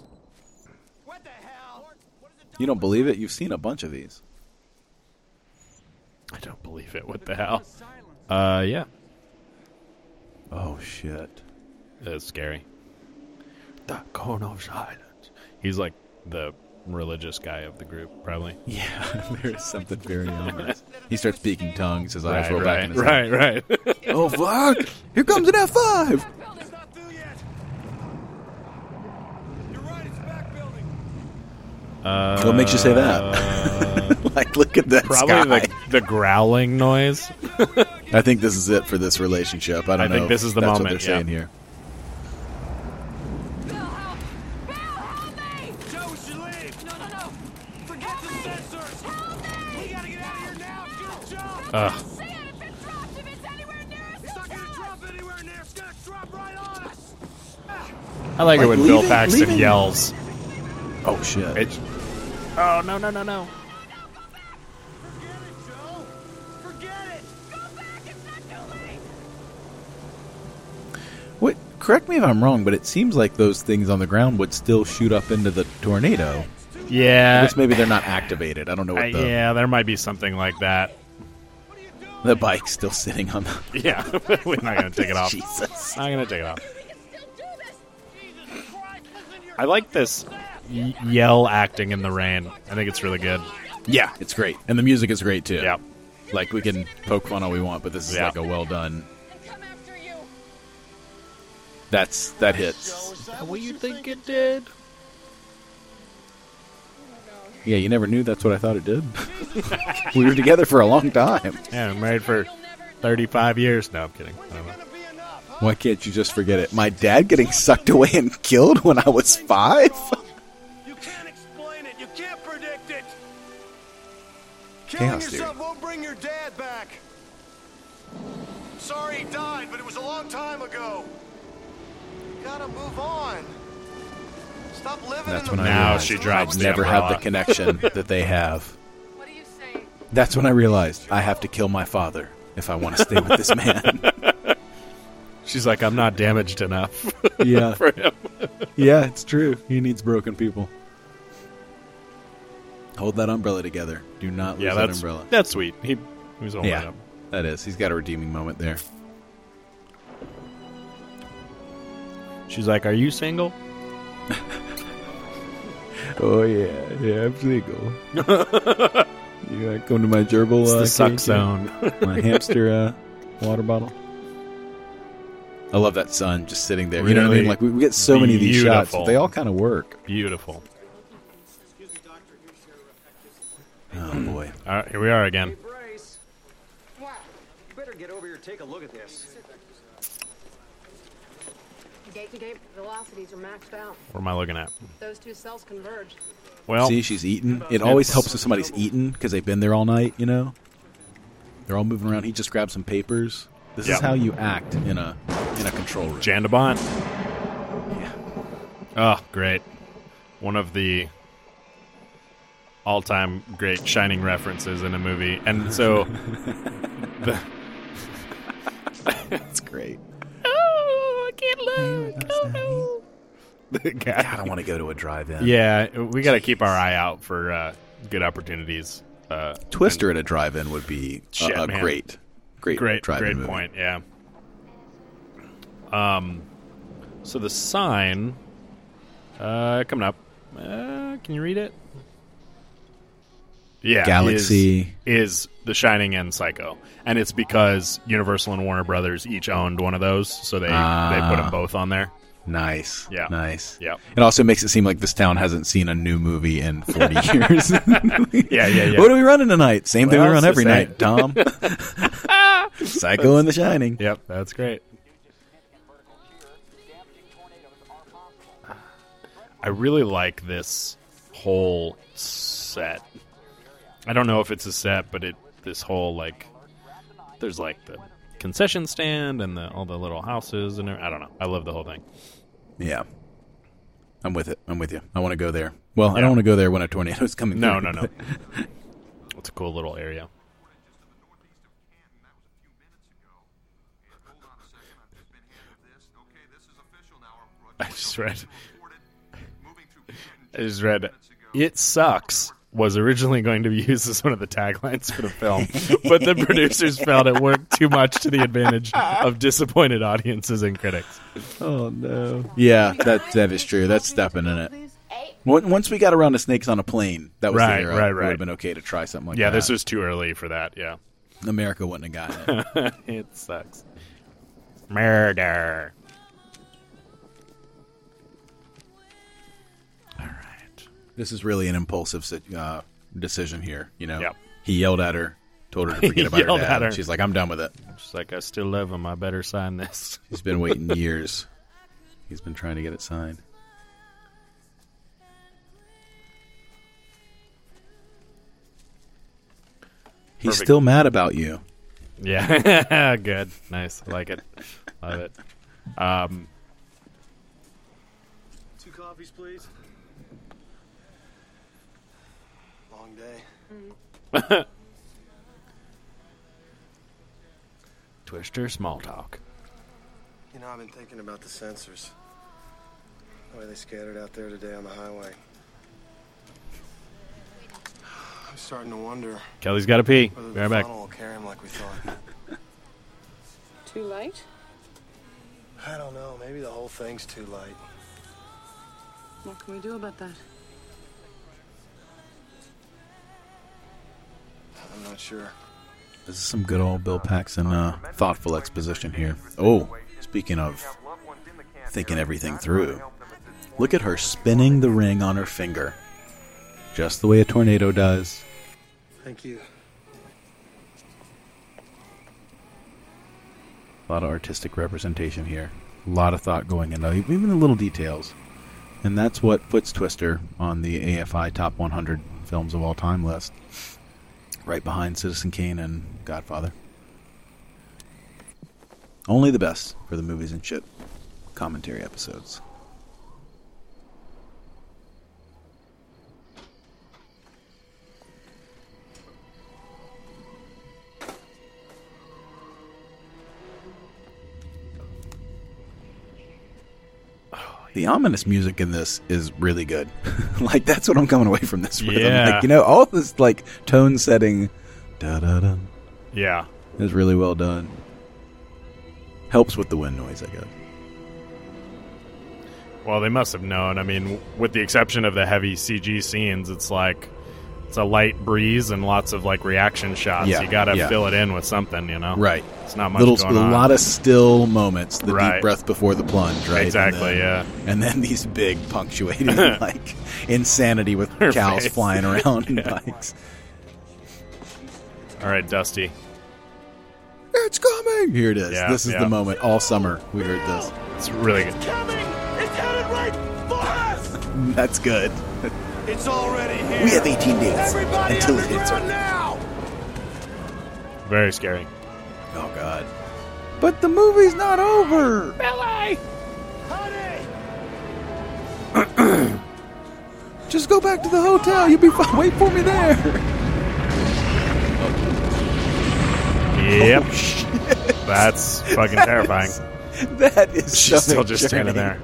Speaker 4: You don't believe it? You've seen a bunch of these.
Speaker 11: I don't believe it. What the hell? Uh, yeah.
Speaker 4: Oh shit.
Speaker 11: That's scary. The cone of silence. He's like the religious guy of the group, probably.
Speaker 4: Yeah, there is something very ominous. He starts speaking tongues. His eyes
Speaker 11: Right,
Speaker 4: roll
Speaker 11: right,
Speaker 4: back in his
Speaker 11: right, right.
Speaker 4: head. oh fuck! Here comes an F five.
Speaker 11: Uh,
Speaker 4: What makes you say that? like, look at that
Speaker 11: Probably
Speaker 4: sky.
Speaker 11: the the growling noise.
Speaker 4: I think this is it for this relationship. I don't
Speaker 11: I
Speaker 4: know.
Speaker 11: think
Speaker 4: if
Speaker 11: this is the
Speaker 4: that's
Speaker 11: moment,
Speaker 4: What they're saying
Speaker 11: yeah.
Speaker 4: here.
Speaker 17: Joe, we should leave. No, no, no. Forget the sensors. We gotta get out of here now. Get a job.
Speaker 11: Ugh.
Speaker 17: It's not gonna drop anywhere near. It's gonna drop right on us. Ah,
Speaker 11: I like, it
Speaker 4: Like
Speaker 11: when Bill
Speaker 4: leaving-
Speaker 11: Paxton
Speaker 4: leaving-
Speaker 11: yells.
Speaker 4: Oh shit!
Speaker 11: It's,
Speaker 17: Oh no, no, no, no.
Speaker 4: What? Correct me if I'm wrong, but it seems like those things on the ground would still shoot up into the tornado. I
Speaker 11: yeah,
Speaker 4: guess maybe they're not activated. I don't know
Speaker 11: I-
Speaker 4: what the
Speaker 11: Uh, yeah. There might be something like that.
Speaker 4: the bike's still sitting on. The,
Speaker 11: Yeah, we're not gonna take it off.
Speaker 4: Jesus.
Speaker 11: Not gonna take it off. I like this y- yell acting in the rain. I think it's really good.
Speaker 4: yeah, it's great, and the music is great too.
Speaker 11: Yeah.
Speaker 4: Like we can poke fun all we want, but this is
Speaker 11: Yeah.
Speaker 4: like a well done. That's that hits.
Speaker 11: What you think it did?
Speaker 4: Yeah, you never knew that's what I thought it did. we were together for a long time.
Speaker 11: Yeah, I'm married for 35 years. No, I'm kidding. I don't know.
Speaker 4: Why can't you just forget it? My dad getting sucked away and killed when I was five?
Speaker 8: Killing
Speaker 4: Chaos
Speaker 8: yourself won't bring your dad back. Sorry he died, but it was a long time ago. You gotta move on. Stop living
Speaker 4: That's
Speaker 8: in
Speaker 4: when
Speaker 8: the
Speaker 4: I
Speaker 11: Now
Speaker 4: realized
Speaker 11: she drops the
Speaker 4: never had the
Speaker 11: umbrella.
Speaker 4: connection that they have. That's when I realized I have to kill my father if I want to stay with this man.
Speaker 11: She's like, I'm not damaged enough.
Speaker 4: Yeah.
Speaker 11: for him.
Speaker 4: yeah, it's true. He needs broken people. Hold that umbrella together. Do not lose
Speaker 11: Yeah,
Speaker 4: that
Speaker 11: that's
Speaker 4: umbrella.
Speaker 11: that's sweet. He, he was holding it
Speaker 4: Yeah,
Speaker 11: up.
Speaker 4: that is. He's got a redeeming moment there.
Speaker 11: She's like, Are you single?
Speaker 4: Oh yeah, yeah, I'm single. you uh, come to my gerbil.
Speaker 11: It's
Speaker 4: uh,
Speaker 11: the suck
Speaker 4: cage?
Speaker 11: zone.
Speaker 4: my hamster uh, water bottle. I love that sun just sitting there. You know what I mean?
Speaker 11: Really
Speaker 4: Like we, we get so many of these shots, but
Speaker 11: beautiful.
Speaker 4: they all kind of work.
Speaker 11: Beautiful.
Speaker 4: Oh boy.
Speaker 11: All right, here we are again.
Speaker 24: Better get over here and take a look at this.
Speaker 26: Gate to gate velocities are maxed out.
Speaker 11: What am I looking at?
Speaker 26: Those two cells converge.
Speaker 11: Well,
Speaker 4: See, she's eating. It always
Speaker 11: it's-
Speaker 4: helps if somebody's eating because they've been there all night. You know, they're all moving around. He just grabbed some papers. This
Speaker 11: Yeah.
Speaker 4: is how you act in a in a control room.
Speaker 11: Jan de Bont. Oh, great. One of the all time great shining references in a movie. And so the,
Speaker 4: That's great.
Speaker 17: Oh, I can't look. Oh no.
Speaker 11: the guy.
Speaker 4: God, I want to go to a drive-in.
Speaker 11: Yeah, we got to keep our eye out for uh, good opportunities. Uh,
Speaker 4: Twister at a drive-in would be a-
Speaker 11: Shit,
Speaker 4: a,
Speaker 11: man.
Speaker 4: great, great,
Speaker 11: great,
Speaker 4: drive-in
Speaker 11: great
Speaker 4: movie.
Speaker 11: point. Yeah. Um, so the sign, uh, coming up. Uh, can you read it? Yeah,
Speaker 4: Galaxy.
Speaker 11: is, is The Shining and Psycho, and it's because Universal and Warner Brothers each owned one of those, so they they put
Speaker 4: Ah.
Speaker 11: them both on there.
Speaker 4: Nice.
Speaker 11: Yeah.
Speaker 4: Nice.
Speaker 11: Yeah.
Speaker 4: It also makes it seem like this town hasn't seen a new movie in 40 years.
Speaker 11: Yeah, yeah, yeah.
Speaker 4: What are we running tonight? Same thing
Speaker 11: Well,
Speaker 4: we run
Speaker 11: it's
Speaker 4: every
Speaker 11: the same.
Speaker 4: night, Tom. Psycho and The Shining.
Speaker 11: Yep, that's great. I really like this whole set. I don't know if it's a set, but it this whole like there's like the concession stand and the all the little houses and I don't know. I love the whole thing.
Speaker 4: Yeah. I'm with it. I'm with you. I want to go there. Well, I don't want to go there when a tornado's coming.
Speaker 11: No,
Speaker 4: through,
Speaker 11: no, no.
Speaker 4: but-
Speaker 11: it's a cool little area. I just read. I just read. It sucks was originally going to be used as one of the taglines for the film, but the producers felt it worked too much to the advantage of disappointed audiences and critics.
Speaker 4: Oh no. Yeah, that that is true. That's stepping in it. Once once we got around to snakes on a plane, that was
Speaker 11: Right,
Speaker 4: the era.
Speaker 11: right,
Speaker 4: It would
Speaker 11: right.
Speaker 4: have been okay to try something like
Speaker 11: yeah,
Speaker 4: that.
Speaker 11: this was too early for that. Yeah,
Speaker 4: America wouldn't have gotten it.
Speaker 11: it sucks. Murder.
Speaker 4: this is really an impulsive si- uh, decision here. You know,
Speaker 11: Yep.
Speaker 4: he yelled at her, told her to
Speaker 11: He
Speaker 4: forget about her
Speaker 11: yelled
Speaker 4: dad.
Speaker 11: at her.
Speaker 4: She's like, "I'm done with it."
Speaker 11: She's like, I still love him. I better sign this.
Speaker 4: He's been waiting years. He's been trying to get it signed. He's
Speaker 11: Perfect.
Speaker 4: still mad about you.
Speaker 11: Yeah, good, nice, I like it, love it. Um,
Speaker 8: Two coffees, please. Long day.
Speaker 11: Twister small talk.
Speaker 8: You know, I've been thinking about the sensors. The way they scattered out there today on the highway. I'm starting to wonder.
Speaker 11: Kelly's got to pee.
Speaker 8: Whether
Speaker 11: Be
Speaker 8: the
Speaker 11: right back.
Speaker 8: funnel will carry him like we thought.
Speaker 9: Too late?
Speaker 8: I don't know. Maybe the whole thing's too light.
Speaker 9: What can we do about that?
Speaker 8: I'm not sure.
Speaker 4: This is some good old Bill Paxton uh, thoughtful exposition here. Oh, speaking of thinking everything through, look at her spinning the ring on her finger, just the way a tornado does.
Speaker 8: Thank you.
Speaker 4: A lot of artistic representation here. A lot of thought going into even the little details. And that's what puts Twister on the AFI Top 100 Films of All Time list, right behind Citizen Kane and Godfather. Only the best for the movies and shit commentary episodes. The ominous music in this is really good. like that's what I'm coming away from this with. I'm
Speaker 11: Yeah.
Speaker 4: like, you know, all this like tone setting, da da da,
Speaker 11: Yeah,
Speaker 4: is really well done. Helps with the wind noise, I guess.
Speaker 11: Well, they must have known. I mean, with the exception of the heavy CG scenes, it's like it's a light breeze and lots of like reaction shots.
Speaker 4: Yeah,
Speaker 11: you got to
Speaker 4: yeah.
Speaker 11: fill it in with something, you know?
Speaker 4: Right.
Speaker 11: It's not much
Speaker 4: Little,
Speaker 11: going
Speaker 4: a
Speaker 11: on.
Speaker 4: lot of still moments. The
Speaker 11: Right.
Speaker 4: deep breath before the plunge, right? And
Speaker 11: Exactly,
Speaker 4: then-
Speaker 11: yeah.
Speaker 4: And then these big punctuating like insanity with
Speaker 11: Her
Speaker 4: cows
Speaker 11: face.
Speaker 4: flying around and
Speaker 11: Yeah.
Speaker 4: bikes.
Speaker 11: All right, Dusty.
Speaker 4: It's coming. Here it is.
Speaker 11: Yeah,
Speaker 4: this is
Speaker 11: yeah.
Speaker 4: the moment. All summer we heard this.
Speaker 11: It's really good.
Speaker 4: That's good.
Speaker 17: It's already here.
Speaker 4: We have 18 days
Speaker 17: Everybody
Speaker 4: until it hits
Speaker 17: underground now.
Speaker 11: Very scary.
Speaker 4: Oh God. But the movie's not over.
Speaker 17: Billy.
Speaker 4: Just go back to the hotel. You'll be fine. Wait for me there.
Speaker 11: Yep. That's fucking terrifying.
Speaker 4: That is
Speaker 11: She's
Speaker 4: so
Speaker 11: still just standing
Speaker 4: journey.
Speaker 11: there.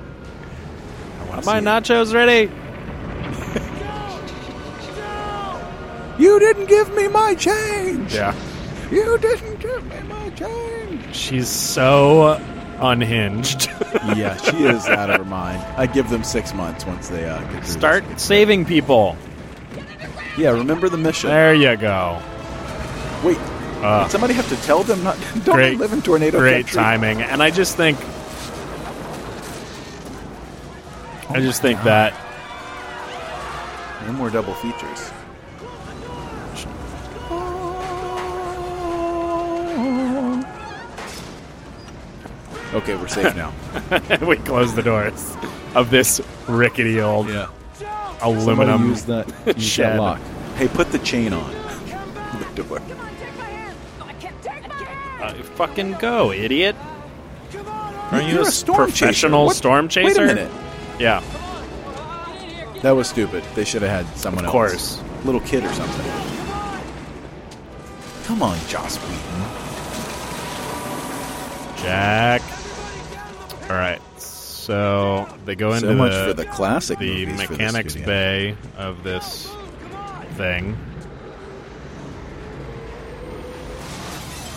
Speaker 4: I wanna
Speaker 11: Are
Speaker 4: see
Speaker 11: my
Speaker 4: it.
Speaker 11: nachos ready?
Speaker 4: You didn't give me my change.
Speaker 11: Yeah.
Speaker 4: You didn't give me my change.
Speaker 11: She's so unhinged.
Speaker 4: yeah, she is out of her mind. I give them six months once they uh, get through
Speaker 11: Start saving people.
Speaker 4: this. Yeah, remember the mission.
Speaker 11: There you go.
Speaker 4: Wait,
Speaker 11: Uh,
Speaker 4: did somebody have to tell them not? Don't
Speaker 11: great,
Speaker 4: they live in tornado
Speaker 11: great
Speaker 4: country?
Speaker 11: timing and i just think i just think
Speaker 4: Oh
Speaker 11: that
Speaker 4: No more double features. Okay, we're safe now.
Speaker 11: we close the doors of this rickety old
Speaker 4: Somebody
Speaker 11: aluminum
Speaker 4: use that, use
Speaker 11: shed
Speaker 4: that lock. Hey, put the chain on the door.
Speaker 11: Uh, fucking go idiot are
Speaker 4: You're
Speaker 11: you
Speaker 4: a storm chaser.
Speaker 11: professional
Speaker 4: What-
Speaker 11: storm
Speaker 4: wait a
Speaker 11: chaser
Speaker 4: minute.
Speaker 11: yeah
Speaker 4: That was stupid. They should have had someone
Speaker 11: Of
Speaker 4: else. course. Little kid or something. Come on, Joss Whedon.
Speaker 11: Jack. All right. So they go
Speaker 4: So
Speaker 11: into
Speaker 4: much
Speaker 11: the,
Speaker 4: for the classic
Speaker 11: the
Speaker 4: movies for the
Speaker 11: mechanics
Speaker 4: studio.
Speaker 11: bay of this thing.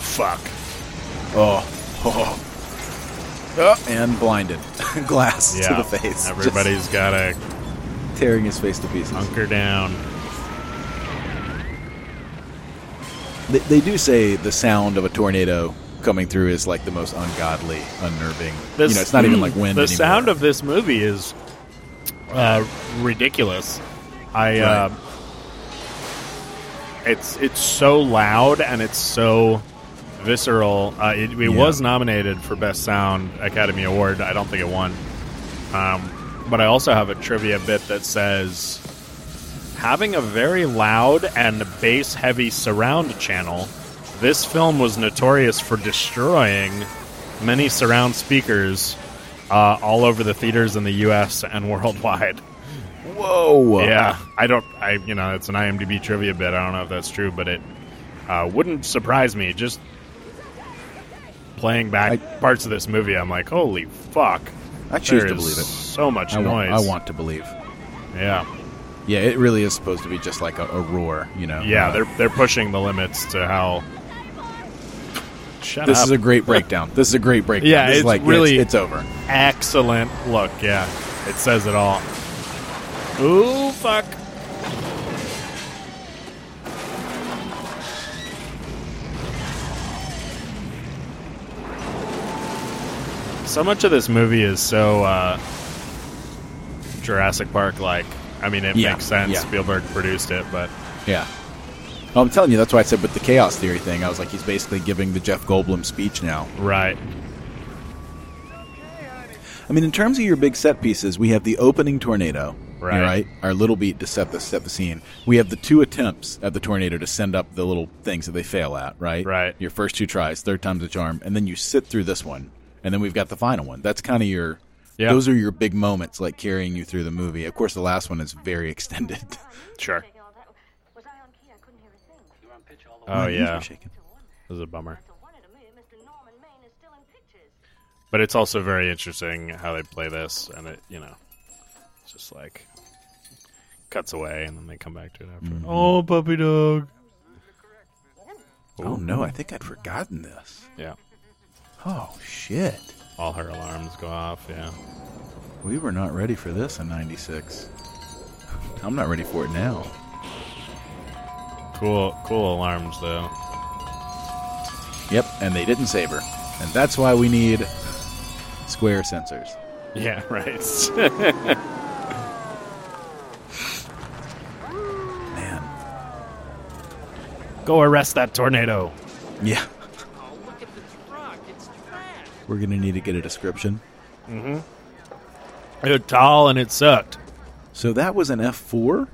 Speaker 11: Fuck.
Speaker 4: Oh. oh. Oh, and blinded. Glass
Speaker 11: Yeah.
Speaker 4: to the face.
Speaker 11: Everybody's got a
Speaker 4: tearing his face to pieces.
Speaker 11: Hunker down.
Speaker 4: They, they do say the sound of a tornado coming through is like the most ungodly, unnerving. you know, it's not even like wind
Speaker 11: hmm, The
Speaker 4: anymore.
Speaker 11: sound of this movie is uh, ridiculous. I. Uh, it's it's so loud and it's so visceral. Uh, it it was nominated for best sound Academy Award. I don't think it won. Um, but I also have a trivia bit that says having a very loud and bass heavy surround channel. This film was notorious for destroying many surround speakers uh, all over the theaters in the U.S. and worldwide.
Speaker 4: Whoa!
Speaker 11: Yeah, I don't. I you know, it's an IMDb trivia bit. I don't know if that's true, but it uh, wouldn't surprise me. Just playing back parts of this movie, I'm like, holy fuck!
Speaker 4: I choose
Speaker 11: There
Speaker 4: to
Speaker 11: is
Speaker 4: believe it.
Speaker 11: So much
Speaker 4: I want-
Speaker 11: noise.
Speaker 4: I want to believe.
Speaker 11: Yeah.
Speaker 4: Yeah, it really is supposed to be just like a, a roar, you know.
Speaker 11: Yeah,
Speaker 4: Uh,
Speaker 11: they're they're pushing the limits to how. Shut
Speaker 4: this
Speaker 11: up.
Speaker 4: is a great breakdown. This is a great breakdown.
Speaker 11: Yeah,
Speaker 4: This is
Speaker 11: it's
Speaker 4: like
Speaker 11: really
Speaker 4: it's, it's over.
Speaker 11: Excellent look. Yeah, it says it all. Ooh, fuck. So much of this movie is so uh, Jurassic Park like. I mean, it
Speaker 4: Yeah,
Speaker 11: makes sense.
Speaker 4: yeah.
Speaker 11: Spielberg produced it, but
Speaker 4: Yeah. Well, I'm telling you, that's why I said with the chaos theory thing, I was like, he's basically giving the Jeff Goldblum speech now.
Speaker 11: Right.
Speaker 4: I mean, in terms of your big set pieces, we have the opening tornado,
Speaker 11: Right.
Speaker 4: Our little beat to set the set the scene. We have the two attempts at the tornado to send up the little things that they fail at, right? Right. Your first two tries, third time's a charm, and then you sit through this one, and then we've got the final one. That's kind of your.
Speaker 11: Yeah.
Speaker 4: Those are your big moments, like carrying you through the movie. Of course, the last one is very extended.
Speaker 11: Sure.
Speaker 4: My
Speaker 11: Oh
Speaker 4: knees
Speaker 11: yeah,
Speaker 4: were shaking.
Speaker 11: this is a bummer. But it's also very interesting how they play this, and it you know, it's just like cuts away, and then they come back to it after. Oh, puppy dog.
Speaker 4: Oh no, I think I'd forgotten this.
Speaker 11: Yeah.
Speaker 4: Oh shit.
Speaker 11: All her alarms go off. Yeah.
Speaker 4: We were not ready for this in 96. I'm not ready for it now.
Speaker 11: Cool, cool alarms though.
Speaker 4: Yep, and they didn't save her. And that's why we need square sensors.
Speaker 11: Yeah. Right. Go arrest that tornado.
Speaker 4: Yeah. We're going to need to get a description.
Speaker 11: Mm-hmm. It's tall and it sucked.
Speaker 4: So that was an F4?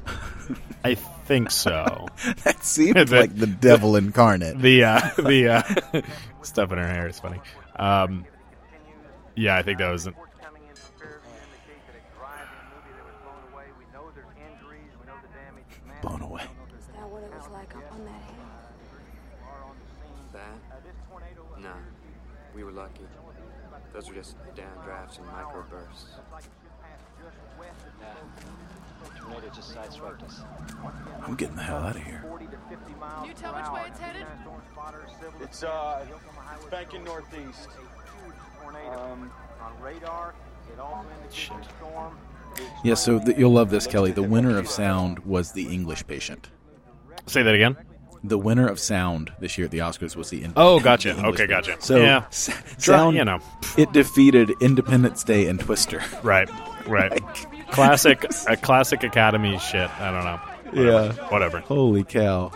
Speaker 11: I think so.
Speaker 4: that seemed like the devil incarnate.
Speaker 11: The uh, the uh, stuff in her hair is funny. Um, yeah, I think that was.
Speaker 4: Blown away.
Speaker 6: that what it was like up on that hill?
Speaker 15: That? Nah. We were lucky. Those were just downdrafts and microbursts.
Speaker 2: Tornado just sideswiped us.
Speaker 4: I'm getting the hell out of here.
Speaker 17: You tell which way it's headed?
Speaker 16: It's uh, it's banking northeast. Um, on radar, it also indicates a storm.
Speaker 4: Yeah, so th- you'll love this, Kelly. The winner of sound was the English patient.
Speaker 11: Say that again.
Speaker 4: The winner of sound this year at the Oscars was the. In-
Speaker 11: Oh, gotcha.
Speaker 4: the English
Speaker 11: Okay,
Speaker 4: patient.
Speaker 11: gotcha.
Speaker 4: So
Speaker 11: Yeah.
Speaker 4: s-
Speaker 11: Try-
Speaker 4: sound,
Speaker 11: you know.
Speaker 4: it defeated Independence Day and Twister.
Speaker 11: Right, right. classic, a classic Academy shit. I don't know. Whatever.
Speaker 4: Yeah.
Speaker 11: whatever.
Speaker 4: Holy cow!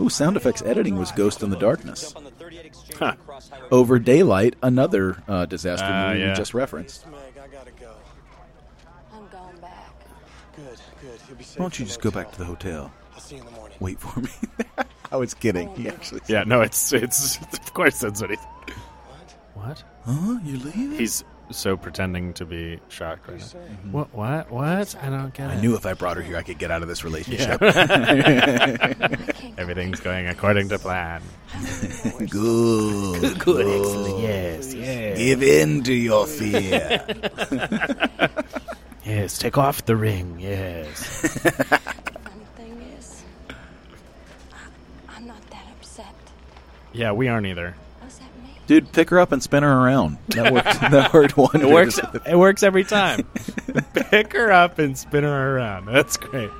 Speaker 4: Ooh, sound effects editing was Ghost in the Darkness.
Speaker 11: Huh.
Speaker 4: Over Daylight, another uh, disaster
Speaker 11: Ah,
Speaker 4: movie
Speaker 11: yeah.
Speaker 4: we just referenced.
Speaker 6: I'm going back.
Speaker 8: Good, good. He'll be safe.
Speaker 4: Why don't you
Speaker 8: in the
Speaker 4: just go
Speaker 8: hotel.
Speaker 4: back to the hotel?
Speaker 8: I'll see you in the morning.
Speaker 4: Wait for me. I was kidding. He actually.
Speaker 11: Yeah, no, it's it's of course that's what he. What?
Speaker 4: Huh? You leave?
Speaker 11: He's so pretending to be shocked right now. What? What? What? I don't get it.
Speaker 4: I knew if I brought her here, I could get out of this relationship.
Speaker 11: Everything's going according to plan.
Speaker 4: Good.
Speaker 11: Good, excellent. Yes, yes.
Speaker 4: Give in to your fear.
Speaker 11: yes, take off the ring. Yes.
Speaker 6: Thing is, I, I'm not that upset.
Speaker 11: yeah, we aren't either.
Speaker 4: Dude, pick her up and spin her around. That worked. that worked one.
Speaker 11: It works. It works every time. Pick her up and spin her around. That's great.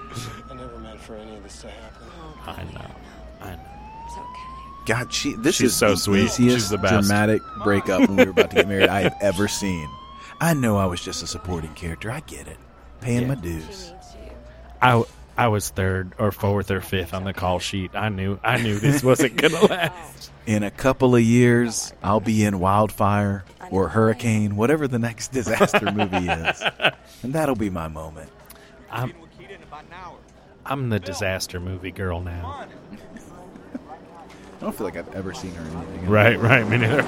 Speaker 8: I never meant for any of this to happen.
Speaker 11: I know. I know.
Speaker 4: God, she. This
Speaker 11: She's
Speaker 4: is
Speaker 11: so
Speaker 4: the
Speaker 11: sweet.
Speaker 4: easiest
Speaker 11: She's the best.
Speaker 4: dramatic breakup when we were about to get married I have ever seen. I know I was just a supporting character. I get it. Paying my dues.
Speaker 11: I, w- I was third or fourth or fifth on the call sheet. I knew. I knew this wasn't gonna
Speaker 6: Oh.
Speaker 11: last.
Speaker 4: In a couple of years, I'll be in Wildfire or Hurricane, whatever the next disaster movie is, and that'll be my moment.
Speaker 11: I'm, I'm the disaster movie girl now.
Speaker 4: I don't feel like I've ever seen her in anything.
Speaker 11: Right. Right. Me neither.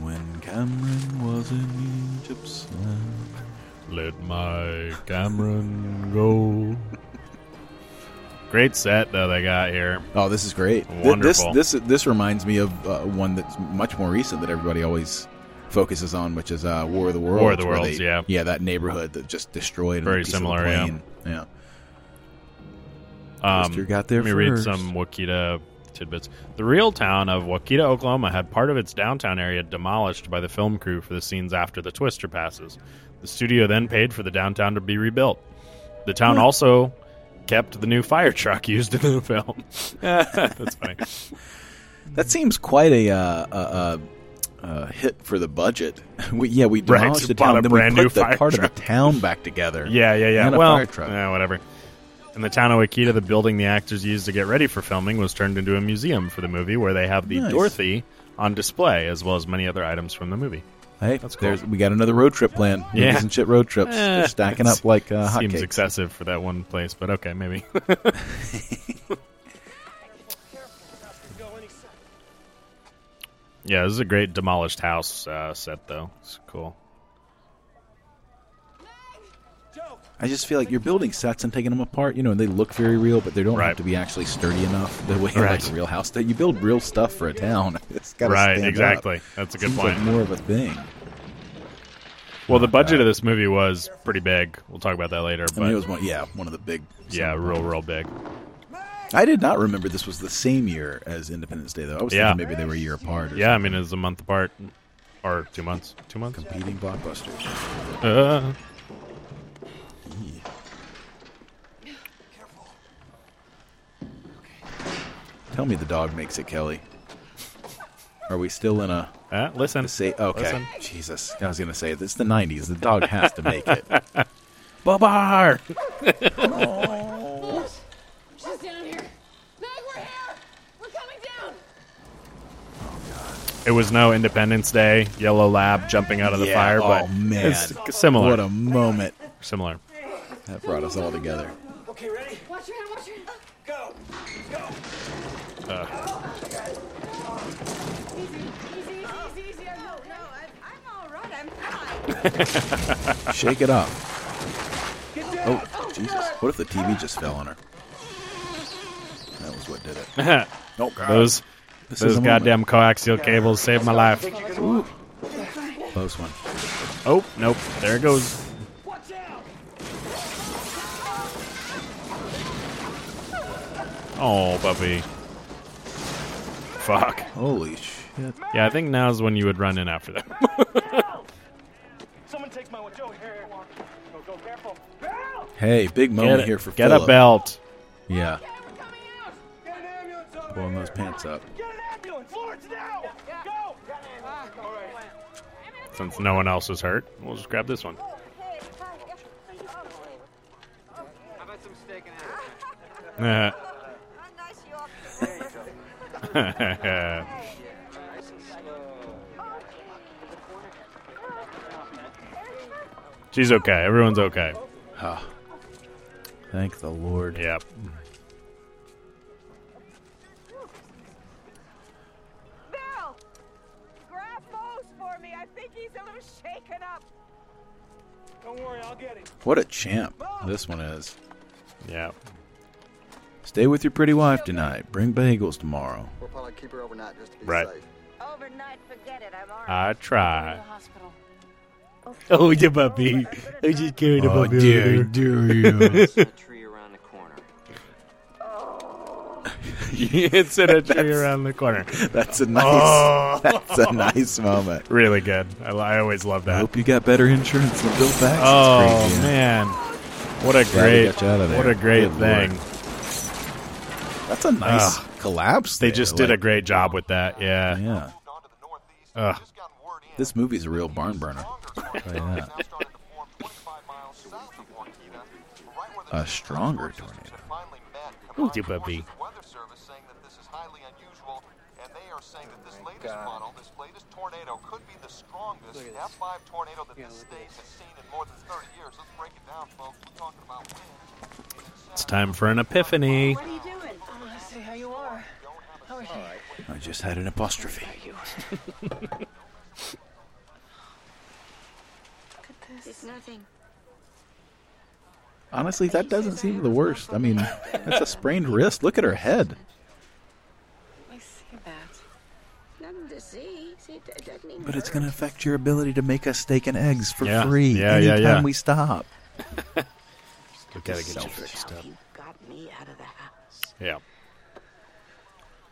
Speaker 4: When Cameron was in Egypt's land.
Speaker 11: Let my Cameron go. Great set though they got here.
Speaker 4: Oh, this is great. Th-
Speaker 11: Wonderful.
Speaker 4: This this this reminds me of uh, one that's much more recent that everybody always focuses on, which is uh, War of the Worlds.
Speaker 11: War of the
Speaker 4: where
Speaker 11: Worlds,
Speaker 4: they-
Speaker 11: yeah.
Speaker 4: yeah, that neighborhood that just destroyed. and a
Speaker 11: Very
Speaker 4: piece of the
Speaker 11: similar, yeah.
Speaker 4: plane. yeah.
Speaker 11: Um,
Speaker 4: Mister got there
Speaker 11: let me read
Speaker 4: first.
Speaker 11: some Wakita tidbits. The real town of Wakita, Oklahoma, had part of its downtown area demolished by the film crew for the scenes after the Twister passes. The studio then paid for the downtown to be rebuilt. The town
Speaker 4: Hmm.
Speaker 11: also kept the new fire truck used in the film. That's funny.
Speaker 4: That seems quite a. Uh, uh, uh, uh, hit for the budget. we, yeah, we
Speaker 11: Right,
Speaker 4: demolished the
Speaker 11: bought a
Speaker 4: town, then
Speaker 11: brand
Speaker 4: we
Speaker 11: new
Speaker 4: put the
Speaker 11: fire
Speaker 4: part
Speaker 11: truck.
Speaker 4: of the town back together.
Speaker 11: Yeah, yeah, yeah.
Speaker 4: And a
Speaker 11: well,
Speaker 4: fire truck.
Speaker 11: yeah, whatever. In the town of Wakita, the building the actors used to get ready for filming was turned into a museum for the movie, where they have the
Speaker 4: Nice.
Speaker 11: Dorothy on display, as well as many other items from the movie.
Speaker 4: Hey,
Speaker 11: That's cool.
Speaker 4: there's, we got another road trip plan.
Speaker 11: Yeah.
Speaker 4: Movies and shit road trips. They're
Speaker 11: Eh,
Speaker 4: stacking
Speaker 11: it's-
Speaker 4: up like uh,
Speaker 11: seems
Speaker 4: hotcakes.
Speaker 11: excessive for that one place, but okay, maybe. yeah, this is a great demolished house uh, set, though. It's cool.
Speaker 4: I just feel like you're building sets and taking them apart, you know, and they look very real, but they don't have to be actually sturdy enough the way
Speaker 11: Right.
Speaker 4: like a real house that you build real stuff for a town. It's got
Speaker 11: Right,
Speaker 4: stand
Speaker 11: exactly.
Speaker 4: up.
Speaker 11: That's a good
Speaker 4: Seems
Speaker 11: point.
Speaker 4: Like more of a thing.
Speaker 11: Well, the budget of this movie was pretty big. We'll talk about that later. But
Speaker 4: I mean, it was one, yeah, one of the big.
Speaker 11: yeah, real, real big.
Speaker 4: I did not remember this was the same year as Independence Day, though. I was
Speaker 11: Yeah.
Speaker 4: thinking maybe they were a year apart. Or
Speaker 11: Yeah, I mean, it was a month apart, or two months. Two months.
Speaker 4: Competing blockbusters.
Speaker 11: Uh,
Speaker 4: Tell me the dog makes it, Kelly. Are we still in a?
Speaker 11: Uh, listen.
Speaker 4: say okay.
Speaker 11: Listen.
Speaker 4: Jesus, I was gonna say it's the '90s. The dog has to make it. Babar.
Speaker 17: Liz,
Speaker 18: She's down here. Meg, we're here. We're coming down.
Speaker 11: it was no Independence Day, Yellow Lab jumping out of the
Speaker 4: Yeah,
Speaker 11: fire, but
Speaker 4: oh, man.
Speaker 11: it's similar.
Speaker 4: What a moment.
Speaker 11: Similar.
Speaker 4: That brought us all together.
Speaker 17: Okay, ready? Watch your hand, watch your hand. Go. Go.
Speaker 11: Uh,
Speaker 18: Easy, easy, easy. No, no, I'm, I'm all right. I'm fine.
Speaker 4: Shake it up. Oh, Jesus. What if the TV just fell on her? That was what did it. oh, God.
Speaker 11: Those
Speaker 4: This is
Speaker 11: those
Speaker 4: a moment.
Speaker 11: goddamn coaxial cables saved my life.
Speaker 4: Close one.
Speaker 11: Oh nope, there it goes. Oh, puppy. Fuck.
Speaker 4: Holy shit.
Speaker 11: Yeah, I think now's when you would run in after them.
Speaker 17: Someone takes my watch. Joe, here, here. Go, go, careful. Bell!
Speaker 4: Hey, big moment
Speaker 11: Get it-
Speaker 4: here for
Speaker 11: Get a
Speaker 4: Phillip.
Speaker 11: belt.
Speaker 4: Yeah.
Speaker 17: Get an ambulance over
Speaker 4: Pulling those pants up.
Speaker 17: Get an ambulance! Florence, now! Go! All right.
Speaker 11: Since no one else is hurt, we'll just grab this one.
Speaker 16: How about some steak and
Speaker 11: Uh. She's okay. Everyone's okay.
Speaker 4: Thank the Lord.
Speaker 11: Yep.
Speaker 17: Don't worry, I'll get it.
Speaker 4: What a champ this one is.
Speaker 11: Yeah.
Speaker 4: Stay with your pretty wife tonight. Bring bagels tomorrow.
Speaker 27: We'll probably keep her overnight just to be
Speaker 11: Right.
Speaker 27: safe.
Speaker 6: Overnight, forget it. I'm alright.
Speaker 11: I try.
Speaker 3: Oh, the puppy. I just carried a
Speaker 4: Oh,
Speaker 3: puppy.
Speaker 4: dear,
Speaker 3: over.
Speaker 4: dear you.
Speaker 11: it's in a tree around the corner.
Speaker 4: That's a nice.
Speaker 11: Oh.
Speaker 4: That's a nice moment.
Speaker 11: Really good. I, I always love
Speaker 4: I
Speaker 11: that.
Speaker 4: hope you got better insurance than Bill Paxton's
Speaker 11: Oh
Speaker 4: creepy.
Speaker 11: man, what a
Speaker 4: Glad we
Speaker 11: great,
Speaker 4: got you out of there.
Speaker 11: what a great
Speaker 4: Good
Speaker 11: thing.
Speaker 4: Lord. That's a nice
Speaker 11: Ugh. Ah.
Speaker 4: collapse.
Speaker 11: They
Speaker 4: there,
Speaker 11: just did
Speaker 4: like-
Speaker 11: a great job with that. Yeah.
Speaker 4: Yeah.
Speaker 11: Ugh.
Speaker 4: This movie's a real barn burner. Tell you that. a stronger tornado.
Speaker 3: Oh, dear puppy.
Speaker 11: It's time for an epiphany.
Speaker 9: What are you doing? I want to see how you are. How are you?
Speaker 4: I just had an apostrophe.
Speaker 6: It's nothing.
Speaker 4: Honestly, that doesn't seem the worst. I mean, that's a sprained wrist. Look at her head.
Speaker 9: I see that.
Speaker 6: Nothing to see. See, it it doesn't even
Speaker 4: But it's
Speaker 6: hurt.
Speaker 4: going to affect your ability to make us steak and eggs for
Speaker 11: Yeah.
Speaker 4: free
Speaker 11: Yeah, yeah,
Speaker 4: anytime
Speaker 11: yeah.
Speaker 4: we stop.
Speaker 11: We gotta get you fixed up.
Speaker 6: Got me out of the house.
Speaker 11: Yeah.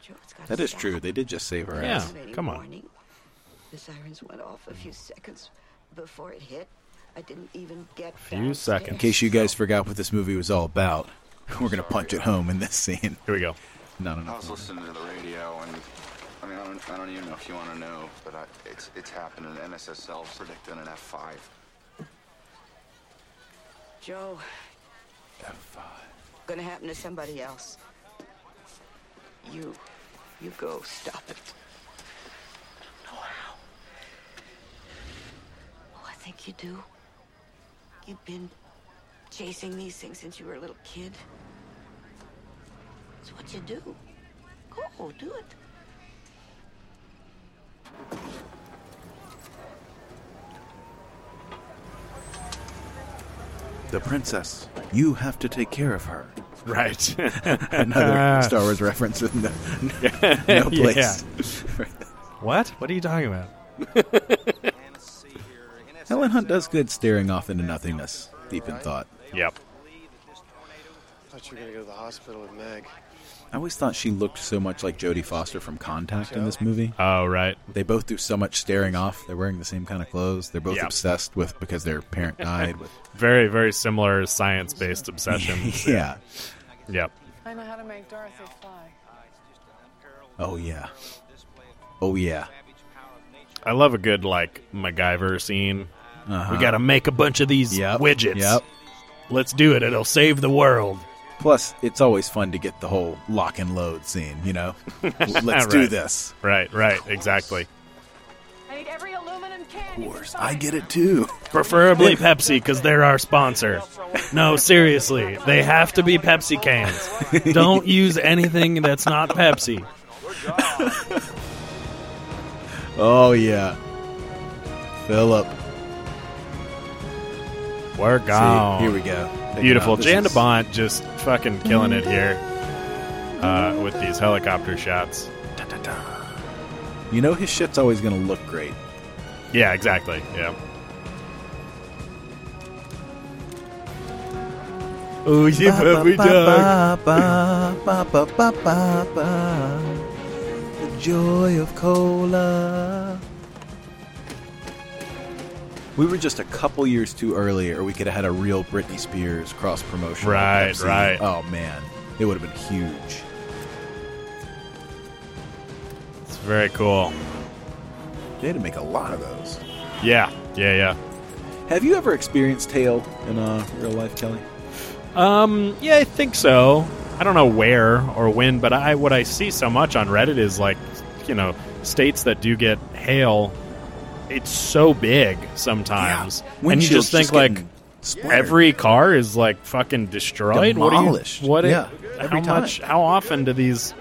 Speaker 6: George got
Speaker 4: That is
Speaker 6: stabbed.
Speaker 4: true. They did just save her
Speaker 11: Yeah,
Speaker 4: ass.
Speaker 11: come on.
Speaker 6: Warning. The sirens went off a few seconds before it hit. I didn't even get
Speaker 11: Few
Speaker 4: In
Speaker 11: seconds.
Speaker 4: case you guys forgot what this movie was all about, we're going to punch it home in this scene.
Speaker 11: Here we go.
Speaker 4: No, no,
Speaker 28: I
Speaker 4: no.
Speaker 28: was listening to the radio, and I mean, I don't, I don't even know if you want to know, but I, it's it's happening. NSSL predicting an F5.
Speaker 6: Joe. Gonna happen to somebody else. You, you go stop it. I don't know how. Oh, I think you do. You've been chasing these things since you were a little kid. It's what you do. Go, do it.
Speaker 4: The princess. You have to take care of her.
Speaker 11: Right.
Speaker 4: Another Star Wars reference with no, no place.
Speaker 11: What? What are you talking about?
Speaker 4: Helen Hunt does good staring off into nothingness, deep in thought.
Speaker 11: Yep.
Speaker 8: thought you were gonna go to the hospital with Meg.
Speaker 4: I always thought she looked so much like Jodie Foster from Contact in this movie.
Speaker 11: Oh, right.
Speaker 4: They both do so much staring off. They're wearing the same kind of clothes. They're both
Speaker 11: Yeah.
Speaker 4: obsessed with because their parent died. With
Speaker 11: Very, very similar science-based obsessions.
Speaker 4: yeah.
Speaker 11: Yep.
Speaker 9: I know how to make Dorothy fly.
Speaker 4: Oh yeah. Oh yeah.
Speaker 11: I love a good like MacGyver scene.
Speaker 4: Uh-huh.
Speaker 11: We got to make a bunch of these widgets. Yep. Let's do it. It'll save the world.
Speaker 4: Plus, it's always fun to get the whole lock and load scene. You know, let's do
Speaker 11: Right.
Speaker 4: this.
Speaker 11: Right. Right. Exactly.
Speaker 9: I need every aluminum can. you can
Speaker 4: Wars.
Speaker 9: find.
Speaker 4: I get it too.
Speaker 11: Preferably Pepsi because they're our sponsor. No, seriously, they have to be Pepsi cans. Don't use anything that's not Pepsi.
Speaker 4: Oh yeah. Philip.
Speaker 11: We're gone.
Speaker 4: here we go. Pick it
Speaker 11: Oh. Beautiful.
Speaker 4: up. This
Speaker 11: Jan
Speaker 4: is-
Speaker 11: DeBont just fucking killing it here uh, with these helicopter shots.
Speaker 4: You know his shit's always gonna look great.
Speaker 11: Yeah, exactly. Yeah.
Speaker 3: Oh, yeah, puppy dog.
Speaker 4: The joy of cola. We were just a couple years too early, or we could have had a real Britney Spears cross promotion. with
Speaker 11: Right,
Speaker 4: Pepsi.
Speaker 11: right.
Speaker 4: Oh man, it would have been huge.
Speaker 11: It's very cool.
Speaker 4: They had to make a lot of those.
Speaker 11: Yeah. Yeah, yeah.
Speaker 4: Have you ever experienced tailed in uh, real life, Kelly?
Speaker 11: Um, yeah, I think so. I don't know where or when, but I what I see so much on Reddit is like, you know, states that do get hail. It's so big sometimes,
Speaker 4: Yeah.
Speaker 11: and you just
Speaker 4: Windshields
Speaker 11: think
Speaker 4: just
Speaker 11: like
Speaker 4: getting splattered.
Speaker 11: every car is like fucking destroyed.
Speaker 4: Demolished.
Speaker 11: What? Are you,
Speaker 4: Yeah,
Speaker 11: what?
Speaker 4: every
Speaker 11: how
Speaker 4: time.
Speaker 11: much? How often do these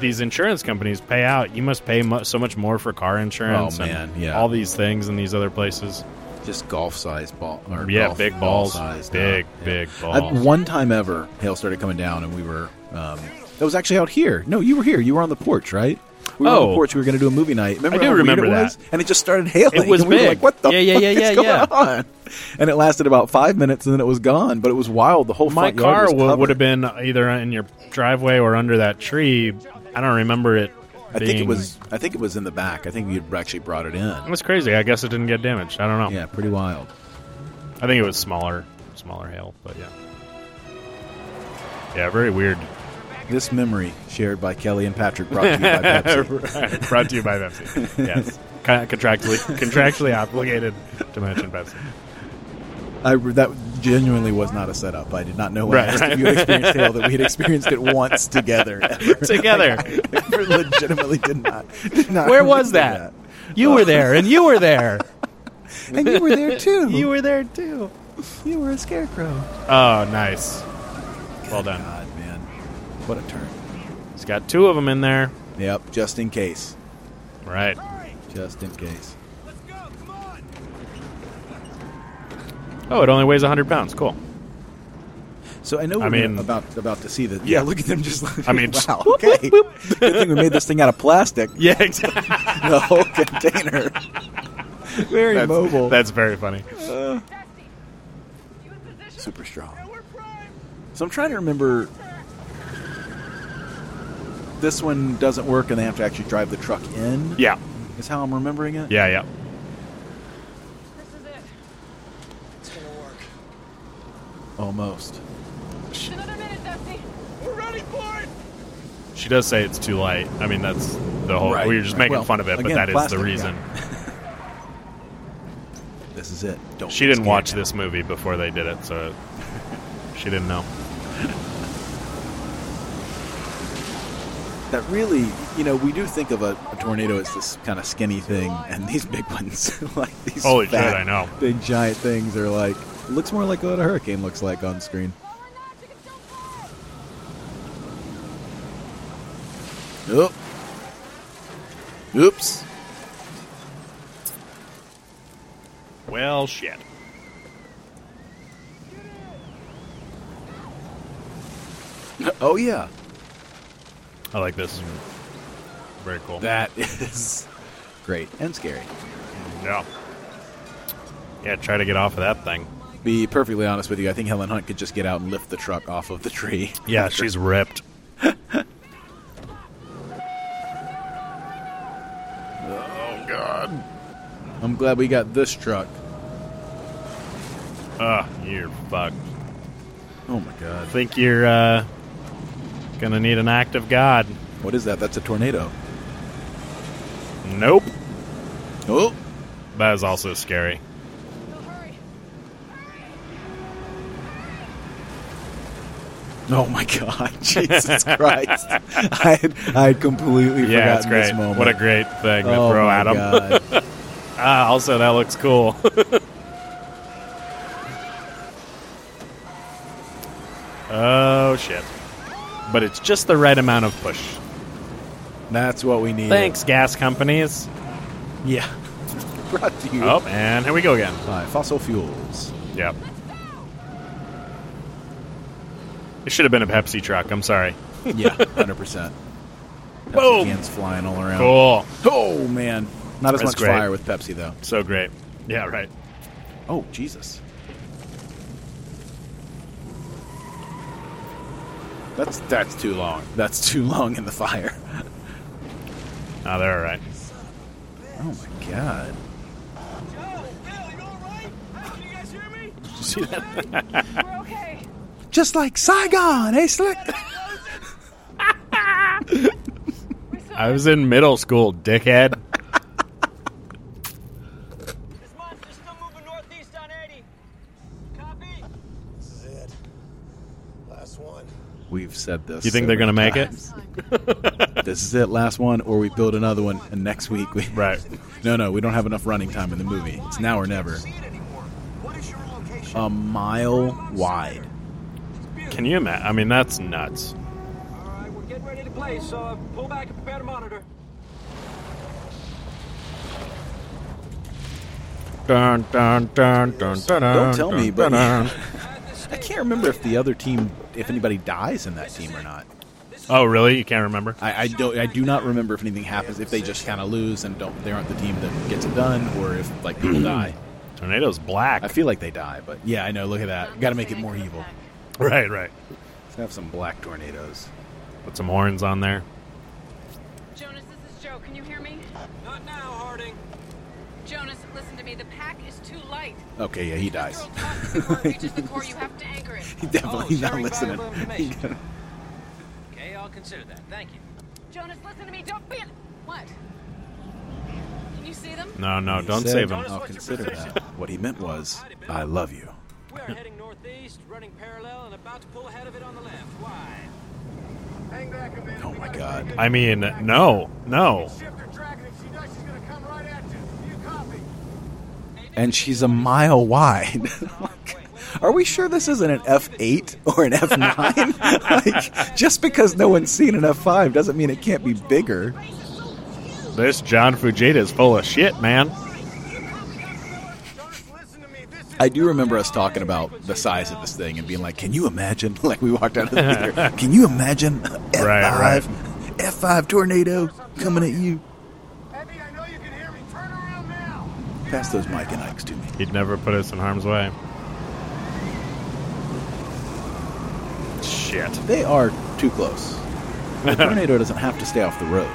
Speaker 11: these insurance companies pay out? You must pay mu- so much more for car insurance.
Speaker 4: Oh, man,
Speaker 11: and
Speaker 4: yeah.
Speaker 11: all these things in these other places.
Speaker 4: just golf size ball. Or
Speaker 11: Yeah,
Speaker 4: golf
Speaker 11: big
Speaker 4: ball
Speaker 11: balls.
Speaker 4: size,
Speaker 11: Big,
Speaker 4: yeah.
Speaker 11: big
Speaker 4: I-
Speaker 11: balls.
Speaker 4: one time ever, hail started coming down, and we were. Um, that was actually out here. No, you were here. You were on the porch, right? We were on
Speaker 11: Oh.
Speaker 4: the porch. We were going to do a movie night. Remember
Speaker 11: I do
Speaker 4: how weird
Speaker 11: remember
Speaker 4: it
Speaker 11: that.
Speaker 4: was? And it just started hailing.
Speaker 11: It was
Speaker 4: and we were
Speaker 11: big.
Speaker 4: like, what the
Speaker 11: Yeah, yeah,
Speaker 4: fuck
Speaker 11: yeah,
Speaker 4: is
Speaker 11: yeah,
Speaker 4: going
Speaker 11: yeah.
Speaker 4: on? And it lasted about five minutes, and then it was gone. But it was wild. The whole
Speaker 11: My
Speaker 4: front yard
Speaker 11: car
Speaker 4: was
Speaker 11: w-
Speaker 4: covered.
Speaker 11: would have been either in your driveway or under that tree. I don't remember it.
Speaker 4: I think it
Speaker 11: being-
Speaker 4: was. I think it was in the back. I think you actually brought it in.
Speaker 11: That's crazy. I guess it didn't get damaged. I don't know.
Speaker 4: Yeah, pretty wild.
Speaker 11: I think it was smaller, smaller hail, but yeah. Yeah, very weird.
Speaker 4: This memory shared by Kelly and Patrick brought to you by Pepsi.
Speaker 11: Brought to you by Pepsi. Yes. Con- Contractually, contractually obligated to mention Pepsi.
Speaker 4: I, that genuinely was not a setup. I did not know when I
Speaker 11: Right,
Speaker 4: asked
Speaker 11: right.
Speaker 4: if you had experienced hail that we had experienced it once together. ever.
Speaker 11: Together.
Speaker 4: Like, I legitimately did not. Did not
Speaker 11: Where was
Speaker 4: remember
Speaker 11: that? You were there, and you were there.
Speaker 4: that. And you were there too.
Speaker 11: You
Speaker 4: were there too. You were a scarecrow.
Speaker 11: Oh, nice. Well done.
Speaker 4: God, man, what a turn.
Speaker 11: He's got two of them in there.
Speaker 4: Yep, just in case.
Speaker 11: Right.
Speaker 4: Just in case.
Speaker 11: Oh, it only weighs 100 pounds. Cool.
Speaker 4: So I know
Speaker 11: I
Speaker 4: we're gonna-
Speaker 11: mean-
Speaker 4: about about to see the
Speaker 11: Yeah.
Speaker 4: yeah. Look at them just. Like,
Speaker 11: I mean,
Speaker 4: wow. Okay. Good thing we made this thing out of plastic.
Speaker 11: Yeah, exactly.
Speaker 4: the whole container. Very
Speaker 11: that's,
Speaker 4: mobile.
Speaker 11: That's very funny.
Speaker 4: Uh, super strong. So I'm trying to remember. This one doesn't work, and they have to actually drive the truck in.
Speaker 11: Yeah.
Speaker 4: is how I'm remembering it.
Speaker 11: Yeah, yeah.
Speaker 17: It's gonna work.
Speaker 4: almost.
Speaker 17: Another minute, Dusty. We're running for it.
Speaker 11: She does say it's too light. I mean, that's the whole.
Speaker 4: Right,
Speaker 11: we were just
Speaker 4: right.
Speaker 11: making
Speaker 4: Well,
Speaker 11: fun of it, but
Speaker 4: again,
Speaker 11: that is the
Speaker 4: plastic, yeah.
Speaker 11: reason.
Speaker 4: This is it. Don't.
Speaker 11: She didn't watch this movie before they did it, so she didn't know.
Speaker 4: That really, you know, we do think of a, a tornado as this kind of skinny thing, and these big ones, like these
Speaker 11: Holy shit,
Speaker 4: fat,
Speaker 11: I know.
Speaker 4: big giant things, are like looks more like what a hurricane looks like on screen. Nope. Oops.
Speaker 11: Well, shit.
Speaker 4: Oh yeah,
Speaker 11: I like this. Very cool.
Speaker 4: that is great and scary.
Speaker 11: Yeah. Yeah, try to get off of that thing.
Speaker 4: Be perfectly honest with you, I think Helen Hunt could just get out and lift the truck off of the tree.
Speaker 11: Yeah, she's ripped.
Speaker 4: Oh god. I'm glad we got this truck.
Speaker 11: Ugh, you're fucked.
Speaker 4: Oh my god.
Speaker 11: I think you're uh, gonna need an act of God.
Speaker 4: What is that? That's a tornado.
Speaker 11: Nope.
Speaker 4: Oh.
Speaker 11: That is also scary.
Speaker 4: Oh my god. Jesus Christ. I had, I had completely
Speaker 11: yeah, it's
Speaker 4: forgotten this
Speaker 11: great.
Speaker 4: moment.
Speaker 11: What a great thing to
Speaker 4: Oh
Speaker 11: throw
Speaker 4: my
Speaker 11: at him.
Speaker 4: God.
Speaker 11: ah, also, that looks cool. oh, shit. But it's just the right amount of push.
Speaker 4: That's what we need.
Speaker 11: Thanks, gas companies.
Speaker 4: Yeah. Brought to you
Speaker 11: Oh, and here we go again.
Speaker 4: by fossil fuels.
Speaker 11: Yep. It should have been a Pepsi truck. I'm sorry.
Speaker 4: Yeah, 100%.
Speaker 11: Boom.
Speaker 4: Pepsi cans flying all around.
Speaker 11: Cool.
Speaker 4: Oh man. Not as
Speaker 11: That's
Speaker 4: much
Speaker 11: great.
Speaker 4: fire with Pepsi though.
Speaker 11: So great. Yeah, right.
Speaker 4: Oh Jesus. That's that's too long. That's too long in the fire.
Speaker 11: Oh, they're all right.
Speaker 4: Oh my god.
Speaker 11: Did you see that?
Speaker 17: We're okay.
Speaker 4: Just like Saigon, eh, Slick?
Speaker 11: I was in middle school, dickhead.
Speaker 17: This monster's still moving northeast on 80. Copy.
Speaker 8: This is it. Last one.
Speaker 4: We've said this.
Speaker 11: You think they're gonna make it?
Speaker 4: it? This is it, last one, or we build another one, and next week we.
Speaker 11: Right.
Speaker 4: No, no, we don't have enough running time in the movie. It's now or never. Oh. A mile wide.
Speaker 11: Can you imagine? I mean, that's nuts.
Speaker 24: All right, we're getting ready to play, so uh, pull back and prepare to monitor.
Speaker 11: Dun, dun, dun, dun, dun,
Speaker 4: Don't tell me,
Speaker 11: dun,
Speaker 4: but
Speaker 11: dun, dun.
Speaker 4: I can't remember if the other team, if anybody dies in that team or not.
Speaker 11: Oh, really? You can't remember?
Speaker 4: I, I don't. I do not remember if anything happens. If they just kind of lose and don't, they aren't the team that gets it done, or if like people die.
Speaker 11: Tornado's black.
Speaker 4: I feel like they die, but yeah, I know. Look at that. Got to make it more evil.
Speaker 11: Right, right.
Speaker 4: Let's have some black tornadoes.
Speaker 11: Put some horns on there.
Speaker 1: Jonas, this is Joe. Can you hear me? Not now, Harding. Jonas, listen to me. The pack is too light.
Speaker 4: Okay, yeah, he dies.
Speaker 1: Reaches the core, you have to anchor it.
Speaker 4: He definitely
Speaker 1: Oh,
Speaker 4: not
Speaker 1: very
Speaker 4: listening.
Speaker 1: valuable
Speaker 4: He
Speaker 1: information.
Speaker 4: gonna-
Speaker 1: Okay, I'll consider that. Thank you. Jonas, listen to me. Don't be. An- what? Can you see them?
Speaker 11: No, no,
Speaker 4: He
Speaker 11: don't
Speaker 4: said,
Speaker 11: save him.
Speaker 4: I'll consider that. What he meant was, I love you.
Speaker 24: We are heading northeast, running parallel, and about to pull ahead of it on the left. Why? Hang back a minute.
Speaker 4: Oh my god.
Speaker 11: I mean, no, no.
Speaker 4: And she's a mile wide. Like, Are we sure this isn't an F8 or an F9? like, just because no one's seen an F5 doesn't mean it can't be bigger.
Speaker 11: This John Fujita is full of shit, man.
Speaker 4: I do remember us talking about the size of this thing and being like, "Can you imagine?" Like we walked out of the theater. Can you imagine F5
Speaker 11: Right,
Speaker 4: F5 tornado coming at you? Pass those Mike and Ikes to me.
Speaker 11: He'd never put us in harm's way. Shit.
Speaker 4: They are too close. The tornado doesn't have to stay off the road.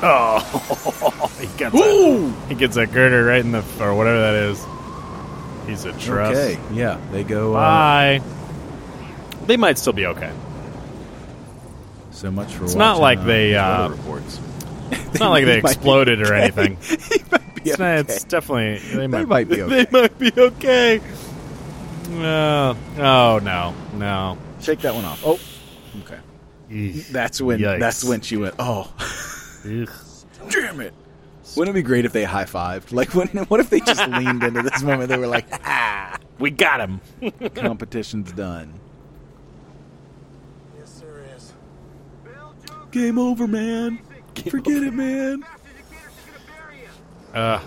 Speaker 11: Oh, he gets a, he gets a girder right in the or whatever that is. He's a truss.
Speaker 4: Okay, yeah, they go. Uh,
Speaker 11: Bye. They might still be okay.
Speaker 4: so much for
Speaker 11: It's not
Speaker 4: watching,
Speaker 11: like
Speaker 4: uh,
Speaker 11: they, uh,
Speaker 4: weather reports.
Speaker 11: It's not like they
Speaker 4: He might be
Speaker 11: exploded or
Speaker 4: okay.
Speaker 11: anything.
Speaker 4: He might be
Speaker 11: it's, not, it's definitely they might,
Speaker 4: might be okay.
Speaker 11: They might be okay. Uh, oh no, no.
Speaker 4: Shake that one off. Oh, okay. That's when.
Speaker 11: Yikes.
Speaker 4: That's when she went. Oh,
Speaker 11: Ugh.
Speaker 4: damn it! Wouldn't it be great if they high fived? Like, wouldn't, what if they just leaned into this moment? They were like, ah,
Speaker 11: we got him.
Speaker 4: competition's done.
Speaker 8: Yes, there is.
Speaker 4: Game over, man. Forget it, man.
Speaker 11: Uh,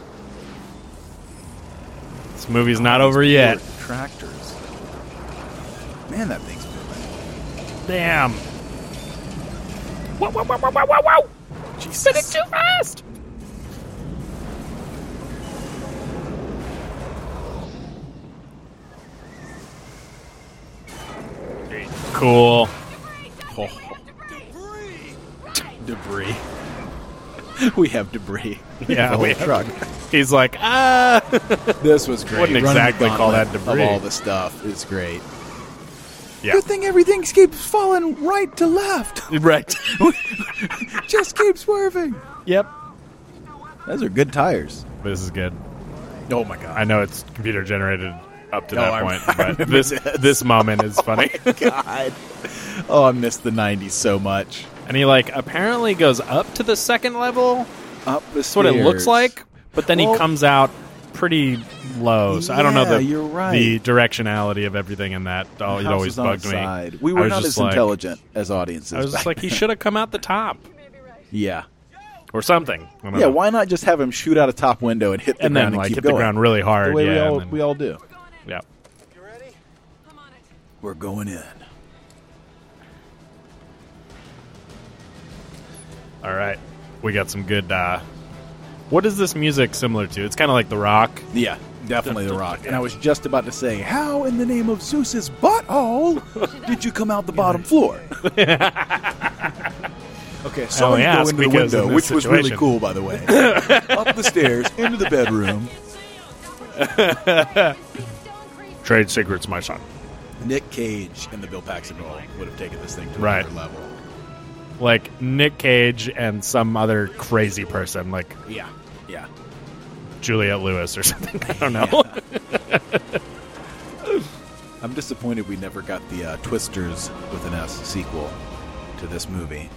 Speaker 11: this movie's not over yet.
Speaker 4: Tractors. Man, that thing's
Speaker 11: Damn. Wow! Wow! Wow! Wow! Wow! Wow!
Speaker 4: Jesus.
Speaker 11: too fast. Cool.
Speaker 4: Oh. Debris. we have debris.
Speaker 11: Yeah,
Speaker 4: The whole
Speaker 11: we-
Speaker 4: truck.
Speaker 11: He's like, ah.
Speaker 4: This was great.
Speaker 11: Wouldn't
Speaker 4: Running
Speaker 11: exactly call that
Speaker 4: gauntlet
Speaker 11: debris.
Speaker 4: Of all the stuff is great.
Speaker 11: Yeah.
Speaker 4: Good thing everything keeps falling right to left.
Speaker 11: Right.
Speaker 4: Just keep swerving.
Speaker 11: Yep.
Speaker 4: Those are good tires.
Speaker 11: This is good.
Speaker 4: Oh my god.
Speaker 11: I know it's computer generated up to
Speaker 4: No,
Speaker 11: that
Speaker 4: I-
Speaker 11: point,
Speaker 4: I
Speaker 11: but
Speaker 4: remember
Speaker 11: this
Speaker 4: this.
Speaker 11: this moment is funny.
Speaker 4: God. Oh, I miss the 90s so much.
Speaker 11: and he like apparently goes up to the second level.
Speaker 4: Up the
Speaker 11: That's Uh, what it looks
Speaker 4: stairs.
Speaker 11: like, but then
Speaker 4: Well-
Speaker 11: he comes out pretty low. So I don't know
Speaker 4: Yeah,
Speaker 11: the
Speaker 4: you're right.
Speaker 11: the directionality of everything in that. Oh,
Speaker 4: The
Speaker 11: it
Speaker 4: house
Speaker 11: always
Speaker 4: was on
Speaker 11: bugged
Speaker 4: its side.
Speaker 11: me.
Speaker 4: We
Speaker 11: I
Speaker 4: were
Speaker 11: was
Speaker 4: not
Speaker 11: just
Speaker 4: as
Speaker 11: like-
Speaker 4: intelligent as audiences.
Speaker 11: I was just
Speaker 4: back
Speaker 11: like, he
Speaker 4: then.
Speaker 11: should have come out the top
Speaker 4: Yeah.
Speaker 11: or something. I don't
Speaker 4: Yeah,
Speaker 11: know.
Speaker 4: why not just have him shoot out a top window and hit the
Speaker 11: and
Speaker 4: ground
Speaker 11: then like
Speaker 4: and
Speaker 11: hit
Speaker 4: keep going?
Speaker 11: the ground really hard.
Speaker 4: The way
Speaker 11: yeah,
Speaker 4: we, all,
Speaker 11: and then-
Speaker 4: we all do.
Speaker 11: yeah.
Speaker 4: We're going in.
Speaker 11: All right, we got some good. Uh, what is this music similar to? It's kind of like The Rock.
Speaker 4: Yeah, definitely The Rock. And I was just about to say, how in the name of Zeus's butthole did you come out the bottom floor? okay, so
Speaker 11: only
Speaker 4: go
Speaker 11: ask
Speaker 4: into the
Speaker 11: because in
Speaker 4: window,
Speaker 11: this
Speaker 4: which was really
Speaker 11: situation-
Speaker 4: cool, by the way. Up the stairs, into the bedroom.
Speaker 11: Trade secrets, my son.
Speaker 4: Nick Cage and the Bill Paxton role would have taken this thing to
Speaker 11: Right.
Speaker 4: another level.
Speaker 11: Like Nick Cage and some other crazy person, like
Speaker 4: Yeah, yeah.
Speaker 11: Juliet Lewis or something. I don't know.
Speaker 4: I'm disappointed we never got the uh, Twisters with an S sequel to this movie.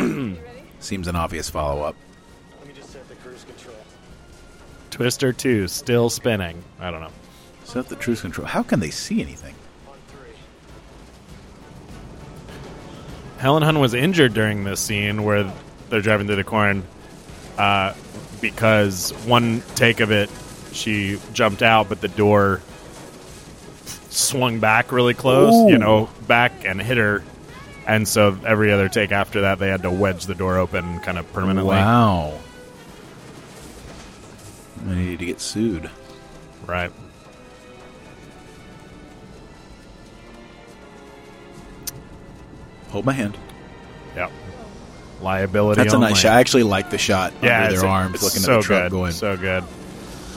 Speaker 4: Seems an obvious follow up.
Speaker 8: Let me just set the cruise control.
Speaker 11: Twister two still spinning. I don't know.
Speaker 4: Set the truth control. How can they see anything?
Speaker 11: Helen Hunt was injured during this scene where they're driving through the corn. Uh, because one take of it, she jumped out, but the door swung back really close, you
Speaker 29: Ooh.
Speaker 11: know, back and hit her. And so every other take after that, they had to wedge the door open kind of permanently.
Speaker 4: Wow. I need to get sued.
Speaker 11: Right.
Speaker 4: Hold my hand.
Speaker 11: Yep. Liability.
Speaker 4: That's a
Speaker 11: only.
Speaker 4: nice shot. I actually like the shot
Speaker 11: Yeah,
Speaker 4: under
Speaker 11: it's,
Speaker 4: their arms,
Speaker 11: it's
Speaker 4: looking
Speaker 11: so
Speaker 4: at the truck
Speaker 11: good.
Speaker 4: going.
Speaker 11: So good.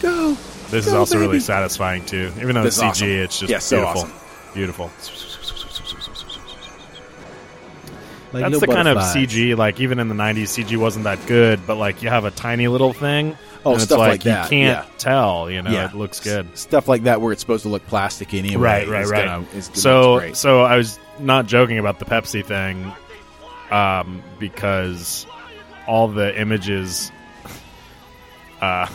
Speaker 4: Go.
Speaker 11: This is
Speaker 4: Go,
Speaker 11: also really
Speaker 4: baby.
Speaker 11: satisfying too. Even though
Speaker 4: This
Speaker 11: it's
Speaker 4: is
Speaker 11: CG,
Speaker 4: awesome.
Speaker 11: it's just
Speaker 4: Yeah, so
Speaker 11: beautiful.
Speaker 4: awesome.
Speaker 11: Beautiful.
Speaker 4: Like
Speaker 11: That's
Speaker 4: little
Speaker 11: the kind of
Speaker 4: butterflies.
Speaker 11: CG. Like even in the '90s, CG wasn't that good, but like you have a tiny little thing.
Speaker 4: Oh,
Speaker 11: and it's
Speaker 4: stuff
Speaker 11: like,
Speaker 4: like that,
Speaker 11: You can't
Speaker 4: yeah.
Speaker 11: tell. You know,
Speaker 4: Yeah.
Speaker 11: it looks good.
Speaker 4: Stuff like that where it's supposed to look plastic anyway.
Speaker 11: Right, right,
Speaker 4: is
Speaker 11: right.
Speaker 4: gonna- is gonna-
Speaker 11: so,
Speaker 4: it's great.
Speaker 11: so I was not joking about the Pepsi thing, um, because all the images, uh,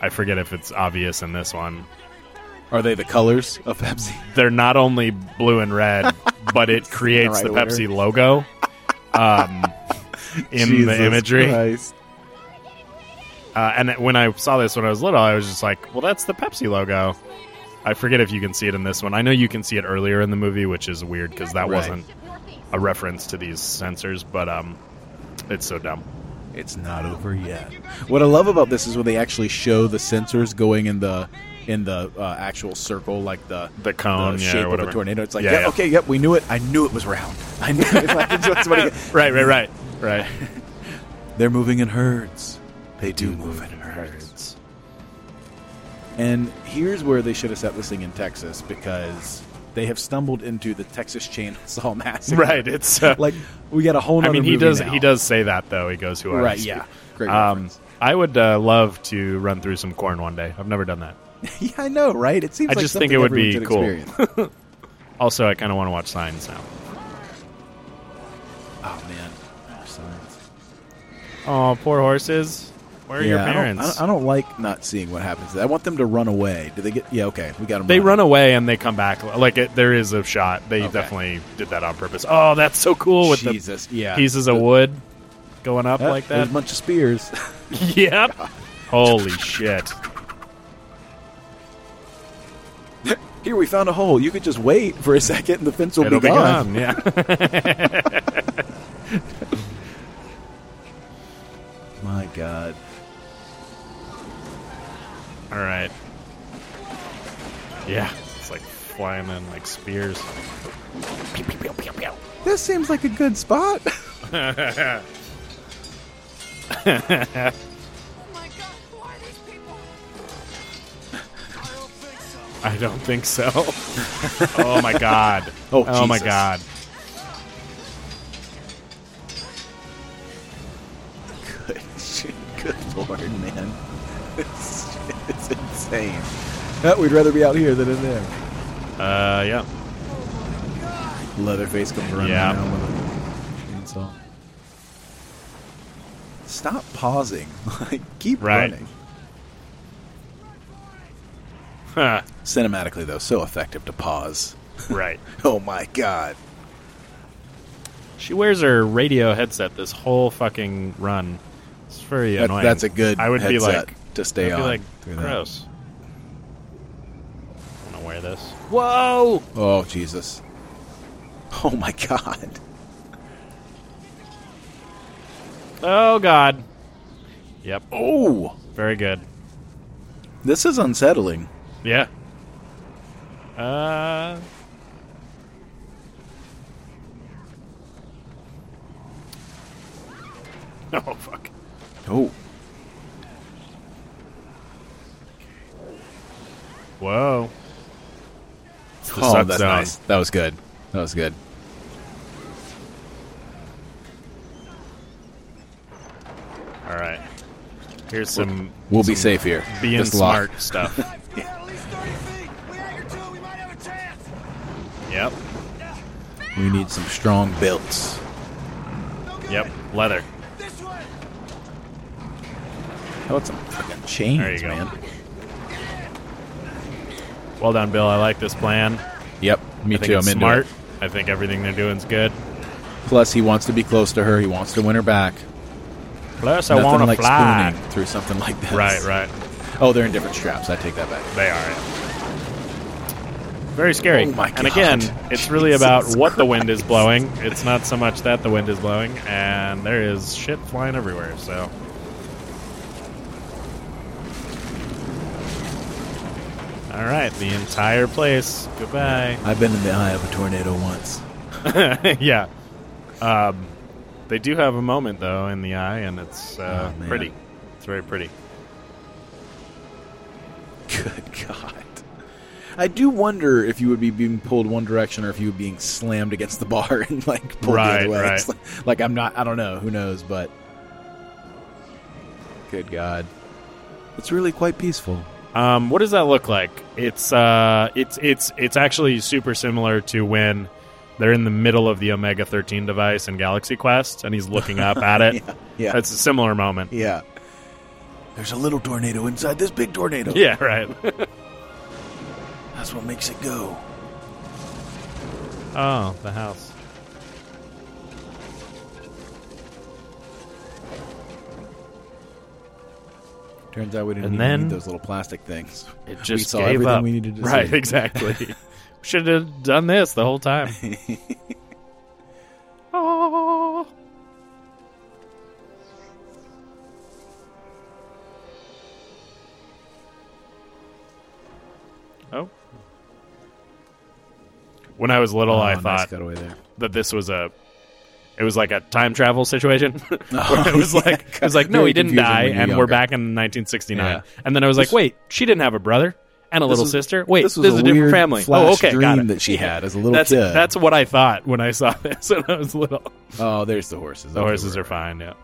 Speaker 11: I forget if it's obvious in this one.
Speaker 4: Are they the colors of Pepsi?
Speaker 11: They're not only blue and red, but it creates the,
Speaker 4: right order.
Speaker 11: Pepsi logo um, in
Speaker 4: Jesus
Speaker 11: the imagery.
Speaker 4: Christ.
Speaker 11: Uh, and when I saw this when I was little, I was just like, "Well, that's the Pepsi logo." I forget if you can see it in this one. I know you can see it earlier in the movie, which is weird because that
Speaker 4: Right.
Speaker 11: wasn't a reference to these sensors. But um, it's so dumb.
Speaker 4: It's not over yet. What I love about this is when they actually show the sensors going in the in the uh, actual circle, like the
Speaker 11: the cone, yeah, or
Speaker 4: shape of
Speaker 11: whatever.
Speaker 4: a tornado. It's like,
Speaker 11: Yeah,
Speaker 4: yep,
Speaker 11: yeah.
Speaker 4: okay, yep, we knew it. I knew it was round. I knew it. Like, it's just what it-
Speaker 11: Right, right, right, right.
Speaker 4: They're moving in herds. They do move in herds. And here's where they should have set this thing in Texas because they have stumbled into the Texas Chainsaw Massacre.
Speaker 11: Right, it's, uh,
Speaker 4: like we got a whole.
Speaker 11: I mean,
Speaker 4: nother
Speaker 11: he
Speaker 4: movie
Speaker 11: does
Speaker 4: now.
Speaker 11: he does say that though. He goes, "Who are
Speaker 4: Right,
Speaker 11: these
Speaker 4: yeah.
Speaker 11: people?"
Speaker 4: Great
Speaker 11: um, I would uh, love to run through some corn one day. I've never done that.
Speaker 4: yeah, I know, right? It seems.
Speaker 11: I
Speaker 4: like
Speaker 11: just think
Speaker 4: something
Speaker 11: it would be
Speaker 4: everyone should
Speaker 11: cool.
Speaker 4: experience.
Speaker 11: also, I kind of want to watch Signs now.
Speaker 4: Oh man, Signs.
Speaker 11: Oh, poor horses. Where are your
Speaker 4: Yeah, I don't-
Speaker 11: parents?
Speaker 4: I don't, I don't like not seeing what happens. I want them to run away. Do they get? Yeah, okay, we got them.
Speaker 11: They run away and they come back. Like it, there is a shot. They definitely did that on purpose. Oh, that's so cool with
Speaker 4: Jesus,
Speaker 11: the
Speaker 4: yeah.
Speaker 11: pieces of wood going up like
Speaker 4: There's
Speaker 11: that.
Speaker 4: a bunch of spears.
Speaker 11: yep. Holy shit.
Speaker 4: Here we found a hole. You could just wait for a second, and the fence will
Speaker 11: It'll
Speaker 4: be
Speaker 11: be
Speaker 4: gone.
Speaker 11: gone, yeah.
Speaker 4: My God.
Speaker 11: All right. Yeah, it's like flying in like spears. Pew, pew, pew, pew, pew.
Speaker 4: This seems like a good spot.
Speaker 11: I don't think so. oh my god.
Speaker 4: Oh,
Speaker 11: my
Speaker 4: Jesus.
Speaker 11: god.
Speaker 4: good shit. Good lord, man. This shit is insane. Uh, we'd rather be out here than in there.
Speaker 11: Uh, yeah.
Speaker 4: Leatherface comes running
Speaker 11: Yeah.
Speaker 4: around with a chainsaw. Stop pausing. Like, keep
Speaker 11: Right.
Speaker 4: running.
Speaker 11: Huh.
Speaker 4: Cinematically, though, so effective to pause.
Speaker 11: Right.
Speaker 4: oh my god.
Speaker 11: She wears her radio headset this whole fucking run. It's very
Speaker 4: That-
Speaker 11: annoying.
Speaker 4: that's a good
Speaker 11: I would be
Speaker 4: headset
Speaker 11: like
Speaker 4: to stay
Speaker 11: I'd be
Speaker 4: on
Speaker 11: like
Speaker 4: through that.
Speaker 11: gross. I want to wear this. Whoa!
Speaker 4: Oh Jesus. Oh my god.
Speaker 11: Oh god. Yep.
Speaker 4: Oh.
Speaker 11: Very good.
Speaker 4: This is unsettling.
Speaker 11: Yeah. Uh. Oh fuck.
Speaker 4: Oh.
Speaker 11: Whoa. It's the
Speaker 4: Oh,
Speaker 11: suck
Speaker 4: that's
Speaker 11: zone.
Speaker 4: nice. That was good. That was good.
Speaker 11: All right. Here's some.
Speaker 4: We'll be
Speaker 11: some
Speaker 4: safe here.
Speaker 11: Being
Speaker 4: Just lock.
Speaker 11: smart stuff. Yep.
Speaker 4: We need some strong belts.
Speaker 11: Yep. Leather.
Speaker 4: How about some fucking chains,
Speaker 11: There you go.
Speaker 4: man?
Speaker 11: Well done, Bill. I like this plan.
Speaker 4: Yep. Me
Speaker 11: I think
Speaker 4: too.
Speaker 11: It's
Speaker 4: I'm into
Speaker 11: smart.
Speaker 4: it.
Speaker 11: I think everything they're doing is good.
Speaker 4: Plus, he wants to be close to her. He wants to win her back.
Speaker 11: Plus, I
Speaker 4: Nothing
Speaker 11: want to
Speaker 4: like
Speaker 11: fly.
Speaker 4: spooning through something like this.
Speaker 11: Right, right.
Speaker 4: Oh, they're in different straps. I take that back.
Speaker 11: They are. Very scary.
Speaker 4: Oh my
Speaker 11: And again,
Speaker 4: God.
Speaker 11: it's really about
Speaker 4: Jesus
Speaker 11: what the wind is blowing. It's not so much that the wind is blowing, and there is shit flying everywhere. So All right, the entire place. Goodbye.
Speaker 4: I've been in the eye of a tornado once.
Speaker 11: yeah. Um, they do have a moment though in the eye, and it's uh,
Speaker 4: Oh, man.
Speaker 11: pretty. It's very pretty.
Speaker 4: Good God. I do wonder if you would be being pulled one direction or if you were being slammed against the bar and like pulled the
Speaker 11: Right,
Speaker 4: other way.
Speaker 11: right.
Speaker 4: It's Like, like, I'm not. I don't know. Who knows? But good God, it's really quite peaceful.
Speaker 11: Um, what does that look like? It's uh, it's it's it's actually super similar to when they're in the middle of the Omega Thirteen device in Galaxy Quest, and he's looking up at it.
Speaker 4: Yeah, yeah.
Speaker 11: that's a similar moment.
Speaker 4: Yeah. There's a little tornado inside this big tornado.
Speaker 11: Yeah, right.
Speaker 4: That's what makes it go.
Speaker 11: oh, the house.
Speaker 4: Turns out we didn't
Speaker 11: And
Speaker 4: even
Speaker 11: then
Speaker 4: need those little plastic things.
Speaker 11: It
Speaker 4: we
Speaker 11: just
Speaker 4: saw
Speaker 11: gave
Speaker 4: everything
Speaker 11: up.
Speaker 4: we needed to
Speaker 11: right,
Speaker 4: see.
Speaker 11: exactly. Should have done this the whole time. oh. Oh. When I was little,
Speaker 4: Oh,
Speaker 11: I
Speaker 4: nice
Speaker 11: thought
Speaker 4: cutaway there.
Speaker 11: that this was a. It was like a time travel situation. Where it was
Speaker 4: yeah.
Speaker 11: like it was like no,
Speaker 4: Very
Speaker 11: he didn't
Speaker 4: confusing
Speaker 11: die,
Speaker 4: when you're
Speaker 11: and we're
Speaker 4: younger.
Speaker 11: back in 1969.
Speaker 4: Yeah.
Speaker 11: And then I was like,
Speaker 4: This-
Speaker 11: wait, she didn't have a brother and a
Speaker 4: This
Speaker 11: little
Speaker 4: was-
Speaker 11: sister. Wait,
Speaker 4: this
Speaker 11: this,
Speaker 4: was a
Speaker 11: is a different
Speaker 4: weird
Speaker 11: family.
Speaker 4: flash
Speaker 11: oh, okay, got
Speaker 4: dream
Speaker 11: it.
Speaker 4: that she had as a little
Speaker 11: that's,
Speaker 4: kid.
Speaker 11: That's what I thought when I saw this when I was little.
Speaker 4: Oh, there's the horses.
Speaker 11: The
Speaker 4: Okay,
Speaker 11: horses
Speaker 4: we're-
Speaker 11: are fine. Yeah.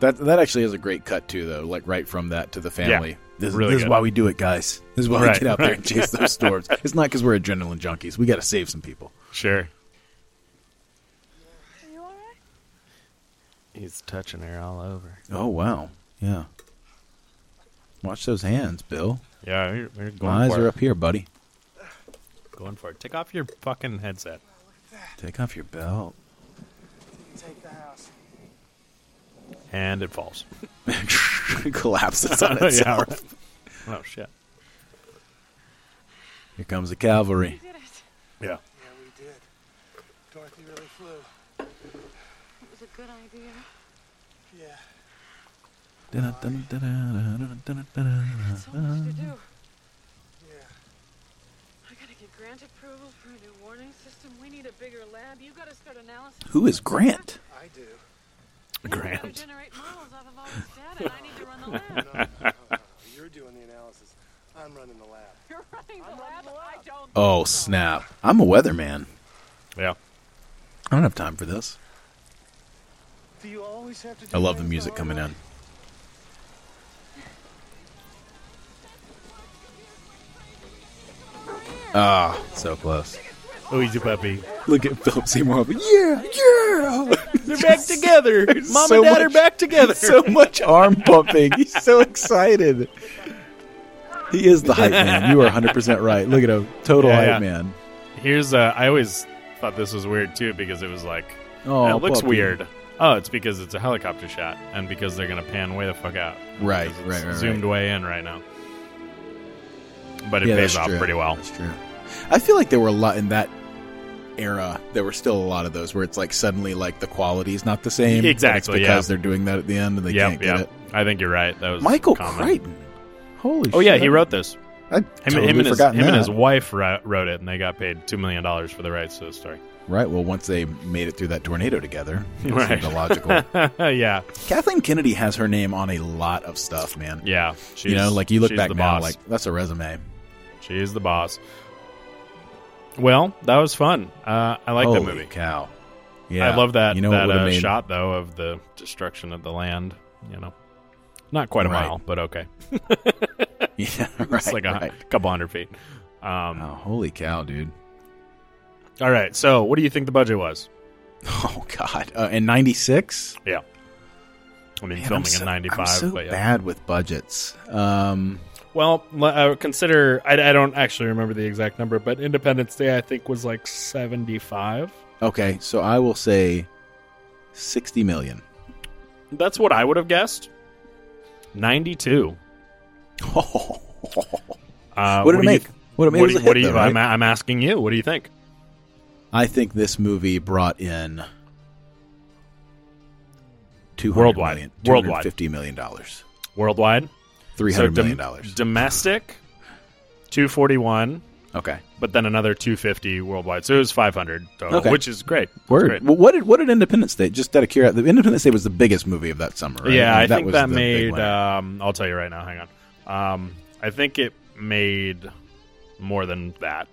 Speaker 4: That that actually is a great cut too, though. Like right from that to the family.
Speaker 11: Yeah.
Speaker 4: This,
Speaker 11: Really
Speaker 4: this is
Speaker 11: good.
Speaker 4: why we do it, guys. This is why
Speaker 11: Right,
Speaker 4: we get out there
Speaker 11: right.
Speaker 4: and chase those storms. It's not because we're adrenaline junkies. We got to save some people.
Speaker 11: Sure. He's touching her all over.
Speaker 4: Oh wow, yeah. Watch those hands, Bill.
Speaker 11: Yeah, we're, we're going
Speaker 4: My eyes
Speaker 11: for
Speaker 4: are
Speaker 11: it.
Speaker 4: up here, buddy.
Speaker 11: Going for it. Take off your fucking headset.
Speaker 4: Take off your belt.
Speaker 17: Take the house.
Speaker 11: And it falls.
Speaker 4: Collapses on
Speaker 11: Yeah,
Speaker 4: itself.
Speaker 11: right. Oh shit.
Speaker 4: Here comes the cavalry.
Speaker 11: Yeah.
Speaker 17: Yeah, we did. Dorothy really flew.
Speaker 18: It was a good idea.
Speaker 17: Yeah.
Speaker 18: So much to do.
Speaker 17: Yeah.
Speaker 18: I gotta get Grant approval for a new warning system. We need a bigger lab. You gotta start analysis.
Speaker 4: Who is Grant?
Speaker 17: I do.
Speaker 18: Gotta
Speaker 11: Grant.
Speaker 18: generate models out of all this data. and I need to run the lab.
Speaker 17: No, no, no, no. You're doing the analysis. I'm running the lab.
Speaker 18: You're running the lab. I don't.
Speaker 4: Oh snap! I'm a weatherman.
Speaker 11: Yeah.
Speaker 4: I don't have time for this.
Speaker 17: Do you always have to do
Speaker 4: I love the
Speaker 17: things
Speaker 4: music
Speaker 17: hard
Speaker 4: coming
Speaker 17: way?
Speaker 4: in. Ah, so close.
Speaker 11: Oh, he's a puppy.
Speaker 4: Look at Philip Seymour Hoffman. Yeah, yeah.
Speaker 11: They're back together.
Speaker 4: There's
Speaker 11: Mom
Speaker 4: so
Speaker 11: and dad are
Speaker 4: much-
Speaker 11: back together.
Speaker 4: So much arm pumping. He's so excited. He is the hype man. You are 100% right. Look at him. Total
Speaker 11: Yeah,
Speaker 4: hype
Speaker 11: yeah.
Speaker 4: man.
Speaker 11: Here's uh I always thought this was weird too because it was like
Speaker 4: Oh,
Speaker 11: it looks
Speaker 4: puppy.
Speaker 11: weird. Oh, it's because it's a helicopter shot and because they're gonna pan way the fuck out.
Speaker 4: Right,
Speaker 11: Because
Speaker 4: right,
Speaker 11: it's
Speaker 4: right,
Speaker 11: Zoomed way in right now. But it
Speaker 4: Yeah,
Speaker 11: pays
Speaker 4: that's
Speaker 11: off
Speaker 4: true.
Speaker 11: pretty well.
Speaker 4: That's true. I feel like there were a lot in that era. There were still a lot of those where it's like suddenly like the quality's not the same. but
Speaker 11: Exactly,
Speaker 4: It's
Speaker 11: yeah.
Speaker 4: because they're doing that at the end and they
Speaker 11: yep,
Speaker 4: can't get
Speaker 11: yep. I think you're right. That
Speaker 4: it.
Speaker 11: was
Speaker 4: Michael
Speaker 11: common.
Speaker 4: Crichton. Holy
Speaker 11: Oh yeah,
Speaker 4: shit.
Speaker 11: he wrote this.
Speaker 4: I
Speaker 11: Him,
Speaker 4: totally
Speaker 11: him and his,
Speaker 4: forgotten
Speaker 11: him and
Speaker 4: that.
Speaker 11: his wife ri- wrote it, and they got paid two million dollars for the rights to the story.
Speaker 4: Right. Well, once they made it through that tornado together, it
Speaker 11: Right.
Speaker 4: seemed illogical.
Speaker 11: Uh, yeah,
Speaker 4: Kathleen Kennedy has her name on a lot of stuff, man.
Speaker 11: yeah. She's,
Speaker 4: you know, like you look
Speaker 11: she's
Speaker 4: back
Speaker 11: the
Speaker 4: now,
Speaker 11: boss.
Speaker 4: like that's a resume.
Speaker 11: she's the boss. Well, that was fun. Uh, I like
Speaker 4: Holy
Speaker 11: that movie.
Speaker 4: Cow. Oh, Yeah.
Speaker 11: I love that
Speaker 4: You know
Speaker 11: that
Speaker 4: what
Speaker 11: uh,
Speaker 4: would've made
Speaker 11: shot though of the destruction of the land. You know, not quite a
Speaker 4: Right.
Speaker 11: mile, but okay.
Speaker 4: Yeah.
Speaker 11: it's
Speaker 4: right,
Speaker 11: like a hun-
Speaker 4: right.
Speaker 11: couple hundred feet. Um,
Speaker 4: Wow, holy cow, dude.
Speaker 11: All right. So, what do you think the budget was?
Speaker 4: Oh God! Uh, and ninety six.
Speaker 11: Yeah. I mean,
Speaker 4: Man,
Speaker 11: filming
Speaker 4: I'm so,
Speaker 11: in '95,
Speaker 4: I'm so
Speaker 11: but yeah.
Speaker 4: bad with budgets. Um,
Speaker 11: Well, l- uh, consider I, I don't actually remember the exact number, but Independence Day I think was like seventy five.
Speaker 4: okay, so I will say sixty million.
Speaker 11: That's what I would have guessed. 92. Uh,
Speaker 4: What did it
Speaker 11: do you-
Speaker 4: make? What it made
Speaker 11: what
Speaker 4: was
Speaker 11: do
Speaker 4: a
Speaker 11: you- what
Speaker 4: hit,
Speaker 11: do you-
Speaker 4: though,
Speaker 11: I'm,
Speaker 4: right?
Speaker 11: I'm asking you. What do you think?
Speaker 4: I think this movie brought in two
Speaker 11: Worldwide. Worldwide.
Speaker 4: fifty million dollars.
Speaker 11: Worldwide?
Speaker 4: Three
Speaker 11: So
Speaker 4: hundred
Speaker 11: dom-
Speaker 4: million dollars.
Speaker 11: Domestic, 241.
Speaker 4: Okay.
Speaker 11: But then another 250 worldwide. So it was 500 total,
Speaker 4: Okay.
Speaker 11: which is great. It's
Speaker 4: Word.
Speaker 11: great.
Speaker 4: Well, what did what did Independence Day? Just out of curiosity, the Independence Day was the biggest movie of that summer. Right?
Speaker 11: Yeah, I
Speaker 4: Like,
Speaker 11: think
Speaker 4: was
Speaker 11: that
Speaker 4: the big
Speaker 11: made.
Speaker 4: winner.
Speaker 11: Um, I'll tell you right now. Hang on. Um, I think it made more than that.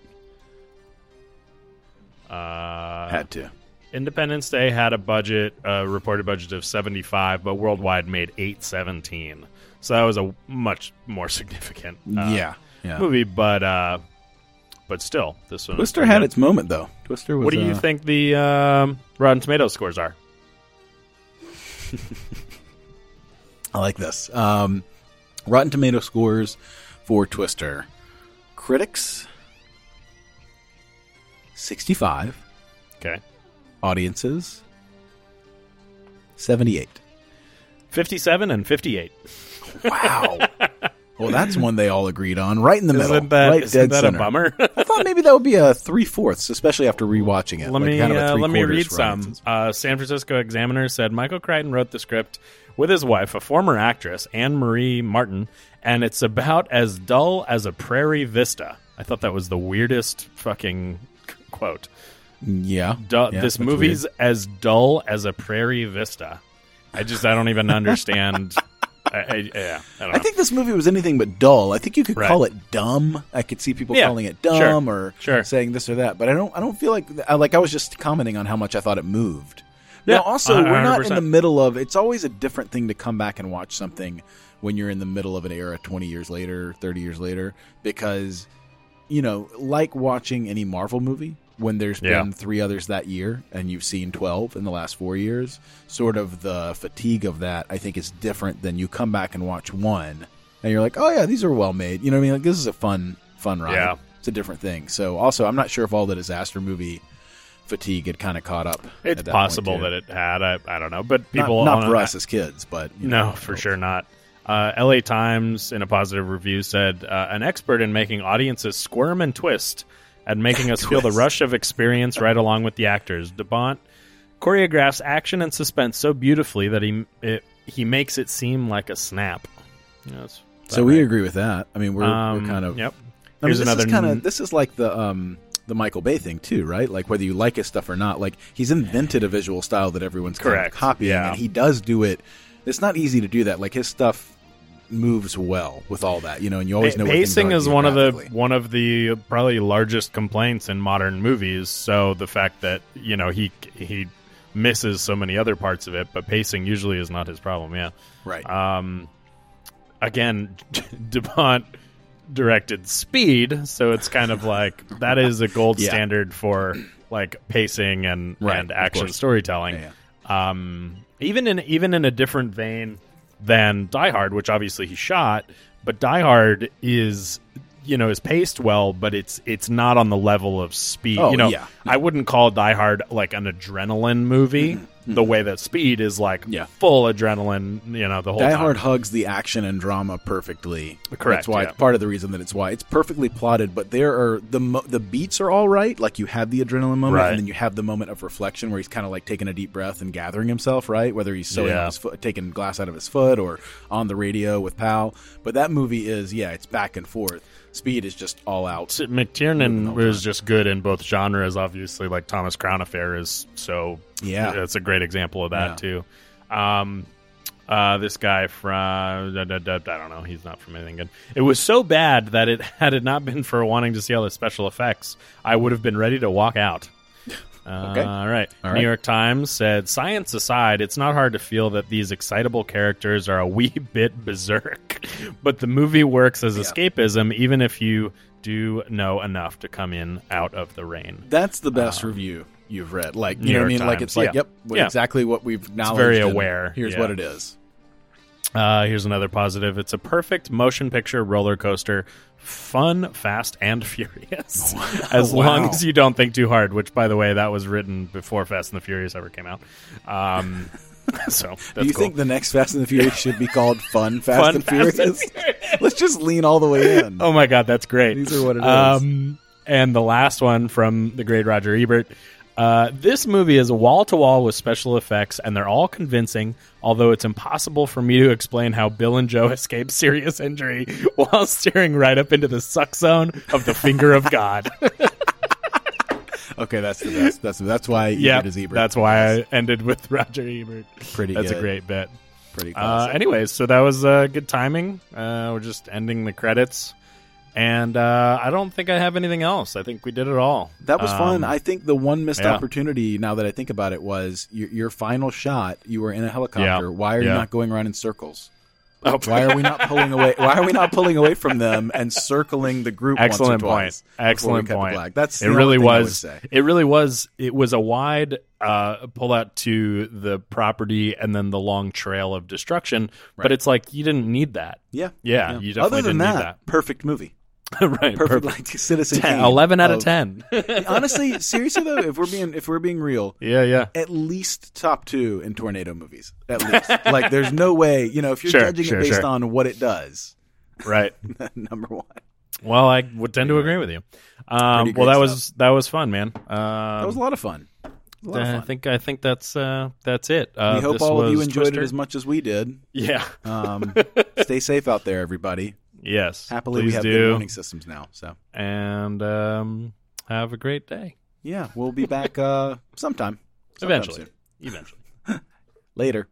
Speaker 11: Uh,
Speaker 4: Had to.
Speaker 11: Independence Day had a budget, uh, reported budget of seventy five, but worldwide made eight seventeen. So that was a much more significant. Uh,
Speaker 4: Yeah, yeah.
Speaker 11: Movie, but uh, but still, this one. was
Speaker 4: Twister
Speaker 11: pretty
Speaker 4: had
Speaker 11: good.
Speaker 4: its moment though. Twister was.
Speaker 11: What do you
Speaker 4: uh,
Speaker 11: think the um, Rotten Tomatoes scores are?
Speaker 4: I like this. Um, Rotten Tomato scores for Twister. Critics, 65.
Speaker 11: Okay.
Speaker 4: Audiences, 78.
Speaker 11: 57 and 58.
Speaker 4: Wow. Well, that's one they all agreed on, right in the middle.
Speaker 11: Isn't that-
Speaker 4: right
Speaker 11: isn't
Speaker 4: dead
Speaker 11: that a
Speaker 4: center.
Speaker 11: bummer?
Speaker 4: I thought maybe that would be a three fourths, especially after rewatching it.
Speaker 11: Let
Speaker 4: like
Speaker 11: me
Speaker 4: kind of a
Speaker 11: uh, let me
Speaker 4: three-quarters
Speaker 11: read
Speaker 4: for
Speaker 11: some. Uh, San Francisco Examiner said Michael Crichton wrote the script with his wife, a former actress, Anne Marie Martin, and it's about as dull as a prairie vista. I thought that was the weirdest fucking c- quote.
Speaker 4: audience. Yeah.
Speaker 11: Du-
Speaker 4: yeah,
Speaker 11: this
Speaker 4: that's
Speaker 11: movie's
Speaker 4: weird.
Speaker 11: as dull as a prairie vista. I just I don't even understand. I, I, yeah, I don't know.
Speaker 4: I think this movie was anything but dull. I think you could
Speaker 11: Right.
Speaker 4: call it dumb. I could see people
Speaker 11: Yeah,
Speaker 4: calling it
Speaker 11: sure,
Speaker 4: dumb or
Speaker 11: sure.
Speaker 4: saying this or that, but I don't. I don't feel like I, like I was just commenting on how much I thought it moved.
Speaker 11: Yeah,
Speaker 4: now, also,
Speaker 11: a- a
Speaker 4: we're
Speaker 11: hundred
Speaker 4: not in
Speaker 11: percent.
Speaker 4: the middle of. It's always a different thing to come back and watch something when you're in the middle of an era, twenty years later, thirty years later, because you know, like watching any Marvel movie when there's
Speaker 11: Yeah.
Speaker 4: been three others that year and you've seen 12 in the last four years, sort of the fatigue of that, I think, is different than you come back and watch one and you're like, oh, yeah, these are well made. You know what I mean? Like, this is a fun, fun ride.
Speaker 11: Yeah.
Speaker 4: It's a different thing. So, also, I'm not sure if all the disaster movie fatigue had kind of caught up.
Speaker 11: It's possible that it had. I, I don't know, but people on
Speaker 4: not, for
Speaker 11: an-
Speaker 4: us as kids, but you
Speaker 11: no,
Speaker 4: know,
Speaker 11: for sure not. Uh, L.A. Times, in a positive review, said uh, an expert in making audiences squirm and twist and making us feel the rush of experience right along with the actors. DeBont choreographs action and suspense so beautifully that he it, he makes it seem like a snap. Yeah, that's
Speaker 4: So we agree with that. I mean, we're,
Speaker 11: Um,
Speaker 4: we're kind of
Speaker 11: yep.
Speaker 4: I mean,
Speaker 11: Here's
Speaker 4: this
Speaker 11: another
Speaker 4: is kind
Speaker 11: n-
Speaker 4: of this is like the um the Michael Bay thing too, right? Like whether you like his stuff or not, like he's invented a visual style that everyone's kind of
Speaker 11: Correct.
Speaker 4: copying,
Speaker 11: Yeah.
Speaker 4: and he does do it. It's not easy to do that. Like his stuff moves well with all that, you know, and you always
Speaker 11: Pa-
Speaker 4: know. what things
Speaker 11: pacing
Speaker 4: are
Speaker 11: is one of the
Speaker 4: geographically.
Speaker 11: one of the probably largest complaints in modern movies. So the fact that you know he he misses so many other parts of it, but pacing usually is not his problem. Yeah,
Speaker 4: right.
Speaker 11: Um, again, Debont directed Speed, so it's kind of like that is a gold
Speaker 4: Yeah.
Speaker 11: standard for like pacing and
Speaker 4: Right,
Speaker 11: and
Speaker 4: of
Speaker 11: action
Speaker 4: course.
Speaker 11: storytelling. Um, even in even in a different vein than Die Hard, which obviously he shot, but Die Hard is you know is paced well, but it's it's not on the level of Speed.
Speaker 4: Oh,
Speaker 11: you know,
Speaker 4: yeah.
Speaker 11: I wouldn't call Die Hard like an adrenaline movie.
Speaker 4: Mm-hmm.
Speaker 11: The way that Speed is like full adrenaline, you know, the whole
Speaker 4: Die
Speaker 11: time.
Speaker 4: Hard hugs the action and drama perfectly.
Speaker 11: Correct,
Speaker 4: That's why
Speaker 11: yeah.
Speaker 4: it's part of the reason that it's why it's perfectly plotted. But there are the mo- the beats are all right. Like you have the adrenaline moment,
Speaker 11: Right.
Speaker 4: and then you have the moment of reflection where he's kind of like taking a deep breath and gathering himself. Right, whether he's sewing
Speaker 11: Yeah.
Speaker 4: on his foot, taking glass out of his foot, or on the radio with Pal. But that movie is yeah, it's back and forth. Speed is just all out.
Speaker 11: S- McTiernan was just good in both genres. Obviously, like Thomas Crown Affair is so.
Speaker 4: Yeah.
Speaker 11: that's a great example of that
Speaker 4: Yeah.
Speaker 11: too. Um, uh, this guy from da, da, da, I don't know, he's not from anything good. It was so bad that it had it not been for wanting to see all the special effects, I would have been ready to walk out. Uh,
Speaker 4: Okay.
Speaker 11: All right.
Speaker 4: All
Speaker 11: New
Speaker 4: right.
Speaker 11: York Times said, "Science aside, it's not hard to feel that these excitable characters are a wee bit berserk, but the movie works as escapism, even if you do know enough to come in out of the rain."
Speaker 4: That's the best review you've read. Like you
Speaker 11: uh, New
Speaker 4: know what I
Speaker 11: York
Speaker 4: mean? Like
Speaker 11: Times,
Speaker 4: it's like
Speaker 11: yeah.
Speaker 4: yep, what-
Speaker 11: Yeah.
Speaker 4: exactly what we've now.
Speaker 11: very aware,
Speaker 4: Here's
Speaker 11: yeah.
Speaker 4: what it is.
Speaker 11: Uh, here's another positive. It's a perfect motion picture roller coaster, fun, fast, and furious. as long
Speaker 4: Wow.
Speaker 11: as you don't think too hard. Which, by the way, that was written before Fast and the Furious ever came out. Um, so
Speaker 4: Do you
Speaker 11: that's cool.
Speaker 4: think the next Fast and the Furious should be called Fun Fast
Speaker 11: Fun
Speaker 4: and
Speaker 11: Fast
Speaker 4: Furious?
Speaker 11: and
Speaker 4: Let's just lean all the way in.
Speaker 11: Oh my god, that's great.
Speaker 4: These are what it is.
Speaker 11: Um, and the last one from the great Roger Ebert. Uh, this movie is wall to wall with special effects, and they're all convincing. Although it's impossible for me to explain how Bill and Joe escaped serious injury while staring right up into the suck zone of the finger of God.
Speaker 4: Okay, that's the best. That's that's why Ebert
Speaker 11: yeah,
Speaker 4: is Ebert.
Speaker 11: that's why I ended with Roger Ebert.
Speaker 4: Pretty
Speaker 11: That's a
Speaker 4: good.
Speaker 11: great bit.
Speaker 4: Pretty
Speaker 11: Uh,
Speaker 4: classic.
Speaker 11: anyways, so that was uh, good timing. Uh, we're just ending the credits, and uh, I don't think I have anything else. I think we did it all.
Speaker 4: That was fun.
Speaker 11: Um,
Speaker 4: I think the one missed
Speaker 11: yeah.
Speaker 4: opportunity, now that I think about it, was your, your final shot. You were in a helicopter.
Speaker 11: Yeah.
Speaker 4: Why are you
Speaker 11: Yeah.
Speaker 4: not going around in circles?
Speaker 11: Oh.
Speaker 4: Why are we not pulling away? Why are we not pulling away from them and circling the group?
Speaker 11: Excellent
Speaker 4: once or twice
Speaker 11: point.
Speaker 4: before we
Speaker 11: Excellent
Speaker 4: cut to
Speaker 11: point.
Speaker 4: black? That's
Speaker 11: it.
Speaker 4: the only
Speaker 11: Really
Speaker 4: thing I would
Speaker 11: was.
Speaker 4: say.
Speaker 11: It really was. It was a wide uh, pull out to the property and then the long trail of destruction.
Speaker 4: Right.
Speaker 11: But it's like you didn't need that.
Speaker 4: Yeah,
Speaker 11: yeah. You definitely
Speaker 4: Other
Speaker 11: didn't
Speaker 4: than that,
Speaker 11: need that.
Speaker 4: perfect movie.
Speaker 11: right,
Speaker 4: perfect,
Speaker 11: perfect.
Speaker 4: like Citizen
Speaker 11: Ten-
Speaker 4: Kane
Speaker 11: 11
Speaker 4: Oh.
Speaker 11: out of 10.
Speaker 4: Honestly, seriously though, if we're being if we're being real,
Speaker 11: yeah, yeah,
Speaker 4: at least top two in tornado movies. At least, like, there's no way you know if you're
Speaker 11: Sure,
Speaker 4: judging
Speaker 11: sure,
Speaker 4: it based
Speaker 11: sure.
Speaker 4: on what it does.
Speaker 11: right.
Speaker 4: number one.
Speaker 11: Well, I would tend to agree with you. Um,
Speaker 4: Pretty great
Speaker 11: well, that
Speaker 4: stuff.
Speaker 11: was that was fun, man. Um,
Speaker 4: That was a lot of fun. A lot of
Speaker 11: I
Speaker 4: fun.
Speaker 11: think I think that's uh, that's it. Uh,
Speaker 4: we hope
Speaker 11: this
Speaker 4: all of you
Speaker 11: was
Speaker 4: enjoyed
Speaker 11: Twister.
Speaker 4: it as much as we did.
Speaker 11: Yeah.
Speaker 4: Um, stay safe out there, everybody.
Speaker 11: Yes,
Speaker 4: Happily, we
Speaker 11: please
Speaker 4: have
Speaker 11: do.
Speaker 4: good warning systems now. So
Speaker 11: And um, have a great day.
Speaker 4: yeah, we'll be back uh, sometime. sometime
Speaker 11: Eventually.
Speaker 4: soon.
Speaker 11: Eventually.
Speaker 4: Later.